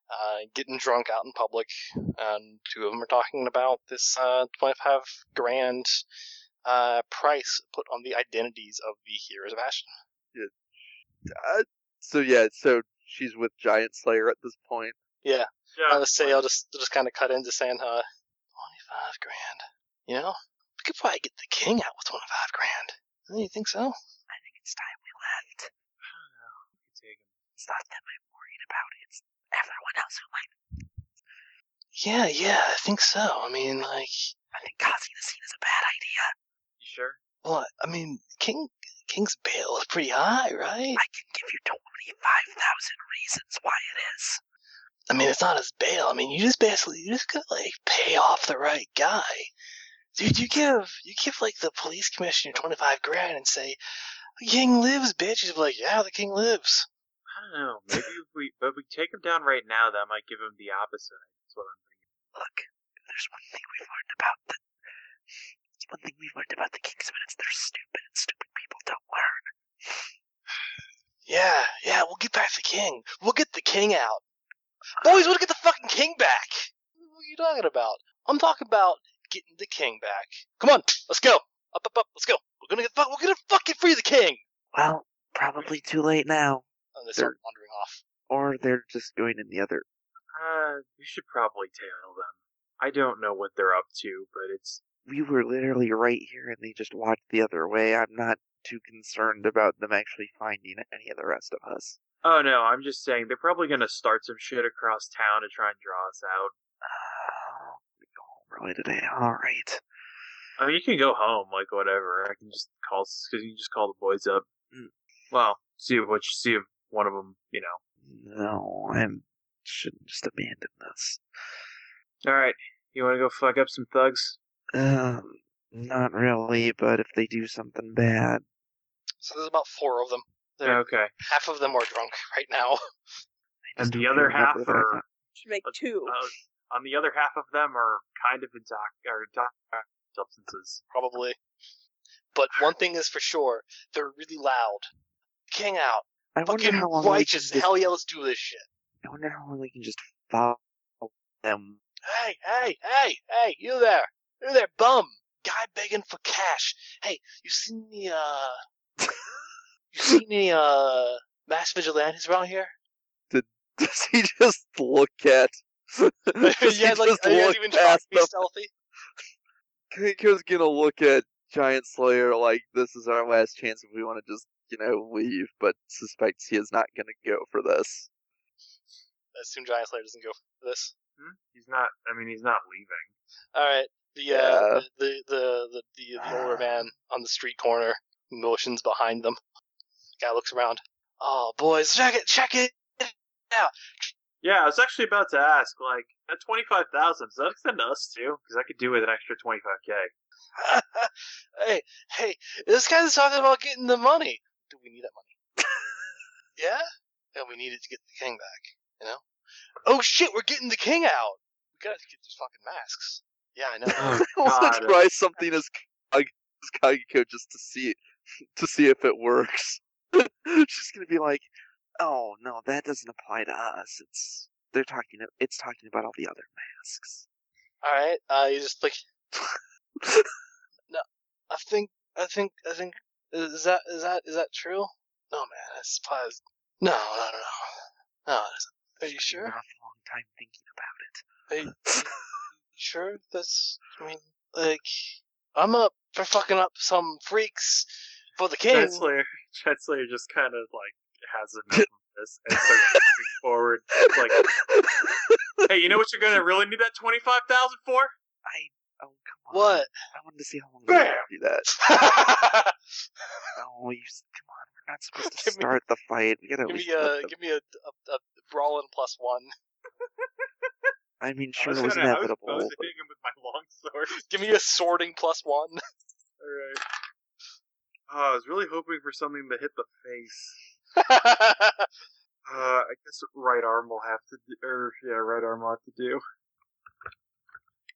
S1: uh, getting drunk out in public, and two of them are talking about this uh, 25 grand uh, price put on the identities of the heroes of Ashton.
S8: uh, So yeah, so she's with Giant Slayer at this point.
S1: Yeah.
S4: Yeah.
S1: I'll just say I'll just just kind of cut into saying, uh, twenty-five grand. You know, we could probably get the king out with twenty-five grand. Don't you think so?
S3: I think it's time we left. It's not that I'm worried about it. It's everyone else who might.
S1: Yeah, yeah, I think so. I mean, like,
S3: I think causing the scene is a bad idea.
S4: You sure?
S1: well, I mean, king king's bail is pretty high, right?
S3: I can give you 25,000 reasons why it is.
S1: I mean, it's not his bail. I mean, you just basically you just gotta like pay off the right guy, dude. You give you give like the police commissioner twenty five grand and say, "The king lives, bitch." He's like, "Yeah, the king lives."
S4: I don't know. Maybe if we, but if we take him down right now, that might give him the opposite. That's what I'm thinking.
S3: Look, there's one thing we've learned about the. There's one thing we've learned about the Kingsmen. It's they're stupid, and stupid people don't learn.
S1: Yeah, yeah, we'll get back the king. We'll get the king out. Boys, we'll get the fucking king back. What are you talking about? I'm talking about getting the king back. Come on, let's go. Up, up, up. Let's go. We're gonna get fuck. We're gonna fucking free the king.
S3: Well, probably too late now.
S1: And they start wandering off.
S3: Or they're just going in the other.
S4: Uh, we should probably tail them. I don't know what they're up to, but it's
S3: We were literally right here, and they just walked the other way. I'm not too concerned about them actually finding any of the rest of us.
S4: Oh no, I'm just saying they're probably gonna start some shit across town to try and draw us out.
S3: Uh, we go home early today. All right.
S4: I mean, you can go home, like whatever. I can just call because you can just call the boys up.
S3: Mm.
S4: Well, see if which see if one of them, you know.
S3: No, I shouldn't just abandon this.
S4: All right, you want to go fuck up some thugs?
S3: Um, not really, but if they do something bad,
S1: So there's about four of them. They're,
S4: Okay,
S1: Half of them are drunk right now.
S3: I just
S4: And the
S3: don't
S4: other
S3: remember
S4: half
S3: that I
S4: are-
S3: thought-
S2: Should make
S4: Uh,
S2: two.
S4: uh, on the other half of them are kind of intox or intox- substances.
S1: probably. But one thing is for sure, they're really loud. King out.
S3: I wonder
S1: Fucking
S3: how long we can
S1: righteous.
S3: just-
S1: Hell yeah, let's do this shit.
S3: I wonder how long we can just follow them.
S1: Hey, hey, hey, hey, you there. You there, bum. Guy begging for cash. Hey, you seen the, uh. you seen any, uh. Mass vigilantes around here?
S8: Does he just look at? does he
S1: yeah, like,
S8: just
S1: are you guys
S8: look
S1: even trying to
S8: past
S1: be
S8: them?
S1: stealthy?
S8: Kiko's gonna look at Giant Slayer like this is our last chance if we want to just you know leave, but suspects he is not gonna go for this.
S1: I assume Giant Slayer doesn't go for this.
S4: Hmm? He's not. I mean, he's not leaving.
S1: Alright. The, uh.
S8: Yeah. Ah.
S1: The, the, the, the, the older man on the street corner motions behind them. Guy looks around. Oh, boys, check it, check it
S4: Yeah, I was actually about to ask. Like that twenty five thousand, does that extend to us too? Because I could do with an extra twenty five k.
S1: hey, hey, this guy's talking about getting the money. Do we need that money? yeah? Yeah, we needed to get the king back, you know? Oh shit, we're getting the king out! We gotta get these fucking masks. Yeah, I know.
S4: Oh,
S8: I want
S4: God.
S8: to try something as Kag- as Kagiko just to see to see if it works.
S3: She's gonna be like, "Oh no, that doesn't apply to us. It's they're talking. It's talking about all the other masks."
S1: Alright, uh, you just like. no, I think, I think, I think, is that, is that, is that true? No, man, that's probably. No, no, no, no. No, it isn't. Are you
S3: She's been
S1: sure?
S3: an awful long time thinking about it.
S1: sure that's I mean like I'm up for fucking up some freaks for the king.
S4: Jet Slayer, Jet Slayer just kind of like has enough of this and starts pushing forward. It's like, hey, you know what you're gonna really need that twenty five thousand for?
S3: Oh come on!
S1: What?
S3: I wanted to see how long they were gonna
S1: Bam.
S3: do that.
S1: give
S3: Oh, you s- come on! We're not supposed to
S1: Give me-
S3: start the fight. We gotta at least.
S1: me
S3: let
S1: a
S3: them-
S1: give me a, a, a brawling plus one.
S3: I mean,
S4: I
S3: sure,
S4: was
S3: it was
S4: gonna- I was
S3: inevitable.
S4: supposed to
S3: but-
S4: hit him with my long sword.
S1: Give me a sorting plus one.
S4: All right. Oh, I was really hoping for something to hit the face. Uh, I guess right arm will have to, do, or yeah, right arm will have to do.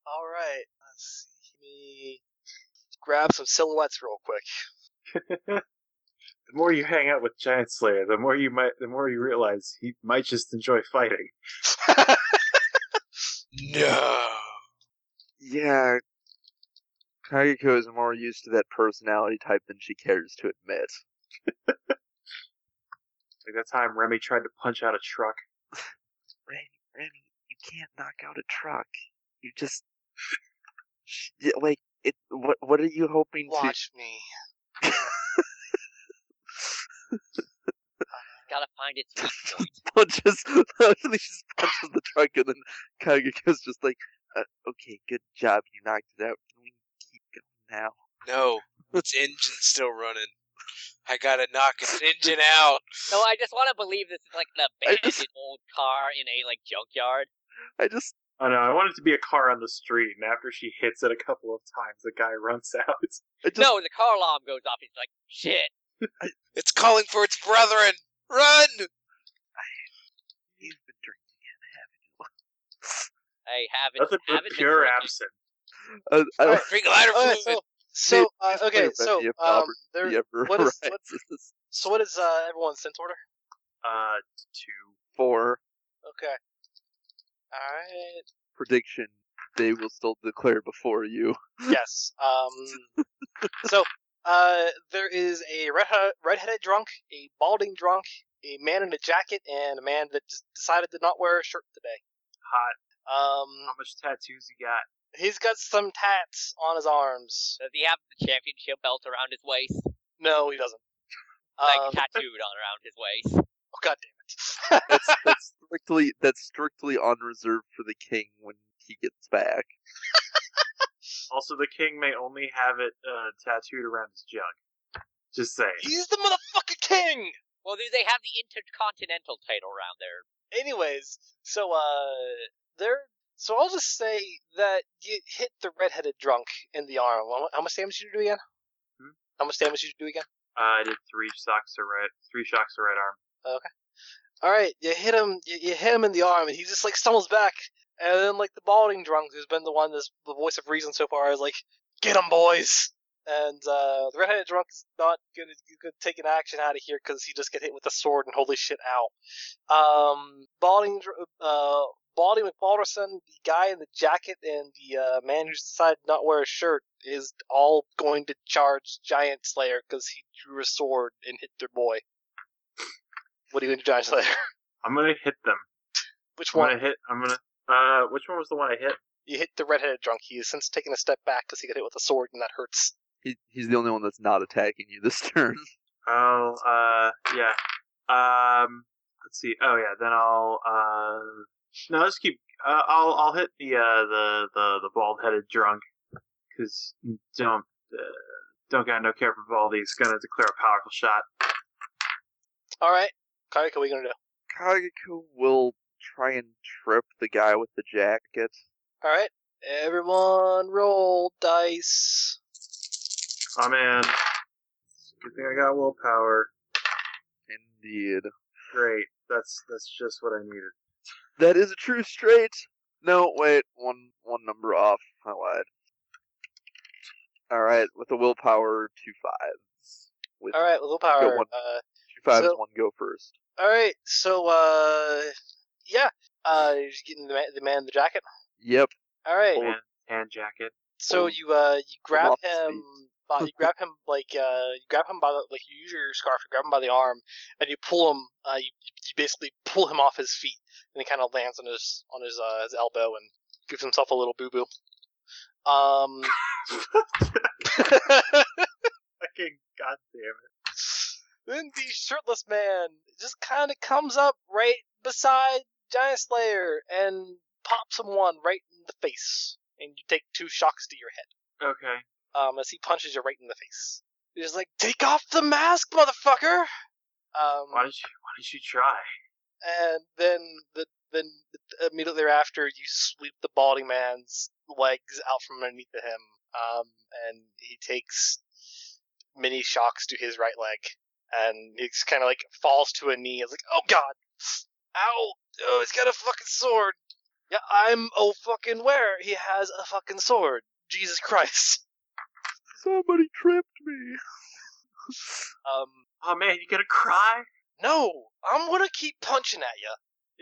S1: All right, let's see. Grab some silhouettes real quick.
S4: The more you hang out with Giant Slayer, the more you might, the more you realize he might just enjoy fighting.
S5: No.
S8: Yeah, Kagiko is more used to that personality type than she cares to admit.
S4: Like that time Remy tried to punch out a truck.
S3: Remy, Remy, you can't knock out a truck. You just Yeah, like it. What What are you hoping to?
S1: Watch me.
S6: Gotta find its weak point.
S8: punches, literally just punches the truck, and then Kagekyo's just like, uh, "Okay, good job, you knocked it out. Can we keep going now?"
S5: No, its engine's still running. I gotta knock its engine out.
S6: No, I just want to believe this is like an
S8: I
S6: abandoned
S8: just-
S6: old car in a like junkyard.
S8: I just,
S4: I know. I want it to be a car on the street, and after she hits it a couple of times, the guy runs out.
S8: I just,
S6: No, the car alarm goes off. It's like shit.
S5: It's calling for its brethren. Run!
S3: You've been drinking.
S6: I haven't.
S4: Nothing but
S6: haven't been
S4: pure
S6: drinking.
S4: absinthe.
S8: I, I don't
S1: Alright,
S5: Drink lighter
S1: Okay,
S5: fluid.
S1: so, so uh,
S8: Maybe
S1: okay,
S8: it's
S1: so
S8: gonna be a
S1: um,
S8: Robert
S1: there,
S8: see ever
S1: what is-
S8: right.
S1: what-
S8: This is
S1: so what is uh, everyone's sense order?
S4: Uh, two.
S8: four
S1: Okay. All
S8: prediction. They will still declare before you.
S1: right. Yes. Um. so, uh, there is a red redheaded drunk, a balding drunk, a man in a jacket, and a man that just decided to not wear a shirt today.
S4: Hot.
S1: Um,
S4: How much tattoos you got?
S1: he's got some tats on his arms.
S6: Does he have the championship belt around his waist?
S1: No, he doesn't.
S6: Like
S1: Um,
S6: tattooed on around his waist.
S1: oh, God damn it.
S8: That's, that's strictly that's strictly on reserve for the king when he gets back.
S4: Also, the king may only have it uh, tattooed around his jug. Just saying.
S1: he's the motherfucking king.
S6: Well, do they have the intercontinental title around there?
S1: anyways, so uh, there. So I'll just say that you hit the redheaded drunk in the arm. How mu- How much damage did you do again?
S4: Hmm?
S1: How much damage did you do again?
S4: Uh, I did three shocks to right, three shocks to right arm.
S1: All right, you hit him. You, you hit him in the arm, and he just like stumbles back. And then like the balding drunk, who's been the one that's the voice of reason so far, is like, "Get him, boys!" And uh, the redheaded drunk is not gonna, gonna take an action out of here because he just got hit with a sword, and holy shit, ow! Um, balding, dr- uh, balding McBalderson, the guy in the jacket, and the uh, man who's decided not to wear a shirt is all going to charge Giant Slayer because he drew a sword and hit their boy. What are you gonna do, Giant Slayer?
S4: I'm gonna hit them.
S1: Which
S4: I'm
S1: one?
S4: gonna hit. I'm gonna. Uh, which one was the one I hit?
S1: You hit the redheaded drunk. He has since taken a step back because he got hit with a sword and that hurts.
S8: He, he's the only one that's not attacking you this turn.
S4: Oh, uh, yeah. Um, let's see. Oh, yeah. Then I'll. Uh, no, let's keep. Uh, I'll I'll hit the uh the the the bald headed drunk because don't uh, don't got no care for Baldy. He's gonna declare a powerful shot.
S1: All right, Karik, what are you gonna do?
S8: Kageko will try and trip the guy with the jacket.
S1: All right, everyone, roll dice.
S4: Oh man, good thing I got willpower.
S8: Indeed.
S4: Great. That's that's just what I needed.
S8: That is a true straight. No, wait, one one number off. I lied. All right, with a willpower, two fives. With
S1: All right, little power.
S8: one.
S1: Uh,
S8: two fives,
S1: so-
S8: one go first.
S1: all right, so uh, yeah, uh, you're just getting the man, the man in the jacket.
S8: Yep.
S1: All right,
S4: Man, tan jacket.
S1: so
S8: Oh.
S1: you uh, you grab
S8: off his
S1: him. By, you grab him like uh, you grab him by the like you use your scarf, you grab him by the arm, and you pull him. Uh, you, you basically pull him off his feet, and he kind of lands on his on his uh, his elbow and gives himself a little boo boo. Um,
S4: Fucking goddamn it.
S1: then the shirtless man just kind of comes up right beside Giant Slayer and pops him one right in the face, and you take two shocks to your head.
S4: Okay.
S1: um, as he punches you right in the face. He's like, "Take off the mask, motherfucker!" Um,
S4: Why did you Why did you try?
S1: and then the then immediately thereafter, you sweep the balding man's legs out from underneath him, um, and he takes many shocks to his right leg, and he kind of like falls to a knee. It's like, "Oh God, ow! Oh, he's got a fucking sword." Yeah, I'm oh fucking where he has a fucking sword. Jesus Christ.
S8: Somebody tripped me.
S1: Um,
S4: Oh man, you gonna cry?
S1: No, I'm gonna keep punching at you.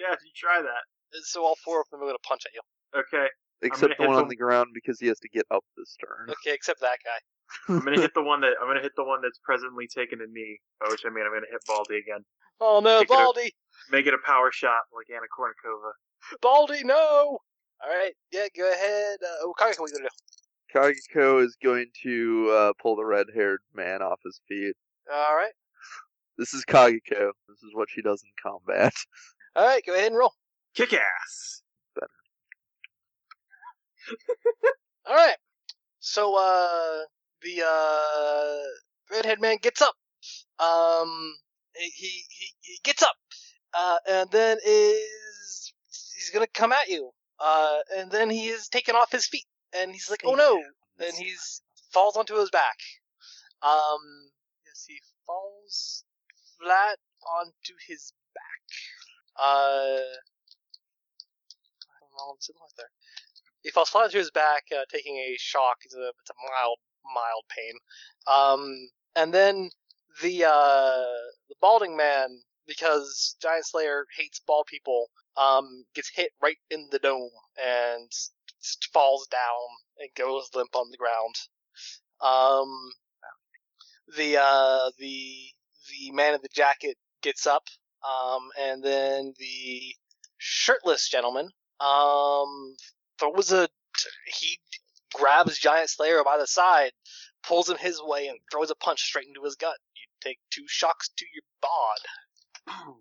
S4: Yeah, you try that.
S1: So all four of them are gonna punch at you.
S4: Okay.
S8: Except the
S4: hit
S8: one
S4: him.
S8: on the ground because he has to get up this turn.
S1: Okay, except that guy.
S4: I'm gonna hit the one that I'm gonna hit the one that's presently taking a knee. By which I mean I'm gonna hit Baldy again.
S1: Oh no,
S4: Take it out.
S1: Baldy!
S4: Make it a power shot like Anna Kournikova.
S1: Baldy, no! Alright, yeah, go ahead. Uh, Okage, what are you gonna
S8: Kagiko is going to uh, pull the red haired man off his feet.
S1: do? Alright.
S8: This is Kagiko. This is what she does in combat.
S1: Alright, go ahead and roll.
S4: Kick ass.
S1: Alright. So, uh, the, uh, redhead man gets up. Um, he, he, he- he gets up. Uh, and then is, he's gonna come at you. Uh, and then he is taken off his feet. And he's like, oh no! And he's, falls onto his back. Um, yes, he falls flat onto his back. Uh, I don't know what's in left there. He falls flat onto his back, uh, taking a shock. It's a, it's a mild, mild pain. Um, and then the uh, the balding man, because Giant Slayer hates bald people, um, gets hit right in the dome and just falls down and goes limp on the ground. Um, the uh, the the man in the jacket gets up, um, and then the shirtless gentleman um, throws a he grabs Giant Slayer by the side, pulls him his way, and throws a punch straight into his gut. You take two shocks to your bod.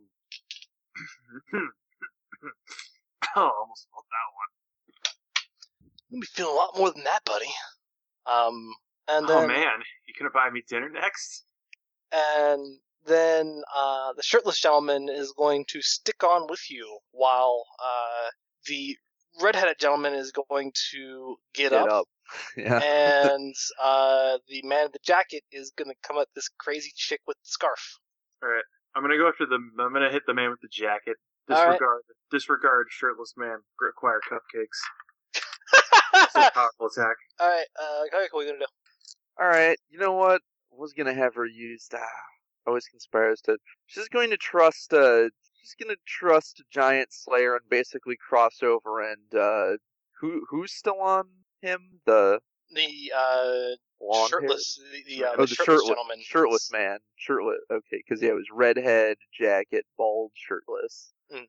S4: oh, almost felt that one.
S1: You'll be feeling a lot more than that, buddy. Um, and then
S4: oh man, you gonna buy me dinner next?
S1: and then uh, the shirtless gentleman is going to stick on with you while uh, the redheaded gentleman is going to get,
S8: Get
S1: up,
S8: up. Yeah.
S1: and uh, the man in the jacket is going to come at this crazy chick with the scarf.
S4: I'm gonna go after the. I'm gonna hit the man with the jacket.
S1: All right.
S4: Disregard, disregard, shirtless man. Require cupcakes. It's a powerful attack.
S1: All right, uh, Kayako, what are you going to do?
S8: Alright, you know what? I was gonna have her used. Ah, always conspires to. She's going to trust, uh, she's gonna trust Giant Slayer and basically cross over and, uh, who, who's still on him? The
S1: The uh,
S8: blonde
S1: shirtless, the, the, uh,
S8: oh,
S1: the
S8: the
S1: shirtless
S8: shirtless-
S1: gentleman,
S8: shirtless man, shirtless. Okay, because yeah, it was redhead, jacket, bald, shirtless.
S1: Mm.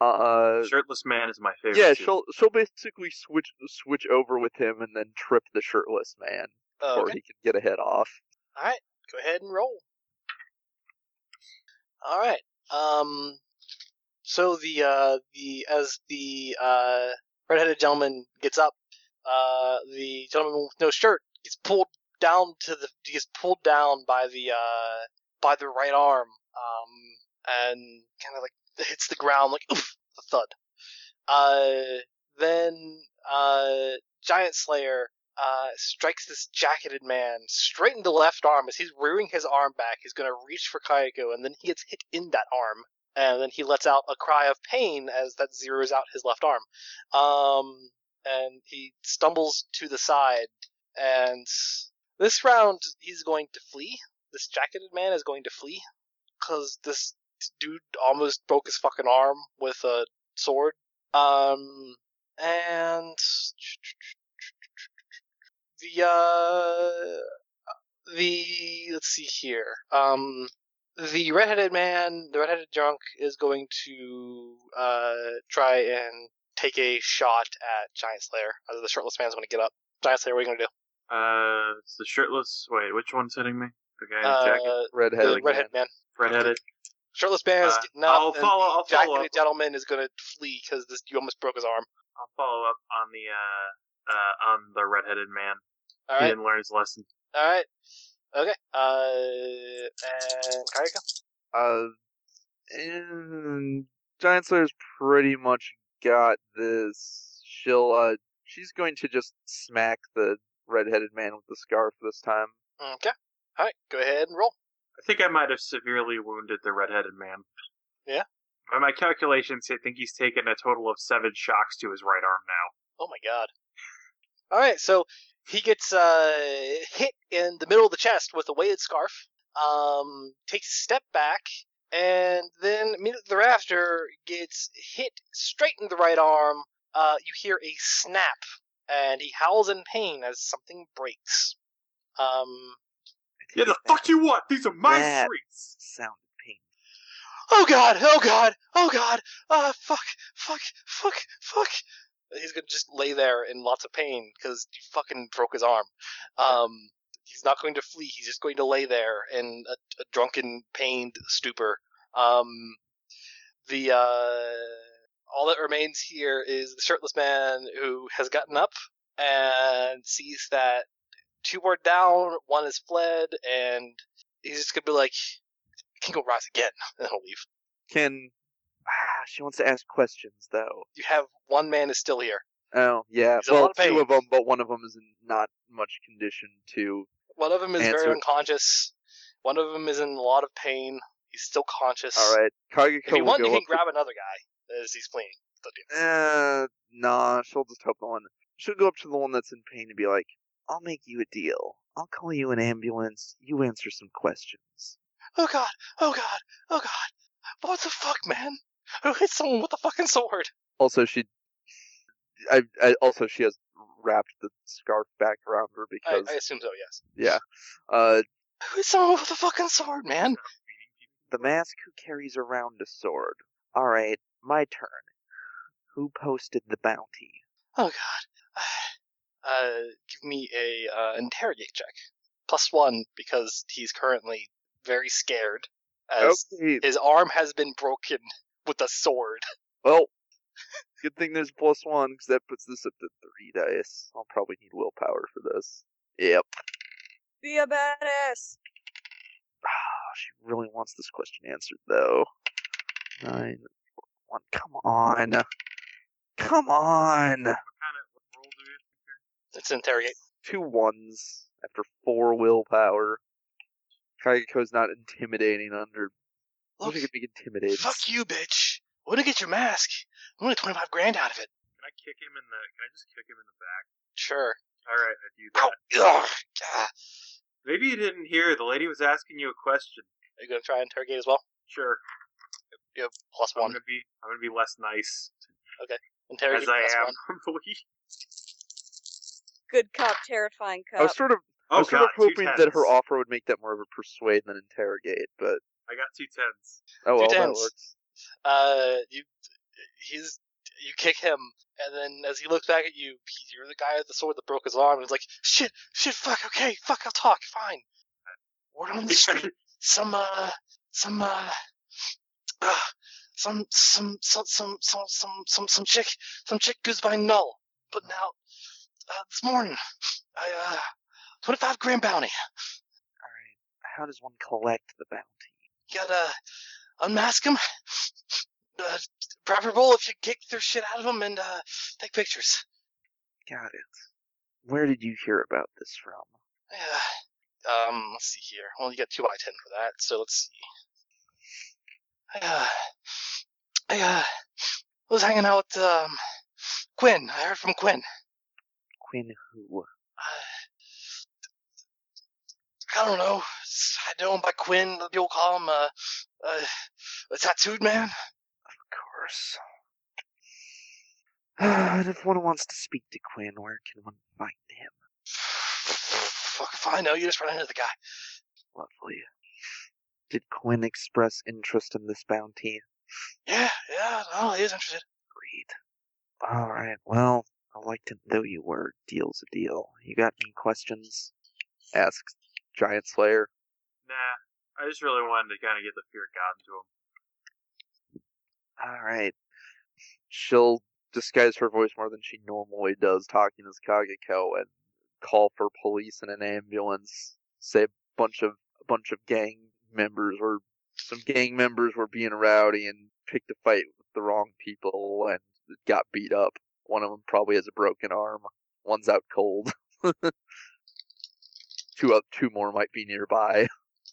S8: Uh,
S4: Shirtless man is my favorite.
S8: yeah,
S4: too.
S8: she'll she'll basically switch switch over with him and then trip the shirtless man
S1: Uh,
S8: before
S1: okay.
S8: he can get a hit off.
S1: All right, go ahead and roll. All right. Um. So the uh the as the uh redheaded gentleman gets up, uh the gentleman with no shirt gets pulled down to the he gets pulled down by the uh by the right arm um and kind of like hits the ground like oof a thud. Uh then uh giant slayer uh, strikes this jacketed man straight in the left arm as he's rearing his arm back. He's going to reach for Kayako, and then he gets hit in that arm. And then he lets out a cry of pain as that zeroes out his left arm. Um, and he stumbles to the side. And this round, he's going to flee. This jacketed man is going to flee because this dude almost broke his fucking arm with a sword. Um, and the uh the let's see here um the redheaded man the redheaded drunk is going to uh try and take a shot at giant slayer uh, the shirtless man's going to get up giant slayer what are you going to do
S4: Uh, it's the shirtless. Wait, which one's hitting me? The guy in the jacket,
S1: uh,
S8: Redhead.
S1: the redheaded man
S4: redheaded.
S1: shirtless man is
S4: Uh,
S1: getting up
S4: I'll
S1: and
S4: follow-
S1: the
S4: I'll follow
S1: jacketed
S4: up.
S1: gentleman is going to flee because this you almost broke his arm
S4: I'll follow up on the uh, uh on the redheaded man.
S1: all
S4: He
S1: right
S4: didn't learn his lesson.
S1: all right okay uh and Kaiko?
S8: Uh, and Giant Slayer's pretty much got this. She'll uh, she's going to just smack the redheaded man with the scarf this time.
S1: okay all right go ahead and roll
S4: I think I might have severely wounded the redheaded man.
S1: Yeah?
S4: By my calculations, I think he's taken a total of seven shocks to his right arm now.
S1: Oh my god. All right, so he gets uh, hit in the middle of the chest with a weighted scarf. Um, takes a step back, and then immediately thereafter gets hit straight in the right arm. Uh, you hear a snap, and he howls in pain as something breaks. Um,
S4: Yeah, the fuck you want? These are my
S8: That
S4: streets.
S8: sound pain.
S1: oh god, oh god, oh god, ah, fuck, fuck, fuck, fuck. He's gonna just lay there in lots of pain because he fucking broke his arm. Um, he's not going to flee. He's just going to lay there in a, a drunken, pained stupor. Um, the uh, all that remains here is the shirtless man who has gotten up and sees that two are down, one has fled, and he's just gonna be like, "I "Can go rise again," and he'll leave.
S8: Can ah, she wants to ask questions though?
S1: You have one man is still here.
S8: Oh yeah,
S1: He's in a
S8: well
S1: lot of
S8: two
S1: pain.
S8: of them, but one of them is in not much condition to.
S1: One of them is
S8: Answer.
S1: very unconscious. One of them is in a lot of pain. He's still conscious.
S8: All right, Kageko
S1: If you
S8: will
S1: want,
S8: go
S1: you can
S8: up to-
S1: grab another guy as he's fleeing.
S8: Uh, nah, she'll just help the one. She'll go up to the one that's in pain and be like, "I'll make you a deal. I'll call you an ambulance. You answer some questions."
S1: Oh god! Oh god! Oh god! What the fuck, man? Who hit someone with a fucking sword?
S8: Also, she, I, I also she has wrapped the scarf back around her
S1: I,
S8: because
S1: I assume so. Yes.
S8: yeah, uh,
S1: Who hit someone with a fucking sword, man?
S8: the mask who carries around a sword. All right, my turn. Who posted the bounty?
S1: Oh god. Uh, give me a uh, interrogate check, plus one because he's currently very scared, as
S8: Okay,
S1: his arm has been broken with a sword.
S8: Well, good thing there's plus one because that puts this up to three dice. I'll probably need willpower for this. Yep.
S2: Be a badass.
S8: Oh, she really wants this question answered though. Nine, four, one. Come on. Come on.
S4: kind of what role do you?
S1: It's interrogate.
S8: Two ones after four willpower. Kaigeko's not intimidating under. I don't
S1: Look,
S8: think it'd be intimidated.
S1: fuck you, bitch. I'm gonna get your mask. I'm gonna twenty five grand out of it.
S4: Can I kick him in the? Can I just kick him in the back?
S1: Sure.
S4: All right, I do
S1: Ow.
S4: that.
S1: Ugh. Gah.
S4: Maybe you didn't hear. The lady was asking you a question.
S1: Are you gonna try and interrogate as well?
S4: Sure,
S1: You have plus
S4: I'm
S1: one.
S4: gonna be. I'm gonna be less nice
S1: Interrogate
S4: as I
S1: plus
S4: am.
S1: one.
S4: normally.
S2: Good cop, terrifying
S8: I was
S2: cop.
S8: sort of, I
S4: oh
S8: was sort
S4: god,
S8: of hoping
S4: two
S8: that her
S4: tens.
S8: offer would make that more of a persuade than interrogate, but
S4: I got two tens.
S8: oh well, that
S1: tens.
S8: works.
S1: Uh, you, he's, you kick him, and then as he looks back at you, he- you're the guy with the sword that broke his arm, and he's like, shit, shit, fuck, okay, fuck, I'll talk, fine. Word on the street, some, uh, some, uh, uh some, some, some, some, some, some, some, some chick, some chick goes by Null, but now, uh, this morning, I, uh, 25 grand bounty.
S8: How does one collect the bounty?
S1: gotta unmask them. Uh, preferable if you kick their shit out of them and uh, take pictures.
S8: Got it. Where did you hear about this from?
S1: Yeah. Um, let's see here. Well, you got two out of ten for that, so let's see. I, uh, I uh, was hanging out with um, Quinn. I heard from Quinn.
S8: Quinn who?
S1: Uh, I don't know. S- I know him by Quinn. People call him uh, uh, a tattooed man.
S8: Of course. and if one wants to speak to Quinn, where can one find him?
S1: Fuck if I know. You just run into the guy.
S8: Lovely. Did Quinn express interest in this bounty?
S1: Yeah, yeah, no, he is interested.
S8: Agreed. Alright, well, I liked it though you were. Deal's a deal. You got any questions? Asks Giant Slayer.
S4: Nah, I just really wanted to kind of get the fear of God into him.
S8: All right. She'll disguise her voice more than she normally does, talking as Kageko, and call for police and an ambulance. Say a bunch of a bunch of gang members or some gang members were being rowdy and picked a fight with the wrong people and got beat up. One of them probably has a broken arm. One's out cold. two up, two more might be nearby.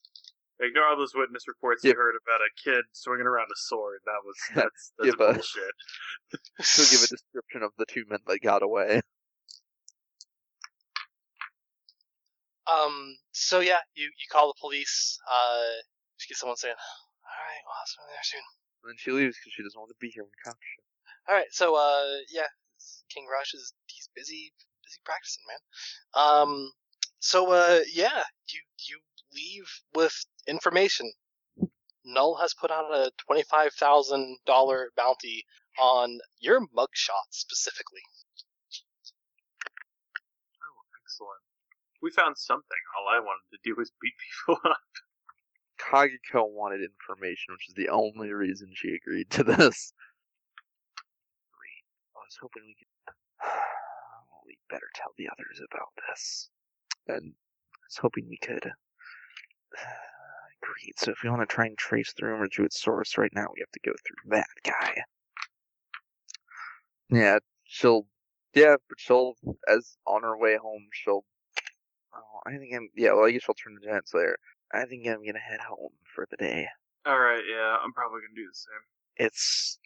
S4: Ignore all those witness reports
S8: Give-
S4: you heard about a kid swinging around a sword. That was that's that's
S8: Give a-
S4: bullshit.
S8: She'll give a description of the two men that got away.
S1: Um, so yeah, you, you call the police, uh, just get someone saying, alright, well, I'll be there soon.
S8: And then she leaves because she doesn't want to be here when cops show.
S1: Alright, so, uh, yeah, King Rush is, he's busy, busy practicing, man. Um, so, uh, yeah, you, you leave with information. Null has put out a twenty-five thousand dollar bounty on your mugshot specifically.
S4: Excellent. We found something. All I wanted to do was beat people up.
S13: Kagiko wanted information, which is the only reason she agreed to this.
S8: Great. I was hoping we could. Well, we better tell the others about this.
S13: And
S8: I was hoping we could. Great. So if we want to try and trace the rumor to its source right now, we have to go through that guy.
S13: yeah, she'll yeah, but she'll as on her way home she'll
S8: Oh, I think I'm. Yeah, well, I guess I'll turn to Giant Slayer. I think I'm gonna head home for the day.
S4: All right, yeah, I'm probably gonna do the same.
S8: It's.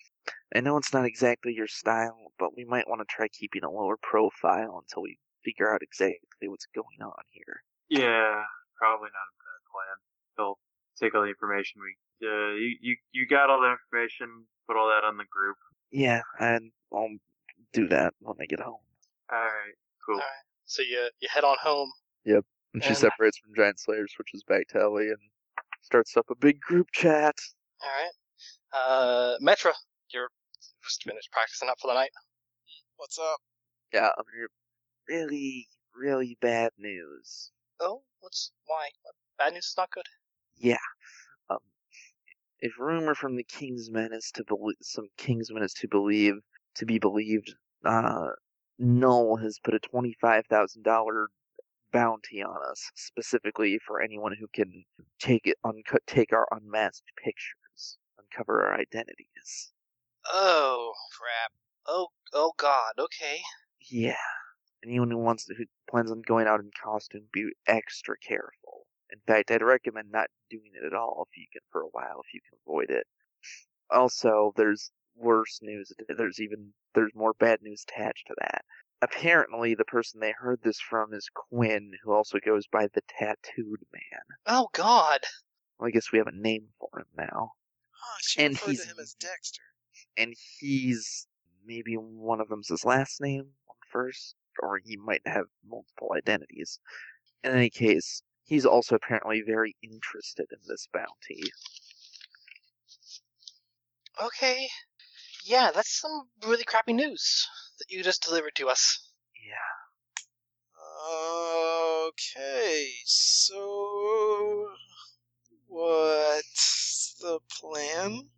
S8: I know it's not exactly your style, but we might want to try keeping a lower profile until we figure out exactly what's going on here.
S4: Yeah, probably not a bad plan. He'll take all the information we. Uh, you, you you got all the information. Put all that on the group.
S8: Yeah, and I'll do that when I get home.
S4: All right, cool.
S1: All right. So you you head on home.
S13: and she
S1: And-
S13: separates from Giant Slayer, switches back to Ellie, and starts up a big group chat.
S1: All right. Uh, Metra, you're just finished practicing up for the night.
S5: What's up?
S13: Yeah, I mean,
S8: Really, really bad news.
S1: Oh, what's why? Bad news is not good.
S8: If um, rumor from the Kingsmen is to believe, some Kingsmen is to believe, to be believed, uh, Null has put a twenty-five thousand dollar bounty on us, specifically for anyone who can take it, unco- take our unmasked pictures, uncover our identities.
S1: Oh crap. Oh oh God. Okay.
S8: Yeah, anyone who wants to, who plans on going out in costume, be extra careful. In fact, I'd recommend not doing it at all if you can for a while, if you can avoid it. Also, there's worse news. There's even there's more bad news attached to that. Apparently, the person they heard this from is Quinn, who also goes by the Tattooed Man.
S1: Oh God.
S8: Well, I guess we have a name for him now.
S5: Huh, Ah, she
S8: And
S5: referred to
S8: he's-
S5: him as Dexter.
S8: and he's maybe one of them's his last name on first, or he might have multiple identities. In any case, he's also apparently very interested in this bounty.
S1: Okay. Yeah, that's some really crappy news that you just delivered to us.
S8: Yeah,
S5: Okay, so what's the plan?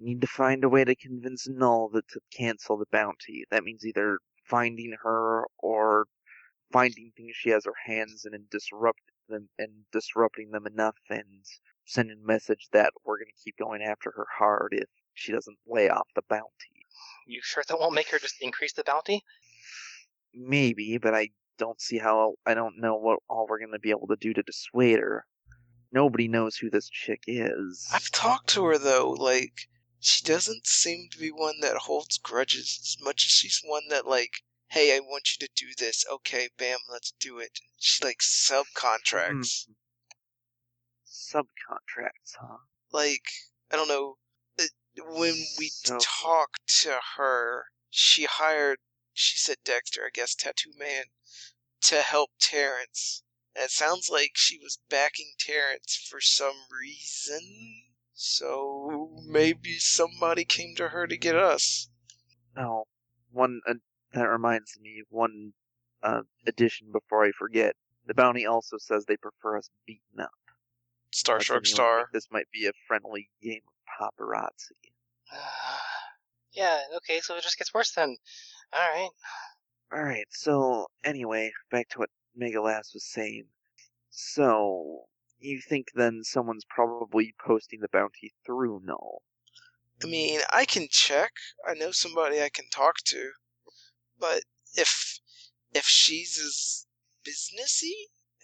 S8: we need to find a way to convince Null that to cancel the bounty. That means either finding her or finding things she has her hands in and disrupt them and disrupting them enough and sending a message that we're going to keep going after her hard if she doesn't lay off the bounty.
S1: You sure that won't make her just increase the bounty?
S8: Maybe, but I don't see how I don't know what all we're gonna be able to do to dissuade her. Nobody knows who this chick is.
S5: I've talked to her though, like she doesn't seem to be one that holds grudges as much as she's one that like, hey, I want you to do this. Okay, bam, let's do it. She like subcontracts.
S8: Subcontracts, huh?
S5: Like I don't know. it- When we
S8: So-
S5: talked to her, she hired. She said Dexter, I guess, Tattoo Man, to help Terrence. And it sounds like she was backing Terrence for some reason. So maybe somebody came to her to get us.
S8: No. One uh, that reminds me of one uh, addition before I forget. The bounty also says they prefer us beaten up.
S5: Star
S8: That's
S5: Shark
S8: when you
S5: Star.
S8: think This might be a friendly game of paparazzi.
S1: yeah, okay, so it just gets worse then. Alright.
S8: Alright, so anyway, back to what Megalas was saying. So, you think then someone's probably posting the bounty through Null?
S5: I mean, I can check. I know somebody I can talk to. But if if she's as businessy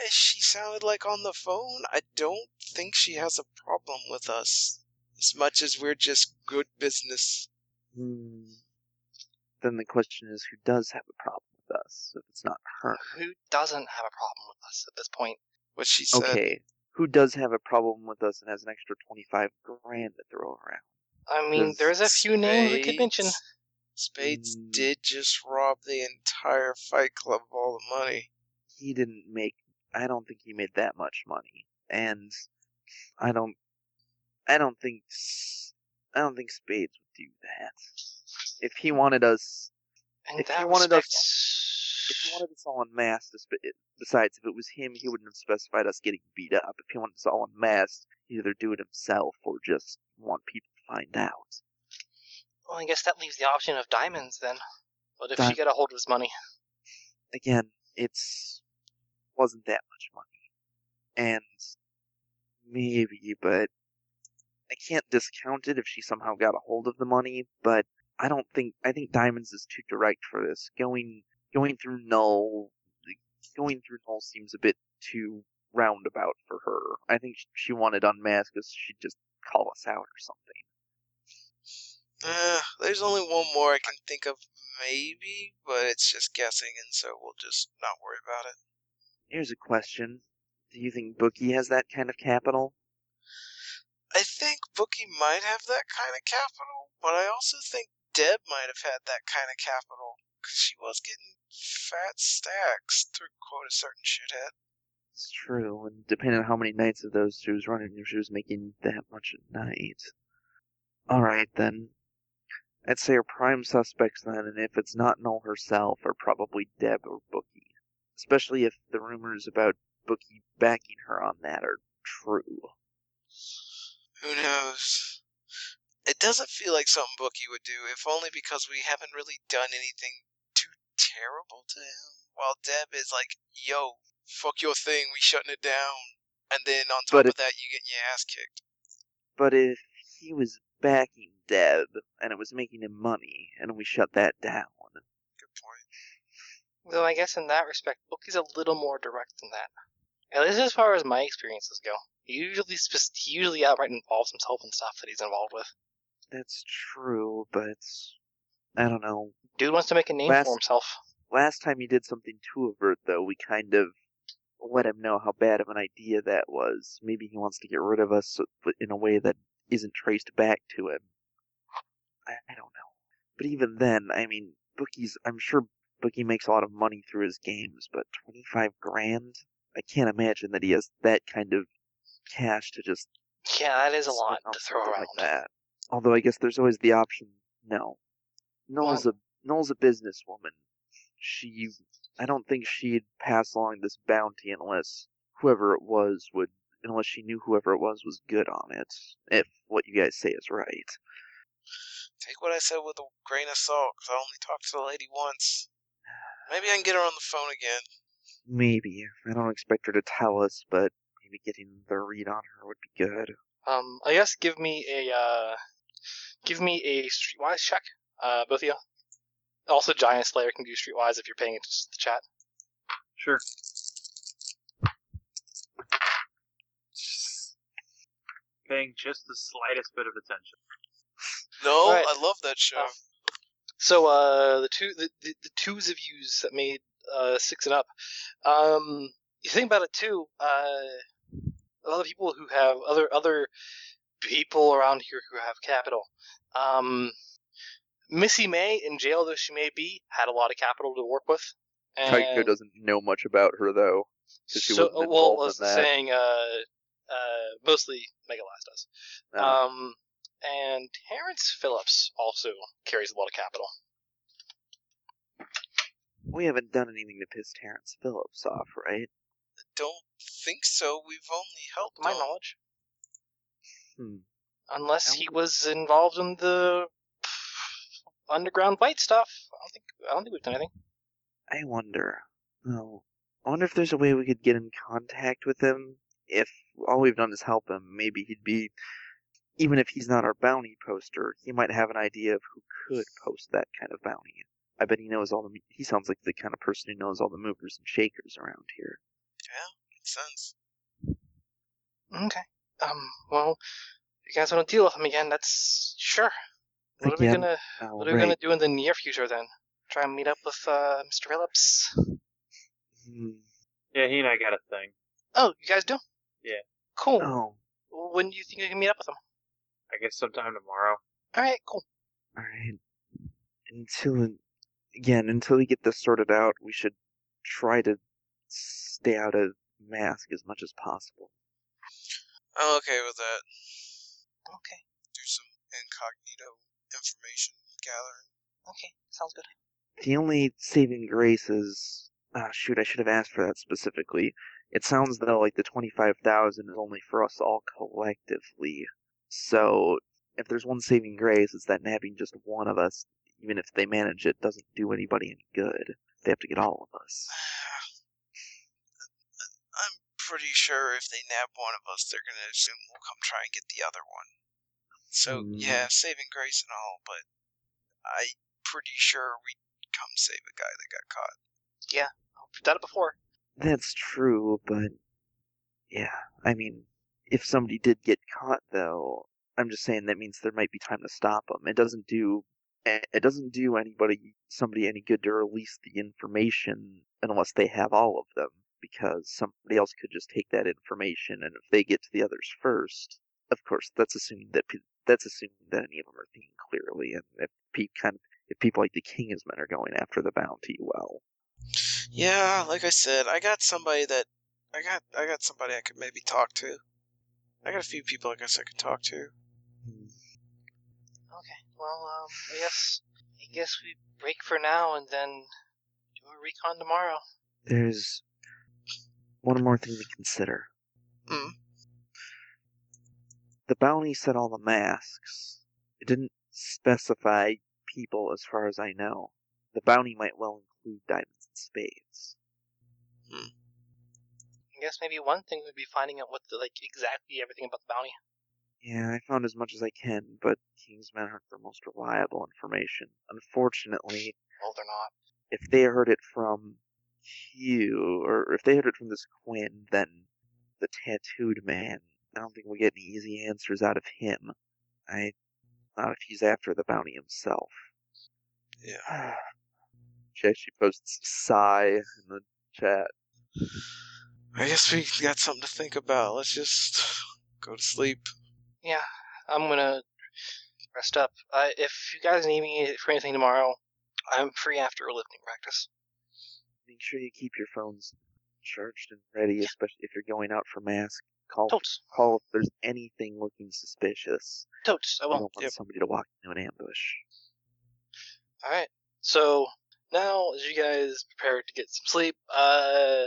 S5: as she sounded like on the phone, I don't think she has a problem with us. As much as we're just good business.
S8: Hmm. Then the question is who does have a problem with us if it's not her?
S1: Who doesn't have a problem with us at this point?
S5: What she said.
S8: okay, who does have a problem with us and has an extra 25 grand to throw around?
S1: I mean,
S8: Does
S1: there's a few names we could mention.
S5: Spades- Spades
S8: Mm.
S5: did just rob the entire Fight Club of all the money.
S8: He didn't make, I don't think he made that much money. And I don't. I don't think. s- I don't think Spades would do that. If he wanted us,
S1: And
S8: If
S1: that
S8: you wanted us- if
S1: respect-
S8: he wanted us all en masse, to sp- besides, if it was him, he wouldn't have specified us getting beat up. If he wanted us all en masse, he'd either do it himself or just want people to find out.
S1: Well, I guess that leaves the option of diamonds then. What if she
S8: Di-
S1: got a hold of his money?
S8: Again, it's wasn't that much money, and maybe, but I can't discount it if she somehow got a hold of the money, but I don't think I think Diamonds is too direct for this. Going going through Null going through Null seems a bit too roundabout for her. I think sh- she wanted unmasked because she'd just call us out or something.
S5: Uh, there's only one more I can think of, maybe, but it's just guessing, and so we'll just not worry about it.
S8: Here's a question. Do you think Bookie has that kind of capital?
S5: I think Bookie might have that kind of capital, but I also think Deb might have had that kind of capital, 'cause she was getting fat stacks, to quote a certain shithead.
S8: It's true, and depending on how many nights of those she was running, if she was making that much a night. Alright then. I'd say her prime suspects then, and if it's not Null herself, are probably Deb or Bookie. Especially if the rumors about Bookie backing her on that are true.
S5: Who knows? It doesn't feel like something Bookie would do, if only because we haven't really done anything too terrible to him. While Deb is like, yo, fuck your thing, we shutting it down. And then on top
S8: But
S5: of
S8: if-
S5: that, you getting your ass kicked.
S8: But if he was backing Deb, and it was making him money, and we shut that down,
S5: Good point.
S1: Though I guess in that respect, Bookie's a little more direct than that. At least as far as my experiences go. He usually spec- he usually outright involves himself in stuff that he's involved with.
S8: that's true, but I don't know.
S1: Dude wants to make a name
S8: Last-
S1: for himself.
S8: last time he did something too overt, though, we kind of let him know how bad of an idea that was. Maybe he wants to get rid of us so- but in a way that isn't traced back to him. I, I don't know. But even then, I mean, Bookie's. I'm sure Bookie makes a lot of money through his games, but 25 grand? I can't imagine that he has that kind of cash to just
S1: Yeah, that is a
S8: spend
S1: lot
S8: on
S1: to throw
S8: something
S1: around.
S8: like that. Although I guess there's always the option. No, Noel's a Noel's a businesswoman. She, I don't think she'd pass along this bounty unless whoever it was would, unless she knew whoever it was was good on it. If what you guys say is right,
S5: Take what I said with a grain of salt, 'cause I only talked to the lady once. Maybe I can get her on the phone again.
S8: maybe I don't expect her to tell us, but maybe getting the read on her would be good.
S1: Um, I guess give me a uh, give me a streetwise check, uh, both of you. Also, Giant Slayer can do streetwise if you're paying attention to the chat.
S4: Sure. Paying just the slightest bit of attention.
S5: No,
S1: Right.
S5: I love that show.
S1: Oh. So uh, the two the, the, the twos of yous that made uh, six and up. Um, you think about it too. Uh, a lot of people who have other other people around here who have capital. Um, Missy May, in jail though she may be, had a lot of capital to work with. And
S8: Kaiko doesn't know much about her though. 'cause she wasn't
S1: well,
S8: involved
S1: I was
S8: in that.
S1: saying uh, uh, mostly Megalast does.
S8: Uh,
S1: Um, and Terrence Phillips also carries a lot of capital.
S8: we haven't done anything to piss Terrence Phillips off, right?
S5: Don't think so. We've only helped.
S1: to my
S5: him.
S1: knowledge.
S8: Oh. Hmm.
S1: Unless
S8: I
S1: he
S8: wonder-
S1: was involved in the underground white stuff. I don't think I don't think we've done anything.
S8: I wonder. Oh, I wonder if there's a way we could get in contact with him. If all we've done is help him, maybe he'd be. Even if he's not our bounty poster, he might have an idea of who could post that kind of bounty. I bet he knows all the. m- He sounds like the kind of person who knows all the movers and shakers around here.
S5: Makes sense.
S1: Okay. Um. Well, you guys want to deal with him again? That's sure. What are we
S8: Again,
S1: gonna
S8: Oh,
S1: What are we
S8: right.
S1: gonna do in the near future then? Try and meet up with uh, Mr. Phillips.
S8: Hmm.
S4: Yeah, he and I got a thing.
S1: Oh, you guys do?
S4: Yeah.
S1: Cool.
S8: Oh,
S1: When do you think you can meet up with him?
S4: I guess sometime tomorrow.
S1: All right. Cool.
S8: alright. Until. Again, until we get this sorted out, we should try to stay out of mask as much as possible.
S5: I'm okay with that. Okay. Do some incognito information gathering. Okay, sounds good.
S8: The only saving grace is, ah, shoot, I should have asked for that specifically. It sounds though like the twenty-five thousand is only for us all collectively. So if there's one saving grace, it's that nabbing just one of us, even if they manage it, doesn't do anybody any good. They have to get all of us.
S5: I'm pretty sure if they nab one of us, they're gonna assume we'll come try and get the other one. So
S8: Hmm.
S5: yeah, saving grace and all, but I'm pretty sure we come save a guy that got caught.
S1: We've done it before.
S8: That's true, but yeah, I mean, if somebody did get caught though, I'm just saying that means there might be time to stop them. It doesn't do eh, it doesn't do anybody somebody any good to release the information unless they have all of them because somebody else could just take that information and if they get to the others first, of course, that's assuming that pe- that's assuming that any of them are thinking clearly and if people kind of, if people like the king is men are going after the bounty, well,
S5: Yeah, like I said, I got somebody that I got I got somebody I could maybe talk to. I got a few people I guess I could talk to.
S1: Okay. Well, um, I guess I guess we break for now and then do a recon tomorrow.
S8: there's one more thing to consider.
S5: Mm.
S8: The bounty said all the masks. It didn't specify people, as far as I know. The bounty might well include diamonds and spades.
S1: I guess maybe one thing would be finding out what the like exactly everything about the bounty.
S8: Yeah, I found as much as I can, but King's men aren't their most reliable information. Unfortunately,
S1: Well, they're not.
S8: if they heard it from Hugh, or if they heard it from this Quinn, then the tattooed man. I don't think we'll get any easy answers out of him. I not if he's after the bounty himself. Yeah. she actually posts sigh in the chat.
S5: I guess we got something to think about. Let's just go to sleep.
S1: Yeah, I'm gonna rest up. Uh, if you guys need me for anything tomorrow, I'm free after a lifting practice.
S8: Make sure you keep your phones charged and ready, especially if you're going out for mask. Call
S1: Totes,
S8: call if there's anything looking suspicious.
S1: totes. I
S8: You
S1: won't.
S8: don't want somebody to walk into an ambush.
S1: All right. So now, as you guys prepare to get some sleep, uh,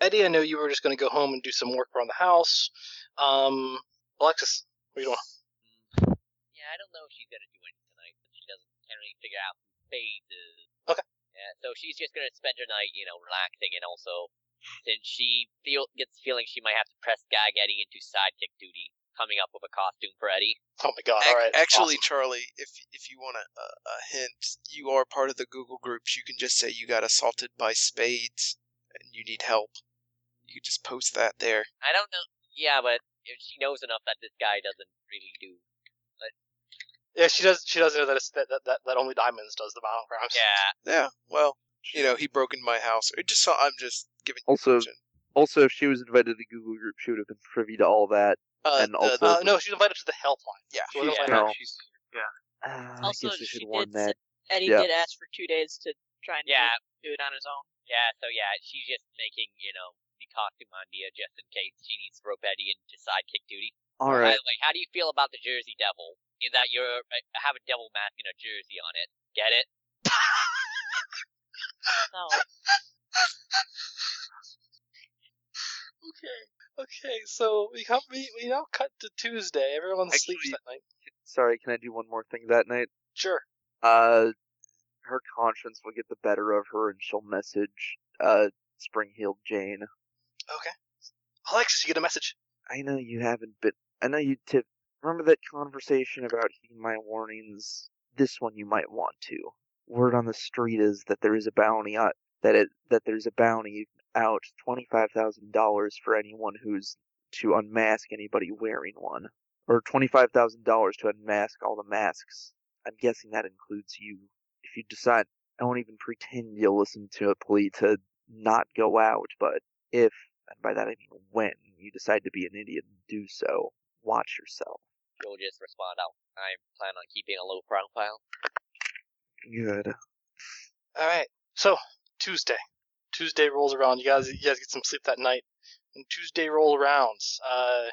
S1: Eddie, I know you were just going to go home and do some work around the house. Um, Alexis, what are you doing?
S6: Yeah, I don't know if she's gonna do anything tonight, but she doesn't can't really figure out who Faze is.
S1: Okay.
S6: Yeah, so she's just gonna spend her night, you know, relaxing and also since she feel gets the feeling she might have to press gag Eddie into sidekick duty, coming up with a costume for Eddie.
S1: Oh my God!
S5: Ac-
S1: all right.
S5: actually,
S1: awesome.
S5: Charlie, if if you want a, a, a hint, you are part of the Google groups. You can just say you got assaulted by spades and you need help. You could just post that there.
S6: I don't know yeah, but if she knows enough that this guy doesn't really do
S1: yeah, she does. She does know that it's that that, that, that only diamonds does the violent crimes.
S6: Yeah.
S5: Yeah, well, you know, he broke into my house. It just saw. I'm just giving. you
S14: Also-
S5: option.
S14: Also, if she was invited to Google Group, she would have been privy to all that.
S5: uh,
S14: and
S5: the-
S14: also-
S5: the-
S1: Uh, no, she's invited to the helpline.
S5: Yeah.
S1: She wasn't
S10: Yeah.
S1: invited-
S14: No.
S4: She's
S8: Ah,
S10: Also,
S8: I guess I should
S10: she
S8: warn
S10: did say-
S8: that.
S10: Eddie
S14: Yeah.
S10: did ask for two days to try and
S6: Yeah.
S10: do it on his own.
S6: Yeah, so yeah, she's just making, you know, the costume idea just in case she needs to rope Eddie into sidekick duty.
S8: All
S6: By
S8: right.
S6: the way, how do you feel about the Jersey Devil? In that you're uh, have a devil mask and a jersey on it. Get it?
S10: No.
S1: Okay. Okay. So we come. We, we now cut to Tuesday. Everyone sleeps
S14: Actually-
S1: that night.
S14: Sorry, can I do one more thing that night?
S1: Sure.
S14: Uh, her conscience will get the better of her, and she'll message uh Spring-heeled Jane.
S1: Alexis, you get a message.
S14: I know you haven't been. I know you tip. Remember that conversation about heeding my warnings? This one you might want to. Word on the street is that there is a bounty out. That it that there's a bounty out twenty five thousand dollars for anyone who's to unmask anybody wearing one, or twenty five thousand dollars to unmask all the masks. I'm guessing that includes you. If you decide, I won't even pretend you'll listen to a plea to not go out, but if and by that I mean when you decide to be an idiot and do so, watch yourself.
S6: You'll just respond out. I plan on keeping a low profile.
S14: Good.
S1: All right. So Tuesday, Tuesday rolls around. You guys, you guys get some sleep that night, and Tuesday roll around. Uh,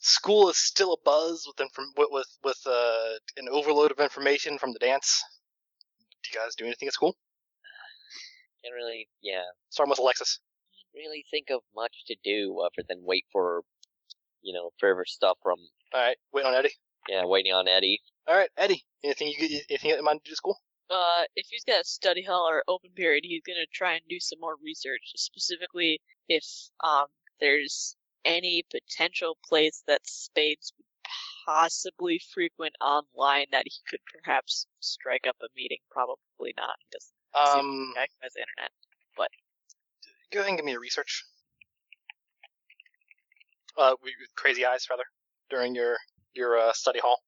S1: School is still abuzz with inform- with with, with uh, an overload of information from the dance. Do you guys do anything at school?
S6: Can't really, yeah,
S1: Starting with Alexis.
S6: really think of much to do other than wait for, you know, further stuff from
S1: All right, wait on Eddie.
S6: yeah, waiting on Eddie.
S1: All right, Eddie. Anything you get- anything in mind to do at school?
S10: Uh, if he's got a study hall or open period, he's gonna try and do some more research, specifically if um there's any potential place that Spades would possibly frequent online that he could perhaps strike up a meeting. Probably not. He doesn't
S1: Um,
S10: guy has internet.
S1: go ahead and give me a research. Uh, with with crazy eyes rather during your your uh, study hall.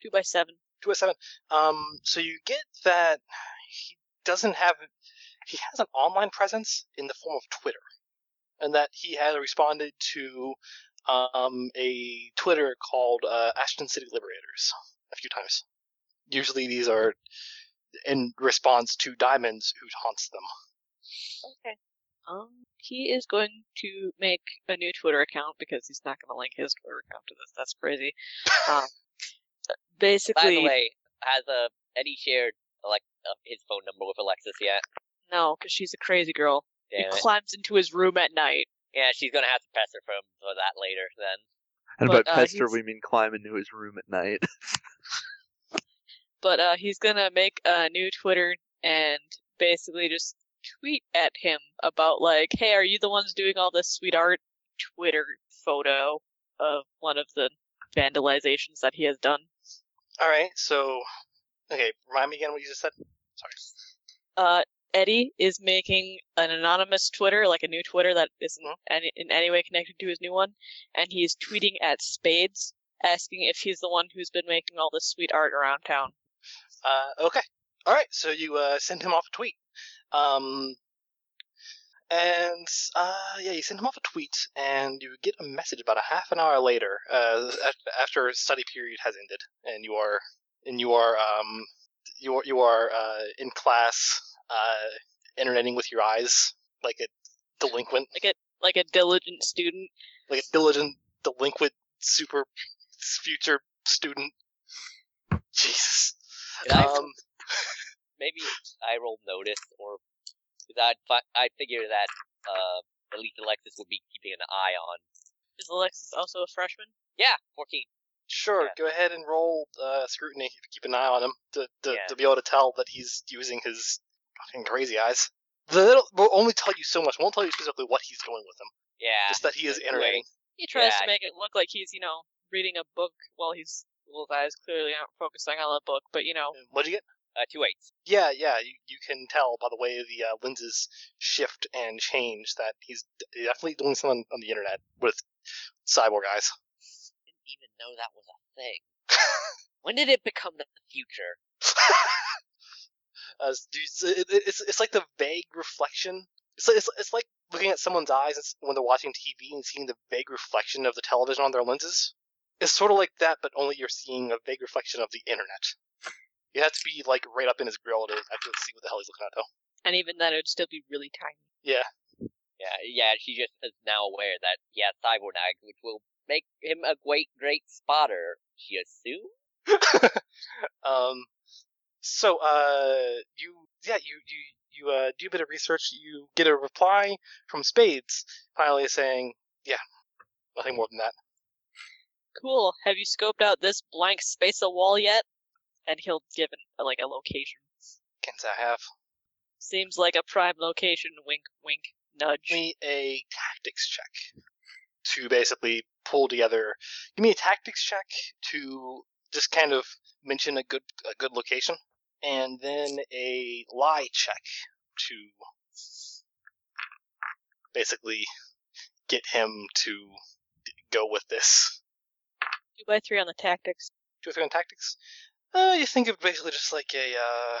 S10: Two by seven.
S1: two oh seven. Um, so you get that he doesn't have, he has an online presence in the form of Twitter, and that he has responded to um, a Twitter called uh, Ashton City Liberators a few times. Usually these are in response to Diamonds, who haunts them.
S10: Okay. Um, he is going to make a new Twitter account because he's not gonna link his Twitter account to this. That's crazy. Um, basically.
S6: By the way, has uh, Eddie shared like uh, his phone number with Alexis yet?
S10: No, because she's a crazy girl.
S6: Damn
S10: he
S6: it.
S10: climbs into his room at night.
S6: Yeah, she's gonna have to pester for him for that later. Then
S8: And
S10: But,
S8: by
S10: uh,
S8: pester,
S10: he's-
S8: we mean climb into his room at night.
S10: But uh, he's gonna make a new Twitter and basically just tweet at him about like, "Hey, are you the ones doing all this sweet art?" Twitter photo of one of the vandalizations that he has done.
S1: All right, so okay, remind me again what you just said.
S10: Uh, Eddie is making an anonymous Twitter, like a new Twitter that isn't any, in any way connected to his new one, and he's tweeting at Spades, asking if he's the one who's been making all this sweet art around town.
S1: Uh, okay. All right. So you uh, send him off a tweet. Um, and uh, yeah, you send him off a tweet, and you get a message about a half an hour later, uh, af- after study period has ended, and you are and you are um, you are, you are uh, in class, uh, interneting with your eyes like a delinquent,
S10: like a diligent student.
S1: like a diligent delinquent super future student. Jesus.
S6: Did I-
S1: um,
S6: maybe I roll notice, or because I fi- I figure that uh, at least Alexis would be keeping an eye on.
S10: Is Alexis also a freshman?
S6: Yeah, fourteen.
S1: Sure,
S6: Yeah.
S1: go ahead and roll uh, scrutiny. Keep an eye on him to to,
S6: Yeah.
S1: to be able to tell that he's using his fucking crazy eyes. The little will only tell you so much. Won't tell you specifically what he's doing with them.
S6: Yeah,
S1: Just that he is
S6: Wait.
S1: interacting.
S10: He tries
S6: Yeah.
S10: to make it look like he's, you know, reading a book while he's well, his eyes clearly aren't focusing on the book, but you know,
S1: What'd you get?
S6: uh, two eights.
S1: Yeah, yeah. You you can tell by the way the uh, lenses shift and change that he's d- definitely doing something on the internet with cyborg eyes.
S6: Didn't even know that was a thing. when did it become the future?
S1: Uh, do you- it's, it- it's it's like the vague reflection. It's like- it's it's like looking at someone's eyes and s- when they're watching TV and seeing the vague reflection of the television on their lenses. It's sort of like that, but only you're seeing a vague reflection of the internet. You have to be like right up in his grill to actually see what the hell he's looking at, though.
S10: and even then it would still be really tiny.
S6: Yeah, yeah. She just is now aware that he has cyborg eyes, which will make him a great, great spotter. She assumes.
S1: um, so uh, you yeah you you you uh, do a bit of research. You get a reply from Spades finally saying, yeah, nothing more than that.
S10: Cool. Have you scoped out this blank space of wall yet? And he'll give an, like a location.
S1: Can't say I have.
S10: Seems like a prime location. Wink, wink. Nudge.
S1: me a tactics check to basically pull together. Give me a tactics check to just kind of mention a good a good location, and then a lie check to basically get him to d- go with this.
S10: Two by three on the tactics.
S1: Two or three on tactics. Uh, you think of basically just like a. Uh,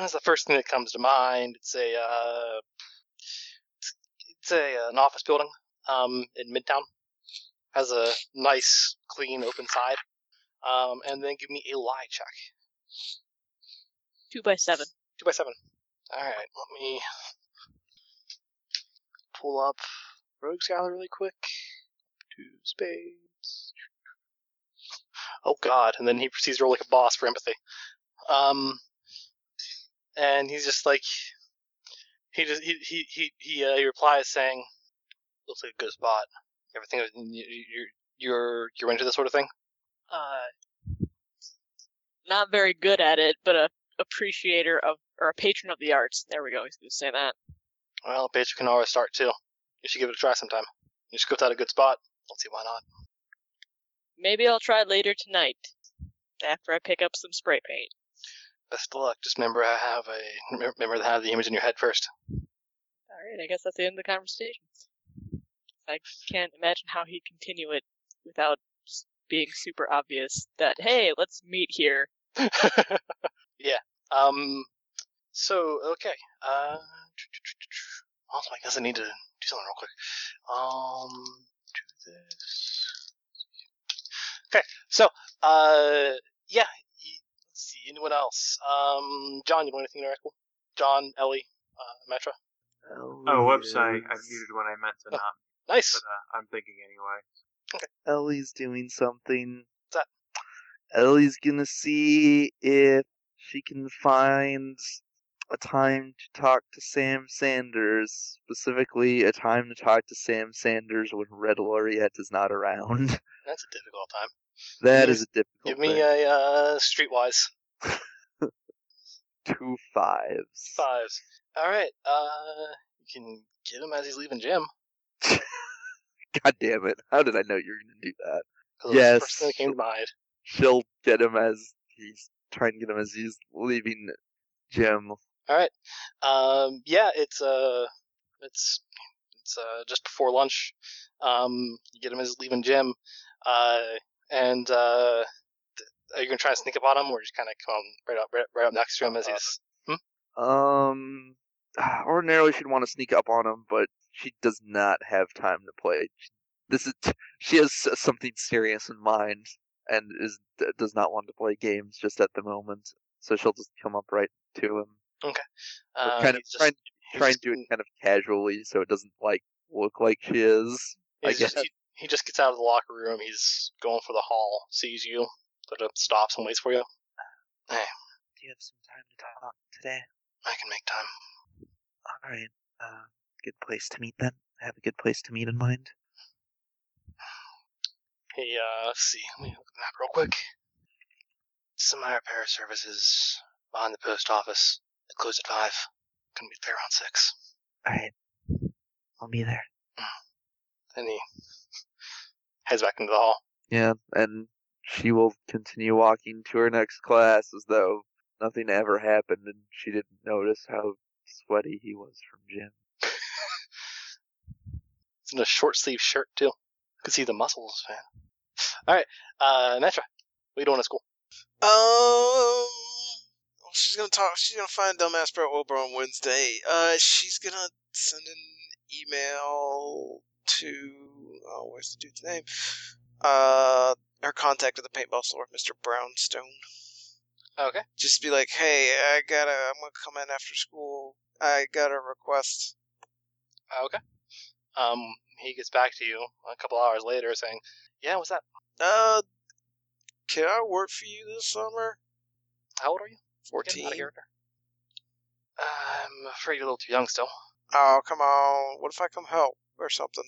S1: what's the first thing that comes to mind? It's a. Uh, it's, it's a uh, an office building um, in Midtown. Has a nice, clean, open side. Um, and then give me a lie check.
S10: Two by seven.
S1: Two by seven. All right, let me pull up Rogues Gallery really quick. Two spades. Oh God! And then he proceeds to roll like a boss for empathy. Um, and he's just like, he just he he he he, uh, he replies saying, "Looks like a good spot. Everything is- you- you- you're you're you're into this sort of thing."
S10: Uh, not very good at it, but a appreciator of or a patron of the arts. There we go. He's gonna say that.
S1: Well, Patrick can always start too. You should give it a try sometime. You scooped out a good spot. Don't see why not.
S10: Maybe I'll try later tonight after I pick up some spray paint.
S1: Best of luck. Just remember, I have a remember- remember to have the image in your head first.
S10: All right, I guess that's the end of the conversation. I can't imagine how he continue it without just being super obvious that hey, let's meet here.
S1: yeah. Um. So okay. Uh. Also, I guess I need to do something real quick. Um. Do this. Okay. So. Uh. Yeah. y- Let's see. Anyone else? Um. John, you want anything interactable? John, Ellie, uh, Metra.
S4: Oh, whoops! I, I muted
S8: Ellie's-
S4: when I meant to
S1: Oh.
S4: not,
S1: Nice.
S4: but uh, I'm thinking anyway.
S8: Ellie's doing something.
S1: What's
S8: Ellie's gonna see if she can find a time to talk to Sam Sanders, specifically a time to talk to Sam Sanders when Red Laureate is not around.
S1: That's a difficult time.
S8: That
S1: Give-
S8: is a difficult
S1: Give me
S8: thing.
S1: a uh, streetwise.
S8: Two fives.
S1: Fives. All right. Uh, you can get him as he's leaving gym.
S8: God damn it! How did I know you were gonna do that?
S1: 'cause it was the
S8: Yes.
S1: First thing that came to mind.
S8: She'll get him as he's trying to get him as he's leaving gym.
S1: All right. Um, yeah, it's uh, it's it's uh, just before lunch. Um, you get him as he's leaving gym. Uh, and uh, th- are you gonna try and sneak up on him, or just kind of come right up right, right up next to him as he's?
S8: Um, ordinarily she'd want to sneak up on him, but she does not have time to play. She- This is she has s- something serious in mind and is d- does not want to play games just at the moment. So she'll just come up right to him,
S1: Uh,
S8: kind of
S1: he's just,
S8: trying-
S1: he's
S8: try and
S1: just-
S8: do it kind of casually, so it doesn't like look like she is. I
S1: he's just-
S8: guess.
S1: he, he just gets out of the locker room. He's going for the hall. Sees you, sort of stops and waits for you.
S3: Do you have some time to talk today?
S1: I can make time.
S3: All right. Uh, good place to meet then. Have a good place to meet in mind.
S1: Hey, uh, let's see. Let me look at the map real quick. Semi repair services behind the post office. It closed at 5. Gonna be there around 6.
S3: All right. I'll be there.
S1: Then he heads back into the hall.
S8: Yeah, and she will continue walking to her next class as though nothing ever happened and she didn't notice how sweaty he was from gym.
S1: He's in a short sleeve shirt, too. You can see the muscles, man. Alright, uh, Netra, what are you doing at school?
S5: Um, well, she's gonna talk. She's gonna find dumbass Brett Wilbur on Wednesday. Uh, she's gonna send an email to oh, where's the dude's name? Uh, her contact at the paintball store, Mr. Brownstone.
S1: Okay.
S5: Just be like, hey, I gotta. I'm gonna come in after school. I got a request.
S1: Okay. Um, he gets back to you a couple hours later saying, Yeah, what's that?
S5: Uh, can I work for you this summer?
S1: How old are you? Get
S5: Fourteen.
S1: out of character. I'm afraid you're a little too young still.
S5: Oh, come on. What if I come help or something?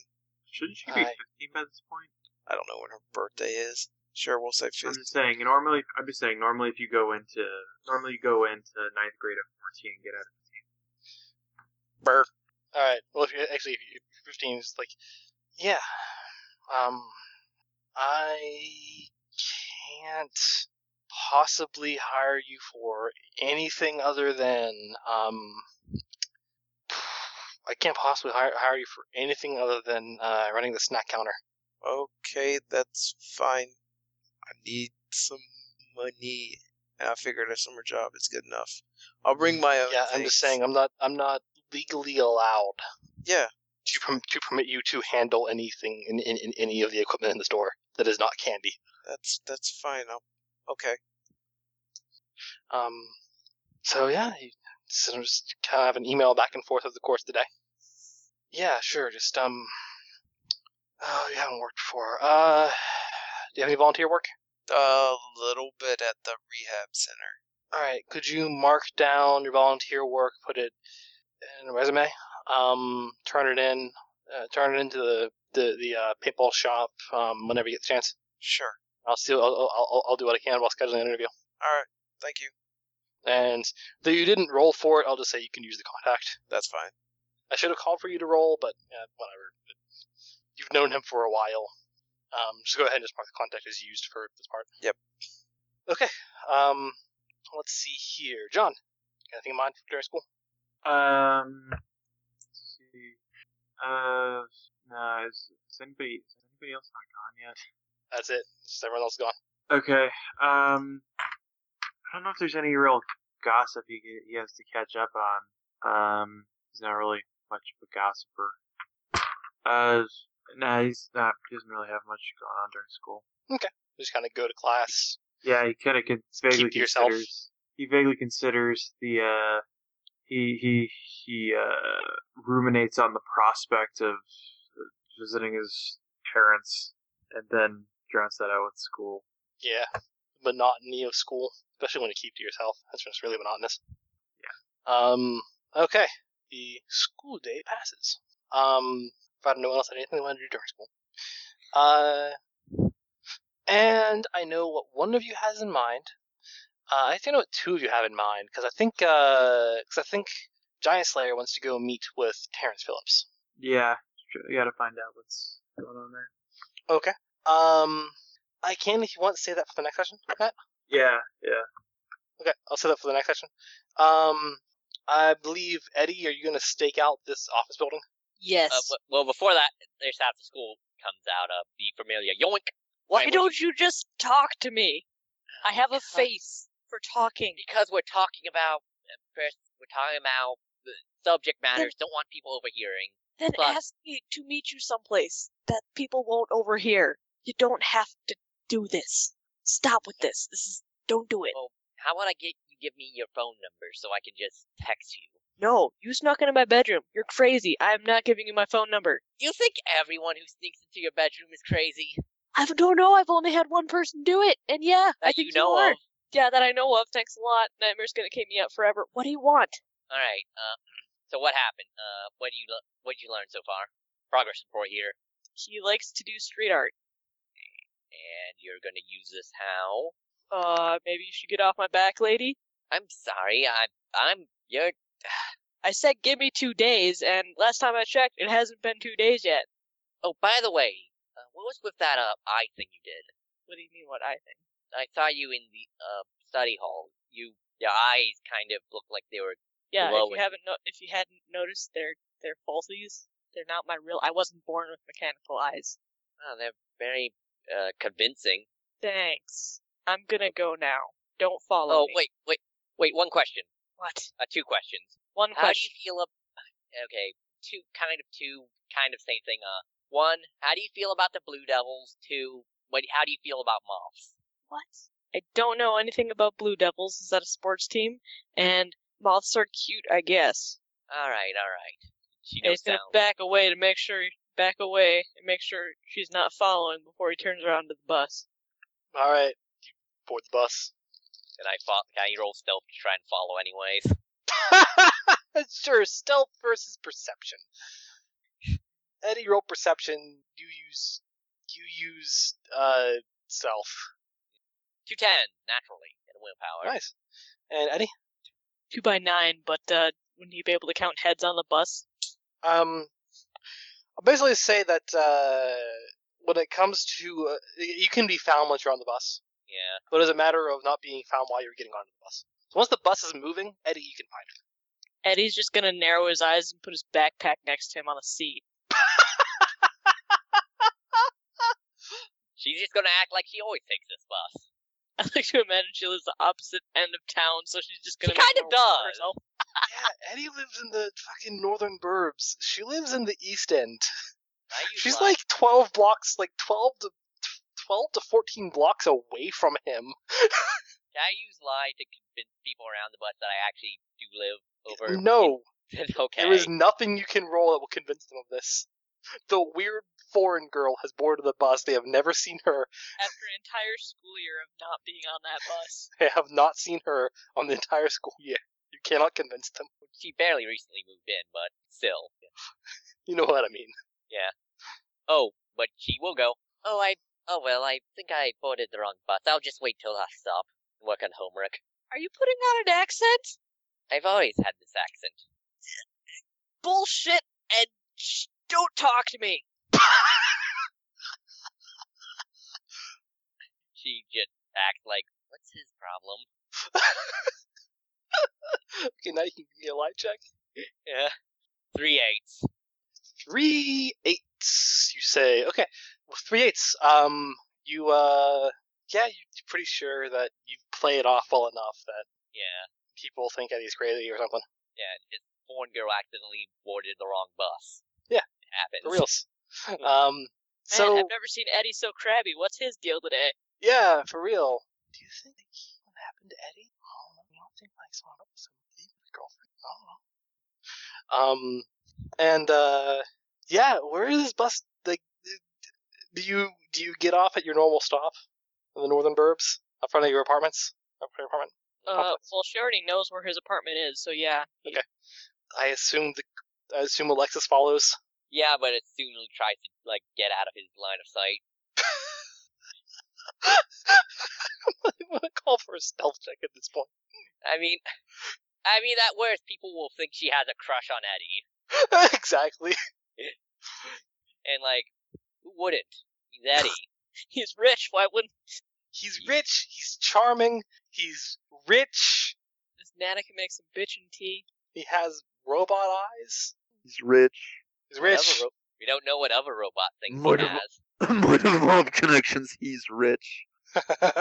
S4: Shouldn't she be
S1: I-
S4: 15 by this point?
S5: I don't know when her birthday is. Sure, we'll say 15.
S4: I'm just saying. Normally, I'm just saying. Normally, if you go into normally you go into ninth grade at 14 and get out.
S5: Burr.
S1: All right. Well, if you actually, if you fifteen, is like, yeah, um, I can't possibly hire you for anything other than um, I can't possibly hire hire you for anything other than uh, running the snack counter.
S5: Okay, that's fine. I need some money. And I figured a summer job is good enough. I'll bring my own.
S1: Yeah, I'm just
S5: things.
S1: saying, I'm not, I'm not legally allowed
S5: Yeah,
S1: to perm- to permit you to handle anything in, in, in any of the equipment in the store that is not candy.
S5: that's that's fine. I'll, okay.
S1: Um, so yeah, you sort of just kind of have an email back and forth over the course of the day. Yeah, sure. Just um. Oh, you haven't worked before. Uh, do you have any volunteer work?
S5: A little bit at the rehab center.
S1: All right. Could you mark down your volunteer work, put it in a resume, um, turn it in, uh, turn it into the the, the uh, paintball shop um, whenever you get the chance.
S5: Sure.
S1: I'll see. I'll, I'll, I'll- I'll do what I can while scheduling an interview.
S5: All right. Thank you.
S1: And though you didn't roll for it, I'll just say you can use the contact.
S5: That's fine.
S1: I should have called for you to roll, but uh, whatever. You've known him for a while. Um, just go ahead and just mark the contact as used for this part.
S5: Yep.
S1: Okay. Um, let's see here, John. got Anything in mind for during school?
S4: Um, let's see. Uh, no, is, is anybody is anybody else not gone yet?
S1: That's it. Just everyone else gone.
S4: Okay. Um, I don't know if there's any real gossip he get- he has to catch up on. Um, he's not really much of a gossiper. Uh, no, he's not. He doesn't really have much going on during school.
S1: Just kind of go to class.
S4: Yeah, he kind of can vaguely
S1: Keep to yourself.
S4: considers. He vaguely considers the uh, he he he uh ruminates on the prospect of visiting his parents, and then drowns that out with school.
S1: Yeah. Monotony of school, especially when you keep to yourself. That's when it's really monotonous. Yeah. Um. Okay. The school day passes. Um. If I don't know what else, I had anything I wanted to do during school. Uh. And I know what one of you has in mind. Uh, I think I know what two of you have in mind because I think because I think Giant Slayer wants to go meet with Terrence Phillips.
S4: Yeah, you got to find out what's going on there.
S1: Okay. Um. I can, if you want, say that for the next session, Matt.
S4: Yeah, yeah.
S1: Okay, I'll set up for the next section. Um, I believe Eddie, are you going to stake out this office building?
S11: Yes.
S6: Uh, w- well, before that, there's half the school comes out of the familiar yoink
S10: Why
S6: language.
S10: don't you just talk to me? I have a face for talking.
S6: Because we're talking about first, we're talking about the subject matters. Don't want people overhearing.
S10: Then
S6: But-
S10: ask me to meet you someplace that people won't overhear. You don't have to do this. Stop with this. This is don't do it.
S6: How about I get you give me your phone number so I can just text you?
S10: No, you snuck into my bedroom. You're crazy. I am not giving you my phone number.
S6: Do you think everyone who sneaks into your bedroom is crazy?
S10: I don't know. I've only had one person do it, and yeah,
S6: That
S10: I think
S6: you know
S10: are.
S6: of.
S10: Yeah, that I know of. Thanks a lot. Nightmare's gonna keep me up forever. What do you want?
S6: All right. Uh, so what happened? Uh, what do you le- what did you learn so far? Progress report here,
S10: He likes to do street art.
S6: and you're gonna use this how?
S10: Uh, maybe you should get off my back, lady.
S6: I'm sorry. I I'm you're
S10: I said give me two days, and last time I checked, it hasn't been two days yet.
S6: Oh, by the way, uh, what was with that uh, eye thing you did?
S10: What do you mean? What I think?
S6: I saw you in the uh, study hall. You, your eyes kind of looked like they were.
S10: Yeah, if you
S6: Glowing.
S10: haven't no- if you hadn't noticed, they're they're falsies. They're not my real. I wasn't born with mechanical eyes.
S6: Oh, they're very uh, convincing.
S10: Thanks. I'm gonna go now. Don't follow
S6: Oh,
S10: me.
S6: wait, wait, wait. One question.
S10: What?
S6: Uh, two questions.
S10: One
S6: How do
S10: question.
S6: you feel ab Okay, two kind of two kind of same thing. Uh, one. How do you feel about the Blue Devils? Two. What? How do you feel about moths?
S10: What? I don't know anything about Blue Devils. Is that a sports team? And moths are cute, I guess.
S6: All right, all right. She
S10: And
S6: knows
S10: he's gonna
S6: sound.
S10: back away to make sure back away and make sure she's not following before he turns around to the bus.
S1: All right. You board the bus.
S6: and I fought. I roll stealth to try and follow, anyways.
S1: sure, stealth versus perception. Eddie, roll perception. You use you use uh self.
S6: Two ten naturally and willpower.
S1: Nice. And Eddie,
S10: Two by nine, but uh wouldn't he be able to count heads on the bus?
S1: um, I'll basically say that uh, when it comes to uh, y- you can be found once you're on the bus.
S6: Yeah.
S1: but it's a matter of not being found while you're getting onto the bus. So once the bus is moving, Eddie, you can find it.
S10: Eddie's just gonna narrow his eyes and put his backpack next to him on the seat.
S6: She's just gonna act like she always takes this bus.
S10: I like to imagine she lives the opposite end of town, so she's just gonna
S6: She
S10: make
S6: kind of
S10: more work for
S6: does.
S10: herself.
S1: yeah, Eddie lives in the fucking northern burbs. She lives in the East End.
S6: I use
S1: She's
S6: mine.
S1: like twelve blocks, like twelve to twelve to fourteen blocks away from him.
S6: Can I use lie to convince people around the bus that I actually do live over?
S1: no,
S6: okay.
S1: There is nothing you can roll that will convince them of this. The weird foreign girl has boarded the bus. They have never seen her.
S10: After an entire school year of not being on that bus.
S1: They have not seen her on the entire school year. You cannot convince them.
S6: She barely recently moved in, but still.
S1: You know what I mean.
S6: Oh, but she will go.
S11: Oh, I
S6: Oh well, I think I boarded the wrong bus. I'll just wait till I stop and work on homework.
S11: are you putting on an accent?
S6: I've always had this accent.
S11: Bullshit and sh- don't talk to me.
S6: She just acts like, what's his problem?
S1: Okay, now you can give me a light check.
S6: Yeah. Three eights.
S1: three eights. You say okay. Well, three eights. Um, you uh, yeah, you're pretty sure that you play it off well enough that
S6: Yeah,
S1: people think Eddie's crazy or something.
S6: yeah. Just foreign girl accidentally boarded the wrong bus.
S1: Yeah,
S6: it happens.
S1: For reals. Um,
S10: Man,
S1: so
S10: I've never seen Eddie so crabby. What's his deal today?
S1: yeah, for real. Do you think that he- what happened to Eddie? Oh, I don't know. You don't think like someone else with a girlfriend? I don't know. Um, and uh, yeah, where is this bus? Like, do you do you get off at your normal stop in the northern burbs, up front of your apartments? Up front of your apartment?
S10: Uh, well, she already knows where his apartment is, so yeah.
S1: Okay. I assume the I assume Alexis follows.
S6: Yeah, but it soon he tries to like get out of his line of sight.
S1: I'm gonna call for a stealth check at this point.
S6: I mean, I mean, at worst, people will think she has a crush on Eddie,
S1: exactly.
S6: and like, who wouldn't? He's Eddie.
S10: He's rich. Why wouldn't
S1: He's rich. He's charming. He's rich.
S10: this nana can make some bitchin' tea?
S1: He has robot eyes.
S8: He's rich.
S1: He's
S6: What
S1: rich.
S6: other ro- we don't know what other robot things he
S8: What a-
S6: has.
S8: With all the connections, he's rich.
S1: All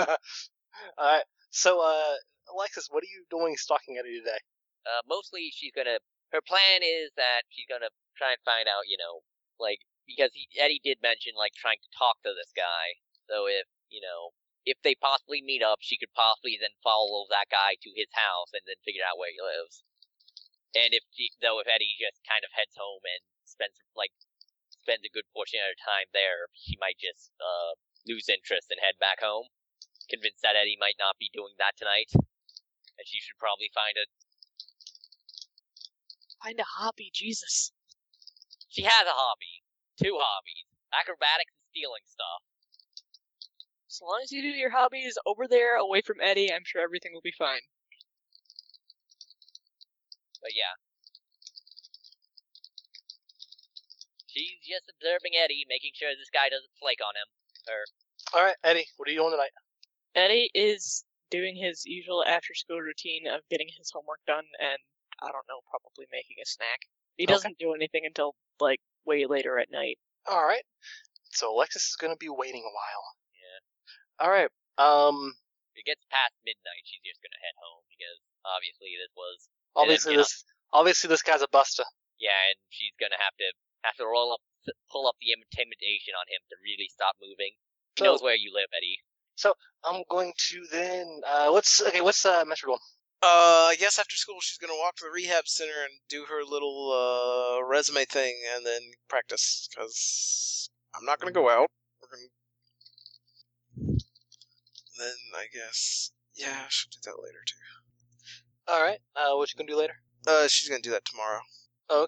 S1: right. So, uh, Alexis, what are you doing stalking Eddie today?
S6: uh, mostly she's gonna. Her plan is that she's gonna try and find out, you know, like because he, Eddie did mention like trying to talk to this guy. So if you know, if they possibly meet up, she could possibly then follow that guy to his house and then figure out where he lives. And if she, though, if Eddie just kind of heads home and spends like spends a good portion of her time there, she might just uh, lose interest and head back home. Convinced that Eddie might not be doing that tonight, and she should probably find a
S10: Find a hobby, Jesus.
S6: She has a hobby. Two hobbies. Acrobatics and stealing stuff.
S10: As long as you do your hobbies over there, away from Eddie, I'm sure everything will be fine.
S6: But yeah. She's just observing Eddie, making sure this guy doesn't flake on him.
S1: All right, Eddie, what are you doing tonight?
S10: Eddie is doing his usual after school routine of getting his homework done and, I don't know, probably making a snack. He
S1: Okay.
S10: doesn't do anything until, like, way later at night.
S1: All right. So Alexis is gonna be waiting a while. Yeah. All right. Um.
S6: If it gets past midnight, she's just gonna head home because obviously this was then
S1: Obviously
S6: get up.
S1: this. Obviously this guy's a buster.
S6: yeah, and she's gonna have to have to roll up pull up the intimidation on him to really stop moving. He
S1: So-
S6: knows where you live, Eddie.
S1: I'm going to then. Uh, what's okay? What's uh, Metro going?
S5: Uh, yes, after school she's gonna walk to the rehab center and do her little uh resume thing, and then practice. Cause I'm not gonna go out. We're gonna. Then I guess yeah, she'll do that later too.
S1: All right. Uh, what you gonna do later?
S5: Uh, she's gonna do that tomorrow.
S1: All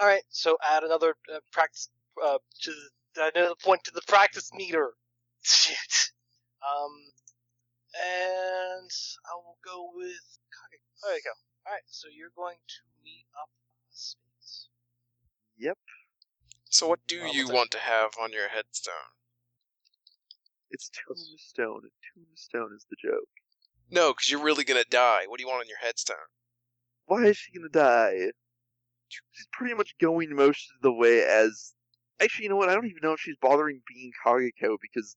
S1: right, so add another uh, practice uh, to the, another point to the practice meter. Shit. Um, and I will go with. Kage. There you go. All right, so you're going to meet up. with Spades.
S8: Yep.
S5: So what do
S1: Well,
S5: you
S1: what's that?
S5: want to have on your headstone?
S8: It's tombstone. and Tombstone is the joke.
S5: No, because you're really gonna die. What do you want on your headstone?
S8: Why is she gonna die? She's pretty much going most of the way as. Actually, you know what? I don't even know if she's bothering being Kageko because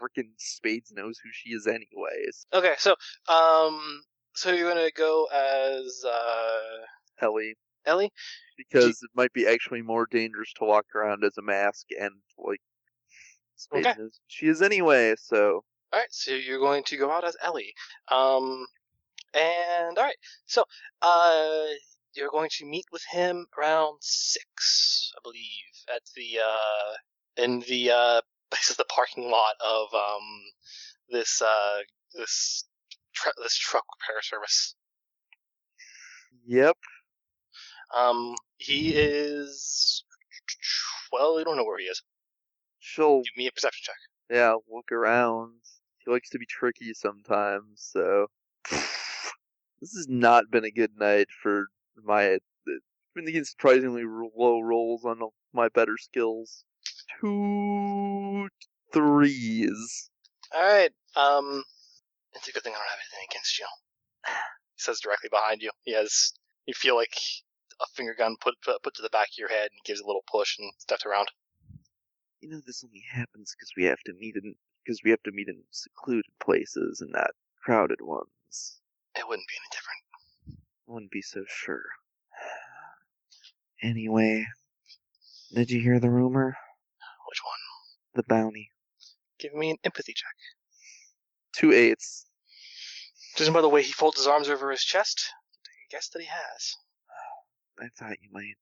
S8: frickin' Spades knows who she is anyways.
S1: Okay, so um, so you're gonna go as uh,
S8: Ellie,
S1: Ellie.
S8: because it might be actually more dangerous to walk around as a mask and like. Spades
S1: Okay.
S8: knows who she is anyway, so
S1: All right, so you're going to go out as Ellie. Um, and all right, so uh, You're going to meet with him around six, I believe, at the uh, in the uh, this is the parking lot of um, this uh, this tr this truck repair service.
S5: Yep.
S1: Um, he is well, you don't know where he is.
S5: She'll
S1: Give me a perception check.
S5: yeah look around. He likes to be tricky sometimes, so this has not been a good night for my. It's been getting surprisingly r- low rolls on my better skills. Two threes.
S1: All right. Um, it's a good thing I don't have anything against you. He says directly behind you. He has. You feel like a finger gun put put, put to the back of your head and gives a little push and steps around.
S8: You know, this only happens because we have to meet in because we have to meet in secluded places and not crowded ones.
S1: It wouldn't be any different.
S8: I wouldn't be so sure. Anyway, did you hear the rumor?
S1: Which one?
S8: The bounty.
S1: Give me an empathy check.
S5: Two eights.
S1: Judging by the way he folds his arms over his chest, I guess that he has.
S8: I thought you might.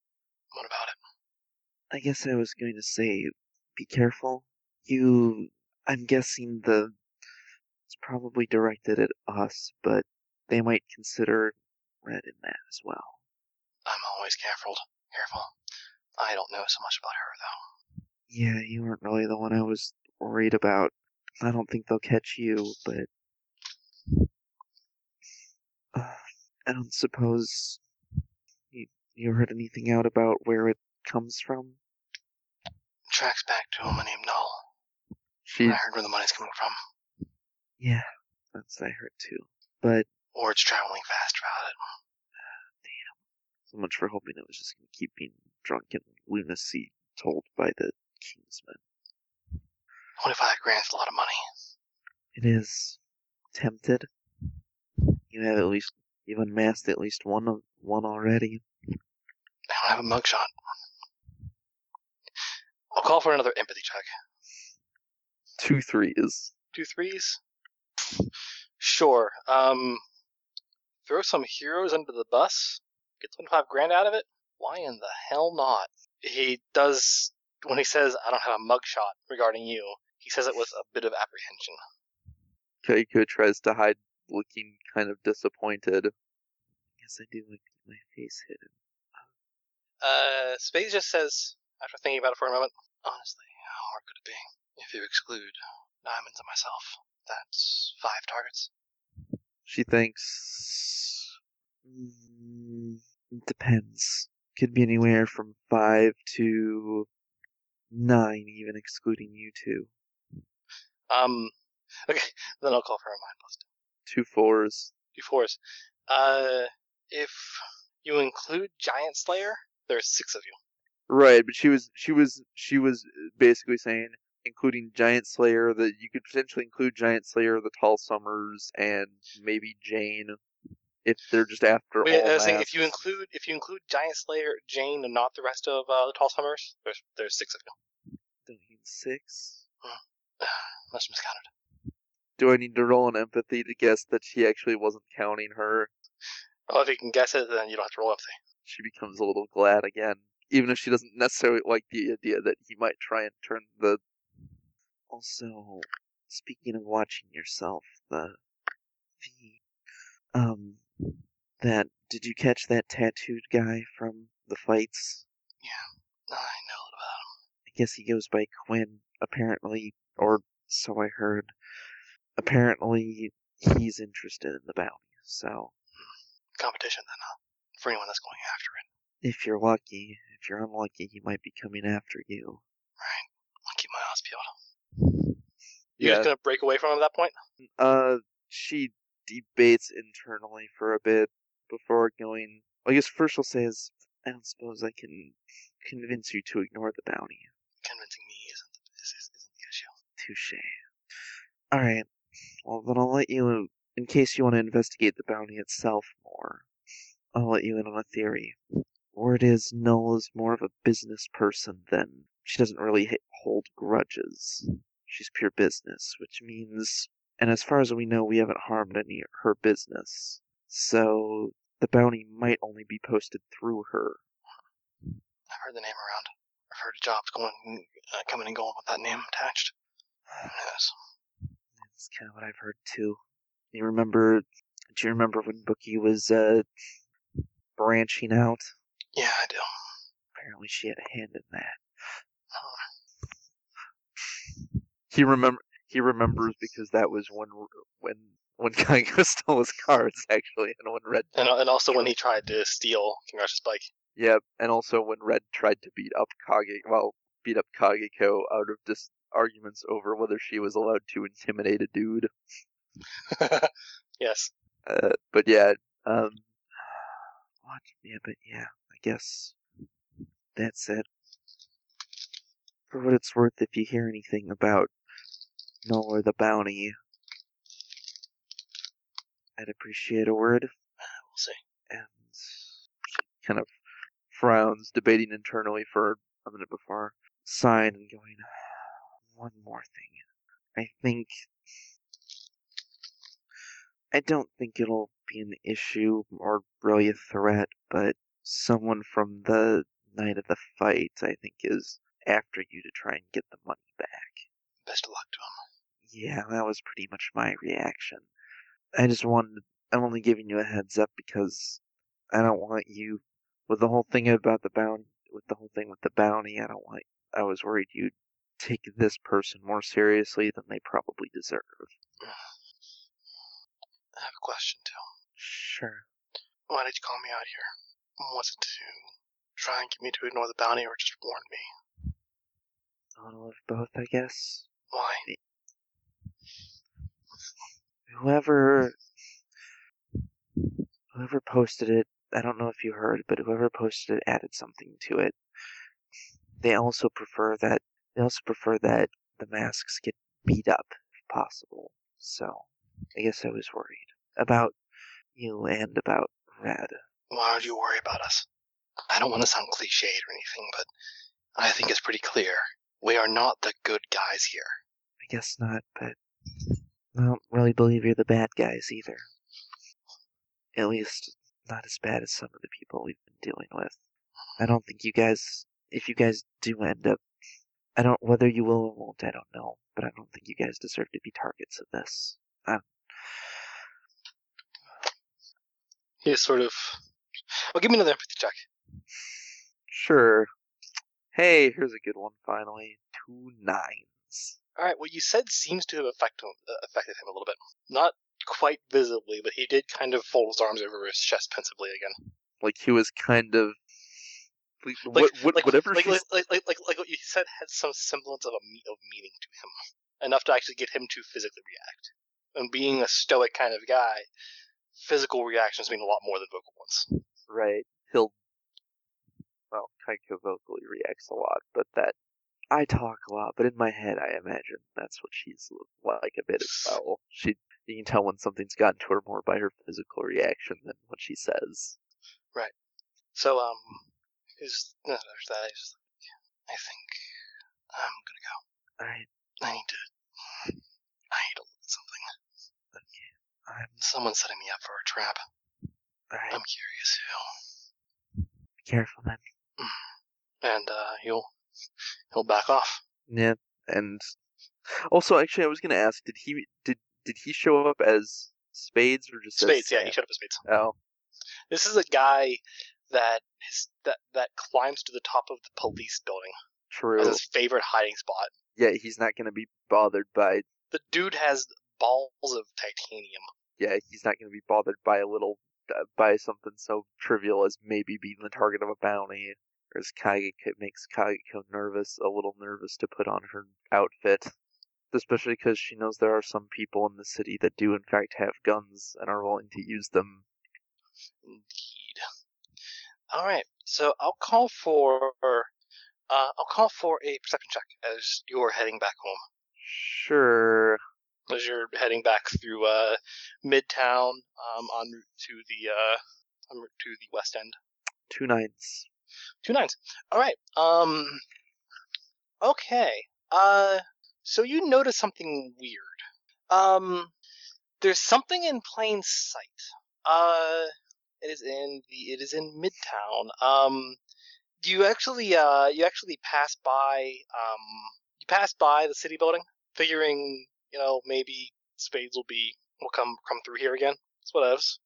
S1: What about it?
S8: I guess I was going to say, be careful. You, I'm guessing the, it's probably directed at us, but they might consider Red in that as well.
S1: I'm always careful. Careful. I don't know so much about her though.
S8: Yeah, you weren't really the one I was worried about. I don't think they'll catch you, but uh, I don't suppose you, you heard anything out about where it comes from.
S1: Tracks back to a woman named Null.
S5: She
S1: I heard where the money's coming from.
S8: Yeah, that's what I heard too. But
S1: Or it's traveling fast about it.
S8: so much for hoping it was just going to keep being drunk and lunacy told by the Kingsmen.
S1: Twenty-five grand's a lot of money.
S8: It is tempted. You have at least you've unmasked at least one of one already.
S1: I don't have a mugshot. I'll call for another empathy check.
S5: two threes.
S1: Two threes? Sure. Um, throw some heroes under the bus? Get 25 grand out of it? Why in the hell not? He does, when he says, I don't have a mugshot regarding you, he says it with a bit of apprehension.
S5: Kaiko tries to hide looking kind of disappointed.
S8: Yes, I do like to keep my face hidden.
S1: Uh, Spades just says, after thinking about it for a moment, honestly, how hard could it be? If you exclude diamonds and myself, that's five targets.
S5: She thinks
S8: Mm, it depends. Could be anywhere from five to nine, even excluding you two.
S1: Um, okay, then I'll call for a mind plus
S5: two fours.
S1: two fours. Uh, if you include Giant Slayer, there's six of you.
S5: Right, but she was she was she was basically saying including Giant Slayer that you could potentially include Giant Slayer, the Tall Summers, and maybe Jane if they're just after
S1: Wait,
S5: all
S1: I was saying,
S5: masks.
S1: if you include if you include Giant Slayer, Jane, and not the rest of uh, the Tall Summers, there's there's six of you.
S8: Don't you need six?
S1: Must have miscounted.
S5: Do I need to roll an empathy to guess that she actually wasn't counting her?
S1: Well, if you can guess it, then you don't have to roll empathy.
S5: She becomes a little glad again, even if she doesn't necessarily like the idea that he might try and turn the
S8: Also, speaking of watching yourself, the the um that did you catch that tattooed guy from the fights?
S1: I know a little about him.
S8: I guess he goes by Quinn, apparently, or so I heard. Apparently, he's interested in the bounty. So,
S1: Competition, then, huh? For anyone that's going after it,
S8: if you're lucky, if you're unlucky, he might be coming after you.
S1: I'll keep my eyes peeled. You
S5: yeah,
S1: guys gonna break away from him at that point?
S5: uh she debates internally for a bit before going
S8: I guess first she'll say is, I don't suppose I can convince you to ignore the bounty.
S1: Convincing me isn't isn't, isn't the issue.
S8: Touche. All right. Well, then I'll let you, in case you want to investigate the bounty itself more, I'll let you in on a theory. Word is Null is more of a business person than she doesn't really h- hold grudges. She's pure business, which means, and as far as we know, we haven't harmed any her business. So The bounty might only be posted through her.
S1: I've heard the name around. I've heard jobs going, uh, coming and going with that name attached. Yes.
S8: That's kind of what I've heard too. You remember? Do you remember when Bookie was uh, branching out?
S1: Yeah, I do.
S8: Apparently, she had a hand in that. He remember he remembers because that was when when when Kango stole his cards actually, and when Red
S1: And uh and also when he tried to steal Congrats Spike.
S8: yeah, and also when Red tried to beat up Kage well beat up Kageko out of just arguments over whether she was allowed to intimidate a dude.
S1: yes.
S8: Uh, but yeah, um, what? Yeah, but yeah, I guess that's it. For what it's worth, if you hear anything about Null or the bounty, I'd appreciate a word.
S1: We'll see.
S8: And she kind of frowns, debating internally for a minute before sighing and going, one more thing. I think I don't think it'll be an issue or really a threat, but someone from the night of the fight, I think, is after you to try and get the money back.
S1: Best of luck to him.
S8: Yeah, that was pretty much my reaction. I just wanted, I'm only giving you a heads up because I don't want you, with the whole thing about the bounty, with the whole thing with the bounty, I don't want, I was worried you'd take this person more seriously than they probably deserve.
S1: I have a question too.
S8: Sure.
S1: Why did you call me out here? Was it to try and get me to ignore the bounty, or just warn me?
S8: A little of both, I guess.
S1: Why?
S8: whoever whoever posted it i don't know if you heard but whoever posted it added something to it they also prefer that they also prefer that the masks get beat up if possible so i guess i was worried about you and about red
S1: Why would you worry about us? I don't want to sound cliched or anything, but I think it's pretty clear we are not the good guys here.
S8: i guess not but i don't really believe you're the bad guys either at least not as bad as some of the people we've been dealing with. I don't think you guys, if you guys do end up, I don't, whether you will or won't, I don't know, but I don't think you guys deserve to be targets of this. Um,
S1: He is sort of. Oh, give me another empathy check.
S8: sure. Hey, here's a good one finally. Two nines.
S1: All right, what you said seems to have affect him, uh, affected him a little bit. Not quite visibly, but he did kind of fold his arms over his chest pensively again.
S8: Like he was kind of. Like, what, what,
S1: like,
S8: whatever
S1: like,
S8: she's
S1: like, like, like, like, like what you said had some semblance of a me- of meaning to him, enough to actually get him to physically react. And being a stoic kind of guy, physical reactions mean a lot more than vocal ones.
S8: right, he'll well, Kaiko vocally reacts a lot, but that I talk a lot, but in my head, I imagine that's what she's like a bit as well. She, you can tell when something's gotten to her more by her physical reaction than what she says.
S1: So um, he's no, there's that. He's just like, I think I'm gonna go.
S8: All right,
S1: I need to. I need to look at something.
S8: I'm
S1: Someone's setting me up for a trap.
S8: all right.
S1: I'm curious who.
S8: Be careful then.
S1: And uh, he'll he'll back off.
S8: Yeah, and also, actually, I was gonna ask, did he did did he show up as Spades or just
S1: Spades,
S8: As
S1: yeah, he
S8: Sam?
S1: showed up as Spades.
S8: Oh,
S1: This is a guy that his that that climbs to the top of the police building
S8: true.
S1: as his favorite hiding spot.
S8: Yeah, he's not gonna be bothered by
S1: The dude has balls of titanium.
S8: yeah, he's not going to be bothered by a little uh, by something so trivial as maybe being the target of a bounty. Whereas Kage it makes Kageko nervous, a little nervous to put on her outfit, especially because she knows there are some people in the city that do in fact have guns and are willing to use them.
S1: Indeed. All right, so I'll call for uh, I'll call for a perception check as you're heading back home.
S8: Sure,
S1: as you're heading back through uh, Midtown um, on route to the uh, en route to the West End.
S8: two nines.
S1: Two nines. All right. Um. Okay. Uh. So you notice something weird. Um. There's something in plain sight. Uh. It is in the. It is in Midtown. Um, you actually uh you actually pass by um you pass by the city building, figuring you know maybe spades will be will come come through here again. It's whatevs.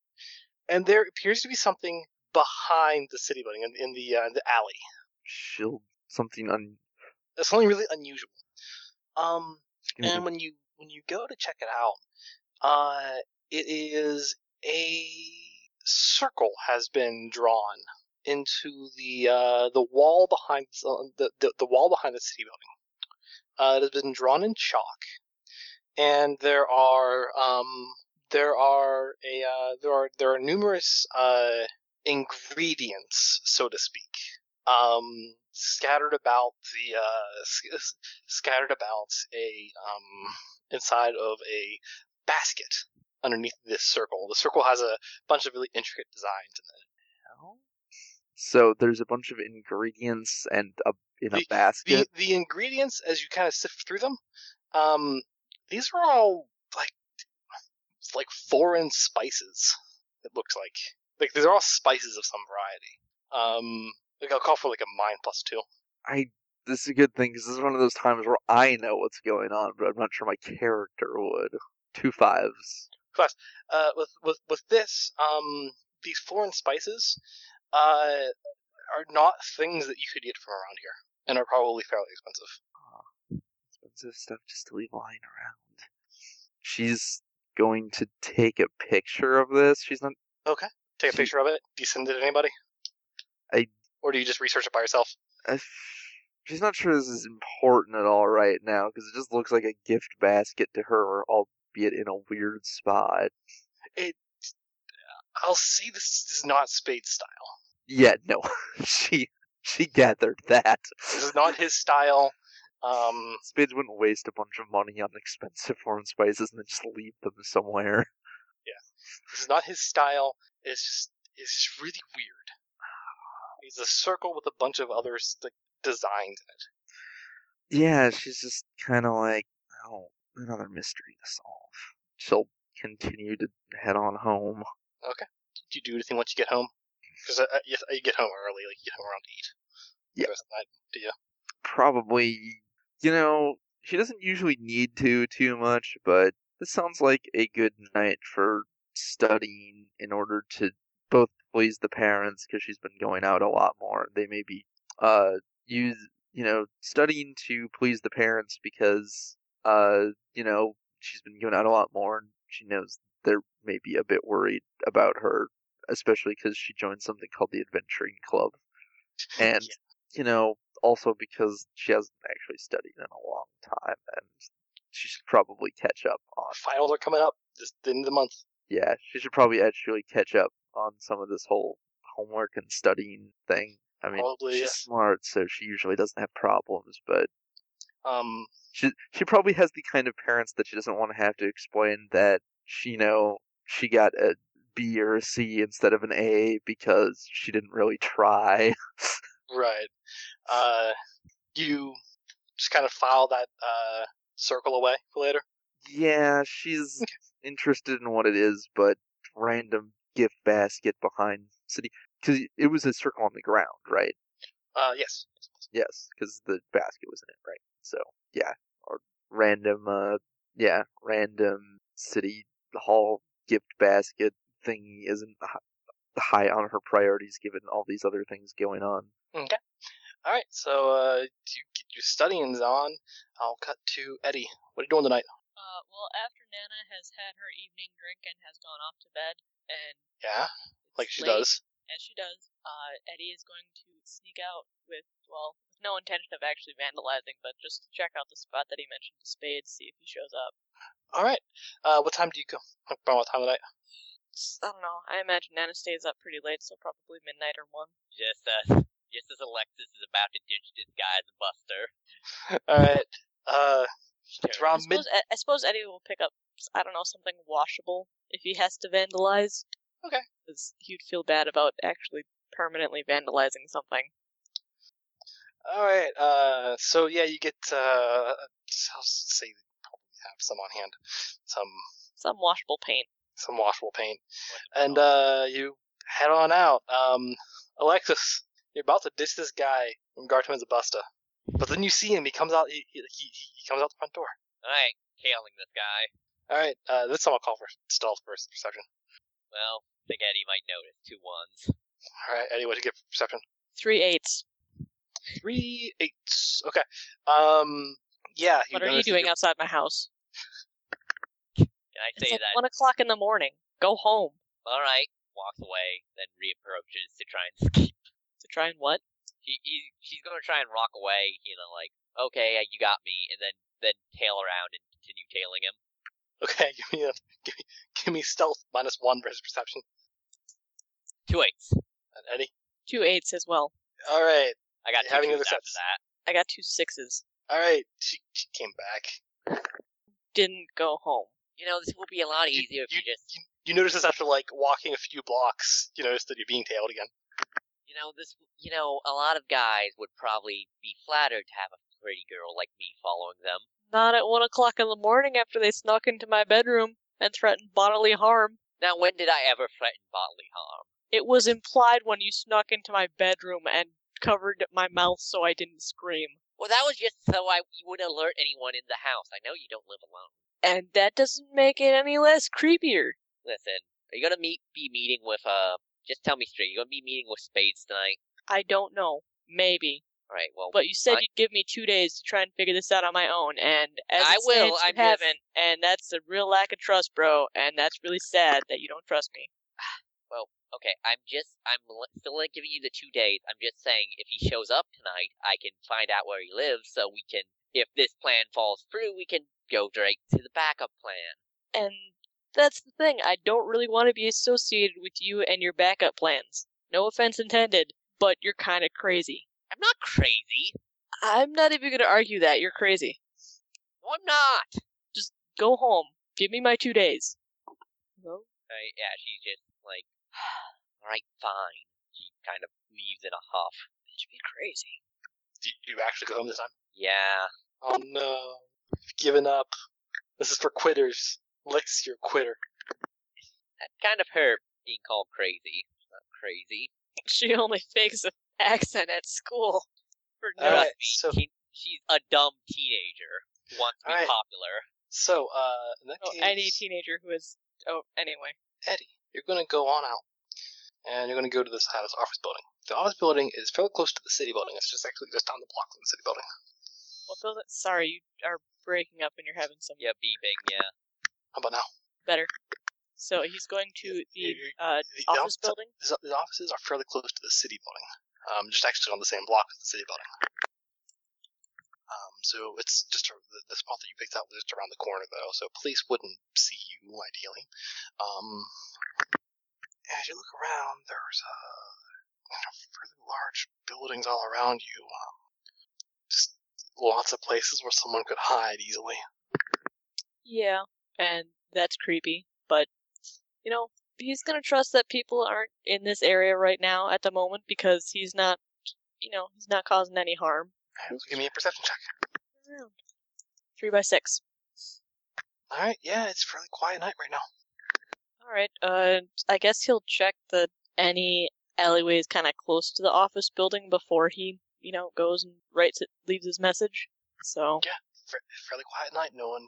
S1: And there appears to be something behind the city building in, in the uh, the alley.
S8: Shield something on.
S1: It's something really unusual. Um, and when you when you go to check it out, uh, it is a circle has been drawn into the uh, the wall behind uh, the, the the wall behind the city building. Uh, it has been drawn in chalk, and there are um, there are a uh, there are there are numerous uh, ingredients, so to speak, um, scattered about the uh, sc- s- scattered about a um, inside of a basket underneath this circle. The circle has a bunch of really intricate designs in it.
S8: So there's a bunch of ingredients and a in a
S1: The-
S8: basket.
S1: The the ingredients, as you kind of sift through them, um, these are all like it's like foreign spices. It looks like like these are all spices of some variety. Um, like I'll call for like a mind plus two.
S8: I this is a good thing because this is one of those times where I know what's going on, but I'm not sure my character would. Two fives.
S1: uh, with with with this, um, these foreign spices uh, are not things that you could get from around here, and are probably fairly expensive.
S8: Expensive stuff just to leave lying around. She's going to take a picture of this. She's not.
S1: Take a
S8: She-
S1: picture of it. Do you send it to anybody?
S8: I-
S1: Or do you just research it by yourself?
S8: I f she's not sure this is important at all right now because it just looks like a gift basket to her, albeit in a weird spot.
S1: I'll say this is not Spade style.
S8: Yeah, no, she she gathered that.
S1: This is not his style. Um,
S8: Spades wouldn't waste a bunch of money on expensive foreign spices and then just leave them somewhere.
S1: this is not his style. It's just it's just really weird. It's a circle with a bunch of other like, designs in it.
S8: Yeah, she's just kind of like, oh, another mystery to solve. She'll continue to head on home.
S1: Do you do anything once you get home? Because uh, yes, you get home early. Like you get home around eight.
S8: Yeah.
S1: The rest of the night.
S8: Probably, you know, she doesn't usually need to too much, but this sounds like a good night for studying in order to both please the parents because she's been going out a lot more. They may be uh use you know studying to please the parents because uh you know she's been going out a lot more and she knows they're maybe a bit worried about her especially because she joined something called the adventuring club and
S1: Yeah.
S8: you know also because she hasn't actually studied in a long time and she should probably catch up on
S1: finals are coming up this the end of the month.
S8: yeah she should probably actually catch up on some of this whole homework and studying thing i mean
S1: Probably,
S8: she's
S1: yeah.
S8: smart so she usually doesn't have problems but
S1: Um,
S8: she she probably has the kind of parents that she doesn't want to have to explain that she you know she got a B or a C instead of an A because she didn't really try.
S1: right. Uh, you just kind of file that uh circle away for later.
S8: Yeah, she's interested in what it is, but random gift basket behind city because it was a circle on the ground, right?
S1: Uh, yes.
S8: Yes, because the basket was in it, right? So yeah, or random, uh, yeah, random city hall gift basket thing isn't hi- high on her priorities given all these other things going on.
S1: Okay. All right. So uh, you get your studying's on. I'll cut to Eddie. What are you doing tonight?
S10: Uh, well, after Nana has had her evening drink and has gone off to bed, and
S1: Yeah, like she
S10: late,
S1: does.
S10: as she does, uh, Eddie is going to sneak out with, well, with no intention of actually vandalizing, but just to check out the spot that he mentioned to Spade, see if he shows up.
S1: All right. Uh, what time do you go? About what time of night?
S10: It's- I don't know. I imagine Nana stays up pretty late, so probably midnight or one.
S6: Just as just as Alexis is about to ditch this guy as a buster.
S1: All right. Uh, it's
S10: I
S1: around mid.
S10: suppose, I suppose Eddie will pick up, I don't know, something washable if he has to vandalize.
S1: Okay.
S10: Because he'd feel bad about actually permanently vandalizing something.
S1: All right. Uh, so yeah, you get. Uh, I'll say you probably have some on hand. Some
S10: Some washable paint.
S1: some washable paint.
S6: What the
S1: and
S6: hell?
S1: uh, you head on out. Um, Alexis, you're about to ditch this guy from Gartman's Busta, but then you see him. He comes out. He, he, he he comes out the front door.
S6: Alright, tailing this guy.
S1: All right, uh, this time I'll call for stealth versus perception.
S6: Well, I think Eddie might notice. Two ones.
S1: All right, Eddie, what'd you get for perception?
S10: Three eights.
S1: Three eights. Okay. Um. Yeah.
S10: What are you
S1: notice that
S10: doing
S1: you're-
S10: outside my house?
S6: Can I
S10: It's
S6: say
S10: like
S6: that?
S10: one o'clock in the morning. Go home
S6: Alright. Walks away, then reapproaches to try and escape.
S10: to try and what?
S6: He, he, she's gonna try and rock away, you know, like, okay, you got me, and then, then tail around and continue tailing him.
S1: Okay. Give me a give me, give me stealth minus one versus perception.
S6: Two eights.
S1: And Eddie.
S10: Two eights as well.
S1: All right.
S6: I got
S1: You
S6: two
S1: having
S6: twos
S1: other
S6: after
S1: sets?
S6: that.
S10: I got two sixes.
S1: All right. She, she came back.
S10: Didn't go home.
S6: You know, this will be a lot
S1: You-
S6: easier if you just
S1: You, you notice this after like walking a few blocks. You notice that you're being tailed again.
S6: you know, this, you know, a lot of guys would probably be flattered to have a pretty girl like me following them.
S10: Not at one o'clock in the morning after they snuck into my bedroom and threatened bodily harm.
S6: Now, when did I ever threaten bodily harm?
S10: It was implied when you snuck into my bedroom and covered my mouth so I didn't scream.
S6: Well, that was just so I you would alert anyone in the house. I know you don't live alone.
S10: And that doesn't make it any less creepier.
S6: Listen, are you gonna meet be meeting with uh? Just tell me straight. You gonna be meeting with Spades tonight?
S10: I don't know. Maybe.
S6: All right. Well,
S10: But you said
S6: I-
S10: you'd give me two days to try and figure this out on my own, and as
S6: I
S10: it
S6: will,
S10: stands, you
S6: I'm just-
S10: haven't, and that's a real lack of trust, bro. And that's really sad that you don't trust me.
S6: okay. I'm just I'm l- still not giving you the two days. I'm just saying if he shows up tonight, I can find out where he lives, so we can. If this plan falls through, we can go direct to the backup plan.
S10: And that's the thing. I don't really want to be associated with you and your backup plans. No offense intended, but you're kind of crazy.
S6: I'm not crazy.
S10: I'm not even going to argue that. You're crazy.
S6: No, I'm not.
S10: Go home. Give me my two days. Hello?
S6: Right? Uh, Yeah, she's just like, all right, fine. She kind of leaves in a huff.
S10: Bitch, be crazy.
S1: Do you, you actually go home this time?
S6: Yeah.
S1: Oh no. You've given up. This is for quitters. Lex, you're a quitter.
S6: That kind of hurt being called crazy. She's not crazy.
S10: She only fakes an accent at school for no
S1: All right.
S6: Trust me,
S1: So
S6: she- she's a dumb teenager who wants to be
S1: All right.
S6: popular.
S1: so uh, in that
S10: Oh,
S1: case,
S10: any teenager who is. Oh, anyway.
S1: Eddie, you're going to go on out, and you're going to go to this, uh, this office building. The office building is fairly close to the city building. It's just actually just down the block from the city building.
S10: Well, those, sorry, you are breaking up and you're having some.
S6: Yeah, beeping. Yeah.
S1: How about now?
S10: So he's going to the
S1: You-
S10: uh,
S1: The, the
S10: office
S1: office-
S10: building.
S1: the- the offices are fairly close to the city building. Um, just actually on the same block as the city building. Um, so it's just a, the, the spot that you picked out was just around the corner, though. So police wouldn't see you ideally. Um, as you look around, there's uh, kind of fairly large buildings all around you. Um, just lots of places where someone could hide easily.
S10: Yeah, and that's creepy. But you know, he's gonna trust that people aren't in this area right now at the moment because he's not, you know, he's not causing any harm.
S1: Alright, so give me a perception check.
S10: Three by six.
S1: All right, yeah, it's fairly quiet night right now.
S10: All right. Uh, I guess he'll check the any alleyways kind of close to the office building before he, you know, goes and writes it, leaves his message. So
S1: Fa- fairly quiet night. No one.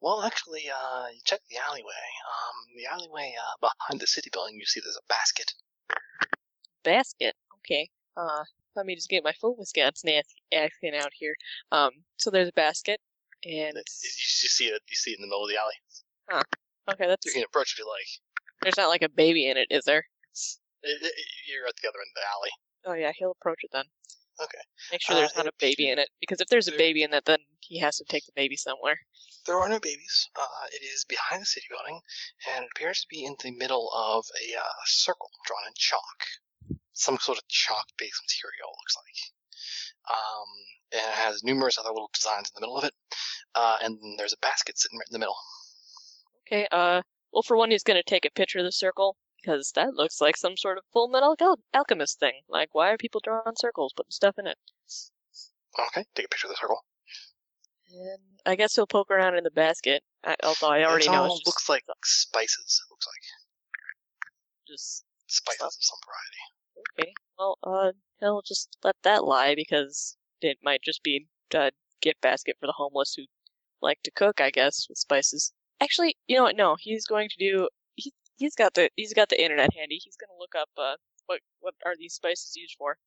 S1: Well, actually, uh, you check the alleyway. Um, the alleyway uh, behind the city building, you see there's a basket.
S10: basket. Okay. Uh, let me just get my full Wisconsin ac- accent out here. Um, so there's a basket, and
S1: You, you see it. You see it in the middle of the alley.
S10: okay, that's
S1: You can approach if you like.
S10: There's not like a baby in it, is there?
S1: It- it- it- you're at the other end of the alley.
S10: Oh yeah, he'll approach it then.
S1: Okay.
S10: Make sure
S1: Uh,
S10: there's not a
S1: it-
S10: baby in it, because if there's a
S1: there-
S10: baby in it, then he has to take the baby somewhere.
S1: There are no babies. Uh, it is behind the city building, and it appears to be in the middle of a uh, circle drawn in chalk. Some sort of chalk-based material, it looks like. Um, and it has numerous other little designs in the middle of it. Uh, and there's a basket sitting right in the middle.
S10: Okay. Uh, well, for one, he's gonna take a picture of the circle because that looks like some sort of Full Metal Alchel- Alchemist thing. Like, why are people drawing circles, putting stuff in it?
S1: Okay, take a picture of the circle.
S10: And I guess he'll poke around in the basket. I, although I already
S1: it
S10: know
S1: all
S10: it's just,
S1: looks like spices. It looks like
S10: just
S1: Spices of some variety.
S10: Okay. Well, uh, hell, just let that lie because it might just be a gift basket for the homeless who like to cook, I guess, with spices. Actually, you know what? No, he's going to do. He he's got the he's got the internet handy. He's gonna look up uh what what are these spices used for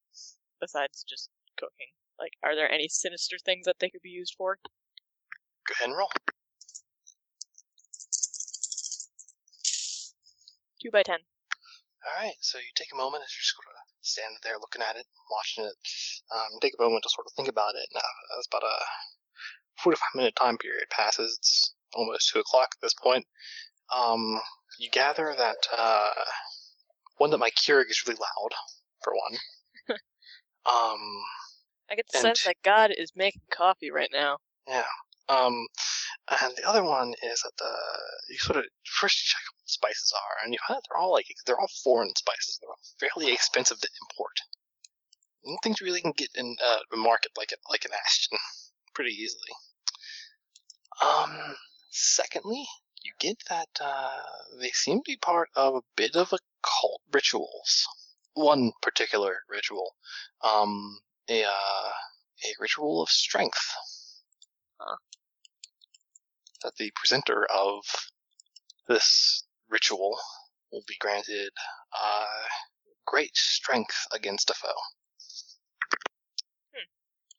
S10: besides just cooking. Like, are there any sinister things that they could be used for?
S1: Go ahead and roll.
S10: Two by ten.
S1: All right, so you take a moment as you just sort of stand there looking at it, watching it. Um, take a moment to sort of think about it. Now, that's about a 45 minute time period passes. It's almost 2 o'clock at this point. Um, you gather that, uh, one, that my Keurig is really loud, for one. um,
S10: I get the
S1: And-
S10: sense that God is making coffee right now.
S1: um, and the other one is that the, you sort of first check what spices are, and you find that they're all like, they're all foreign spices. They're all fairly expensive to import. And things you really can get in uh, a market like a, like an Ashton pretty easily. Um, secondly, you get that uh, they seem to be part of a bit of occult rituals. One particular ritual, um, a uh, a ritual of strength
S10: Huh.
S1: that the presenter of this ritual will be granted uh, great strength against a foe.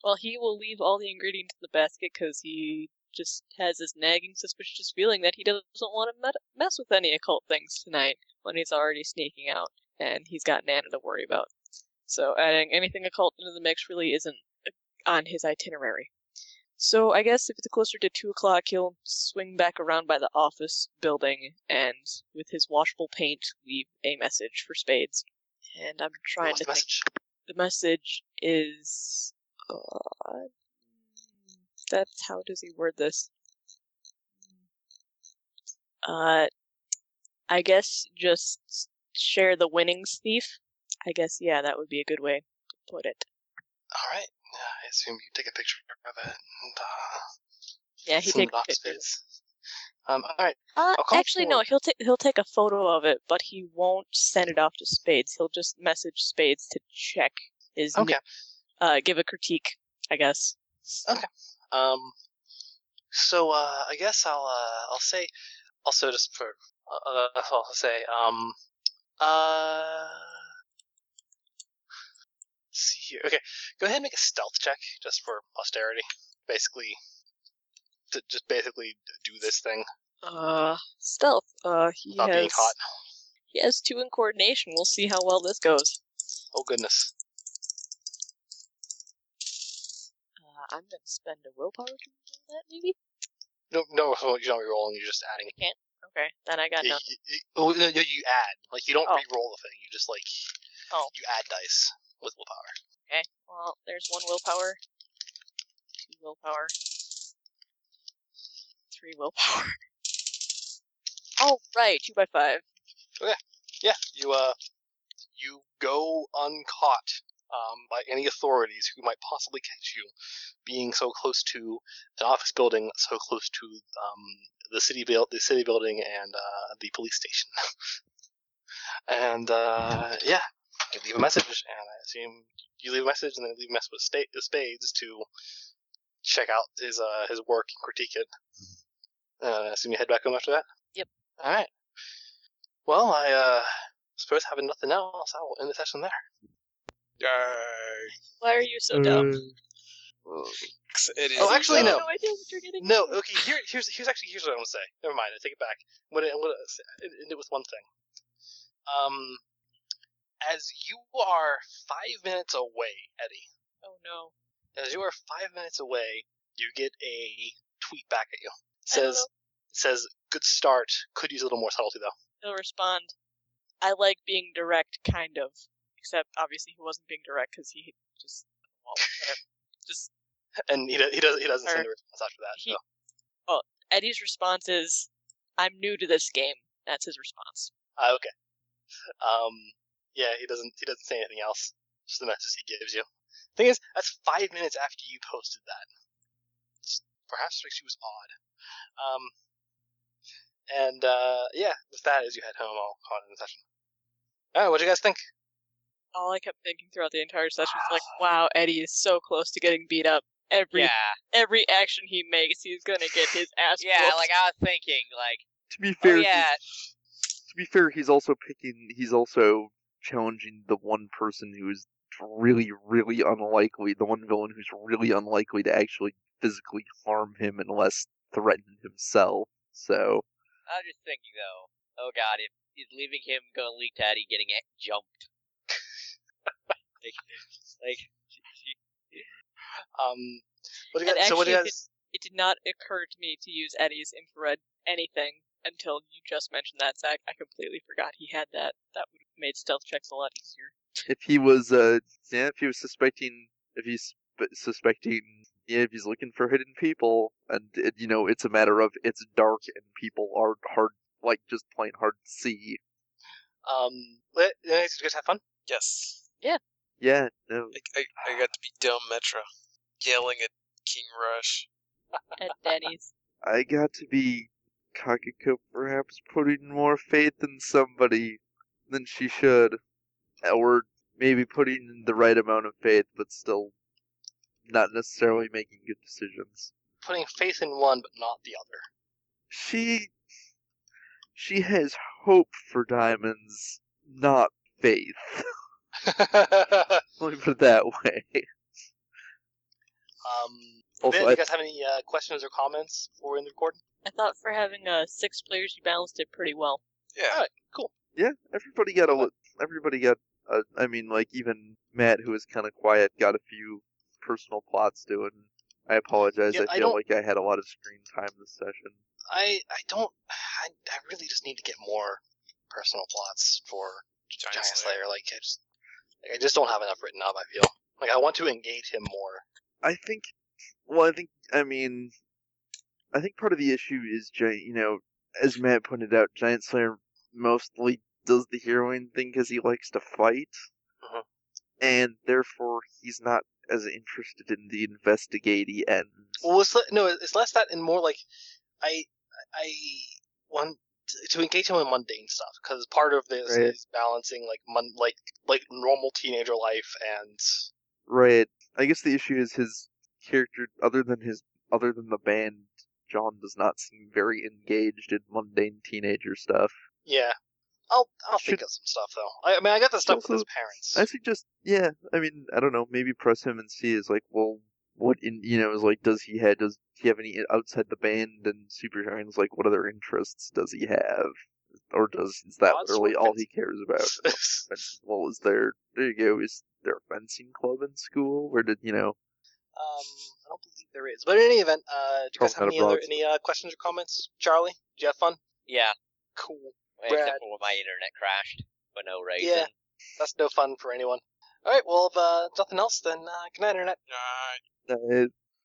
S10: Well, he will leave all the ingredients in the basket because he just has this nagging, suspicious feeling that he doesn't want to met- mess with any occult things tonight when he's already sneaking out and he's got Nana to worry about. So adding anything occult into the mix really isn't uh, on his itinerary. So I guess if it's closer to two o'clock, he'll swing back around by the office building and, with his washable paint, leave a message for Spades. And I'm trying
S1: What's
S10: to
S1: the
S10: think
S1: message?
S10: the message is uh, that's how does he word this uh i guess just share the winnings thief i guess yeah that would be a good way to put it
S1: All right. Yeah, I assume you take a picture of it and uh,
S10: yeah he
S1: send
S10: takes
S1: it off
S10: a
S1: to
S10: picture.
S1: Spades. Um, all right.
S10: Uh,
S1: I'll call
S10: actually no he'll take he'll take a photo of it but he won't send it off to spades he'll just message spades to check his
S1: Okay.
S10: uh give a critique i guess
S1: Um, so uh, I guess I'll uh, I'll say also just for uh, uh, I'll say um uh see here. Okay, go ahead and make a stealth check just for posterity. Basically, to just basically do this thing
S10: Uh, stealth. Uh, he
S1: without
S10: has.
S1: being caught.
S10: He has two in coordination. We'll see how well this goes.
S1: Oh goodness.
S10: Uh, I'm gonna spend a willpower to roll that, maybe.
S1: No, no, you're not rerolling. You're just adding.
S10: Okay, then I got
S1: Yeah,
S10: nothing.
S1: you, you, oh, no, no, you add. Like you don't
S10: Oh.
S1: re-roll the thing. You just like
S10: Oh.
S1: you add dice with willpower.
S10: Okay. Well, there's one willpower, two willpower, three willpower. Oh right, two by five.
S1: Yeah, you uh, you go uncaught um, by any authorities who might possibly catch you being so close to an office building, so close to um, the city build, the city building, and uh, the police station. and uh, yeah, you leave a message, and I assume you leave a message, and then leave a message with sta- with Spades to check out his uh, his work and critique it. Uh, I assume you head back home after that.
S10: Yep.
S1: All right. Well, I uh, suppose having nothing else, I will end the session there.
S5: Yay.
S10: Why are you so dumb?
S5: It is.
S1: Oh, actually,
S10: You have
S1: no.
S10: idea what you're getting.
S1: No, okay. Here, here's here's actually here's what I'm gonna say. Never mind. I take it back. I'm gonna, I'm gonna s- end it with one thing. Um, as you are five minutes away, Eddie.
S10: Oh no.
S1: As you are five minutes away, you get a tweet back at you.
S10: I don't
S1: Says says good start. Could use a little more subtlety though.
S10: he'll respond, "I like being direct, kind of." Except obviously he wasn't being direct because he just well, whatever. just
S1: And he do- he does he doesn't send a response after that.
S6: Oh.
S10: He-
S1: so.
S10: Eddie's response is, "I'm new to this game." That's his response.
S1: Ah, okay. Um, yeah, he doesn't he doesn't say anything else. Just the message he gives you. Thing is, that's five minutes after you posted that. It's- Perhaps strikes you as odd. Um, and uh, yeah, with that as you head home, I'll call it in the session. All right, what do you guys think?
S10: All I kept thinking throughout the entire session was like, wow, Eddie is so close to getting beat up. Every
S6: Yeah,
S10: every action he makes, he's gonna get his ass.
S6: yeah.
S10: whooped.
S6: Like I was thinking, like
S8: To be fair,
S6: oh
S8: he's-
S6: yeah,
S8: to be fair, he's also picking. He's also challenging the one person who is really, really unlikely. The one villain who's really unlikely to actually physically harm him unless threatened himself. So
S6: I was just thinking though. Oh god, if is leaving him gonna lead to Eddie getting a- jumped? like, like
S1: Um, what do you
S10: And
S1: guys? So what do you
S10: actually,
S1: guys?
S10: It did not occur to me to use Eddie's infrared anything until you just mentioned that, Zach. I completely forgot he had that. That would have made stealth checks a lot easier.
S8: if he was, uh, yeah, if he was suspecting, if he's sp- suspecting, yeah, if he's looking for hidden people, and it, you know, it's a matter of it's dark and people are hard, like just plain hard to see.
S1: Um, let- did you guys have fun?
S5: Yes.
S8: Yeah, no,
S5: I, I, I got to be dumb Metra, yelling at King Rush.
S10: At Denny's.
S8: I got to be Kakiko perhaps putting more faith in somebody than she should. Or maybe putting in the right amount of faith, but still not necessarily making good decisions.
S1: Putting faith in one, but not the other.
S8: She she has hope for diamonds, not faith.
S1: um,
S8: Let me put it that way.
S1: Ben,
S8: Also,
S1: do
S8: I,
S1: you guys have any uh, questions or comments before we end the recording?
S10: I thought for having uh, six players, you balanced it pretty well.
S5: Yeah.
S8: yeah, everybody got a li- everybody got. A, I mean, like even Matt, who was kind of quiet, got a few personal plots doing. I apologize.
S1: Yeah,
S8: I
S1: I
S8: feel
S1: don't-
S8: like I had a lot of screen time this session.
S1: I I don't. I, I really just need to get more personal plots for
S5: Giant
S1: Giant
S5: Slayer.
S1: Slayer. Like I just, like, I just don't have enough written up. I feel like I want to engage him more.
S8: I think. Well, I think. I mean, I think part of the issue is giant. You know, as Matt pointed out, Giant Slayer mostly does the heroing thing because he likes to fight,
S1: Mhm.
S8: and therefore he's not as interested in the investigating end.
S1: Well, it's le- no, it's less that and more like I I want to- to engage him in mundane stuff because part of this
S8: Right.
S1: is balancing like mon- like like normal teenager life and
S8: Right. I guess the issue is his character, other than his, other than the band, John does not seem very engaged in mundane teenager stuff.
S1: yeah. I'll I'll think
S8: Should-
S1: of some stuff though. I, I mean, I got the stuff with his
S8: also-
S1: parents.
S8: I suggest, yeah. I mean, I don't know. Maybe press him and see. Is like, well, what in you know is like, does he have does he have any outside the band and superheroes? Like, what other interests does he have, or does is that
S1: Odd
S8: really
S1: sword
S8: all
S1: fencing.
S8: he cares about? Well, is there? There you go. Is there a fencing club in school? Where did you know?
S1: Um, I don't believe there is. But in any event, uh, do you guys
S8: Probably
S1: have any
S8: Oh, not
S1: other
S8: abroad.
S1: any uh, questions or comments? Charlie, did you have fun?
S6: yeah,
S1: Cool. Brad.
S6: except for when my internet crashed for no reason.
S1: Yeah. That's no fun for anyone. All right. Well, if uh, nothing else, then uh, good night, internet.
S5: Alright.
S8: Uh,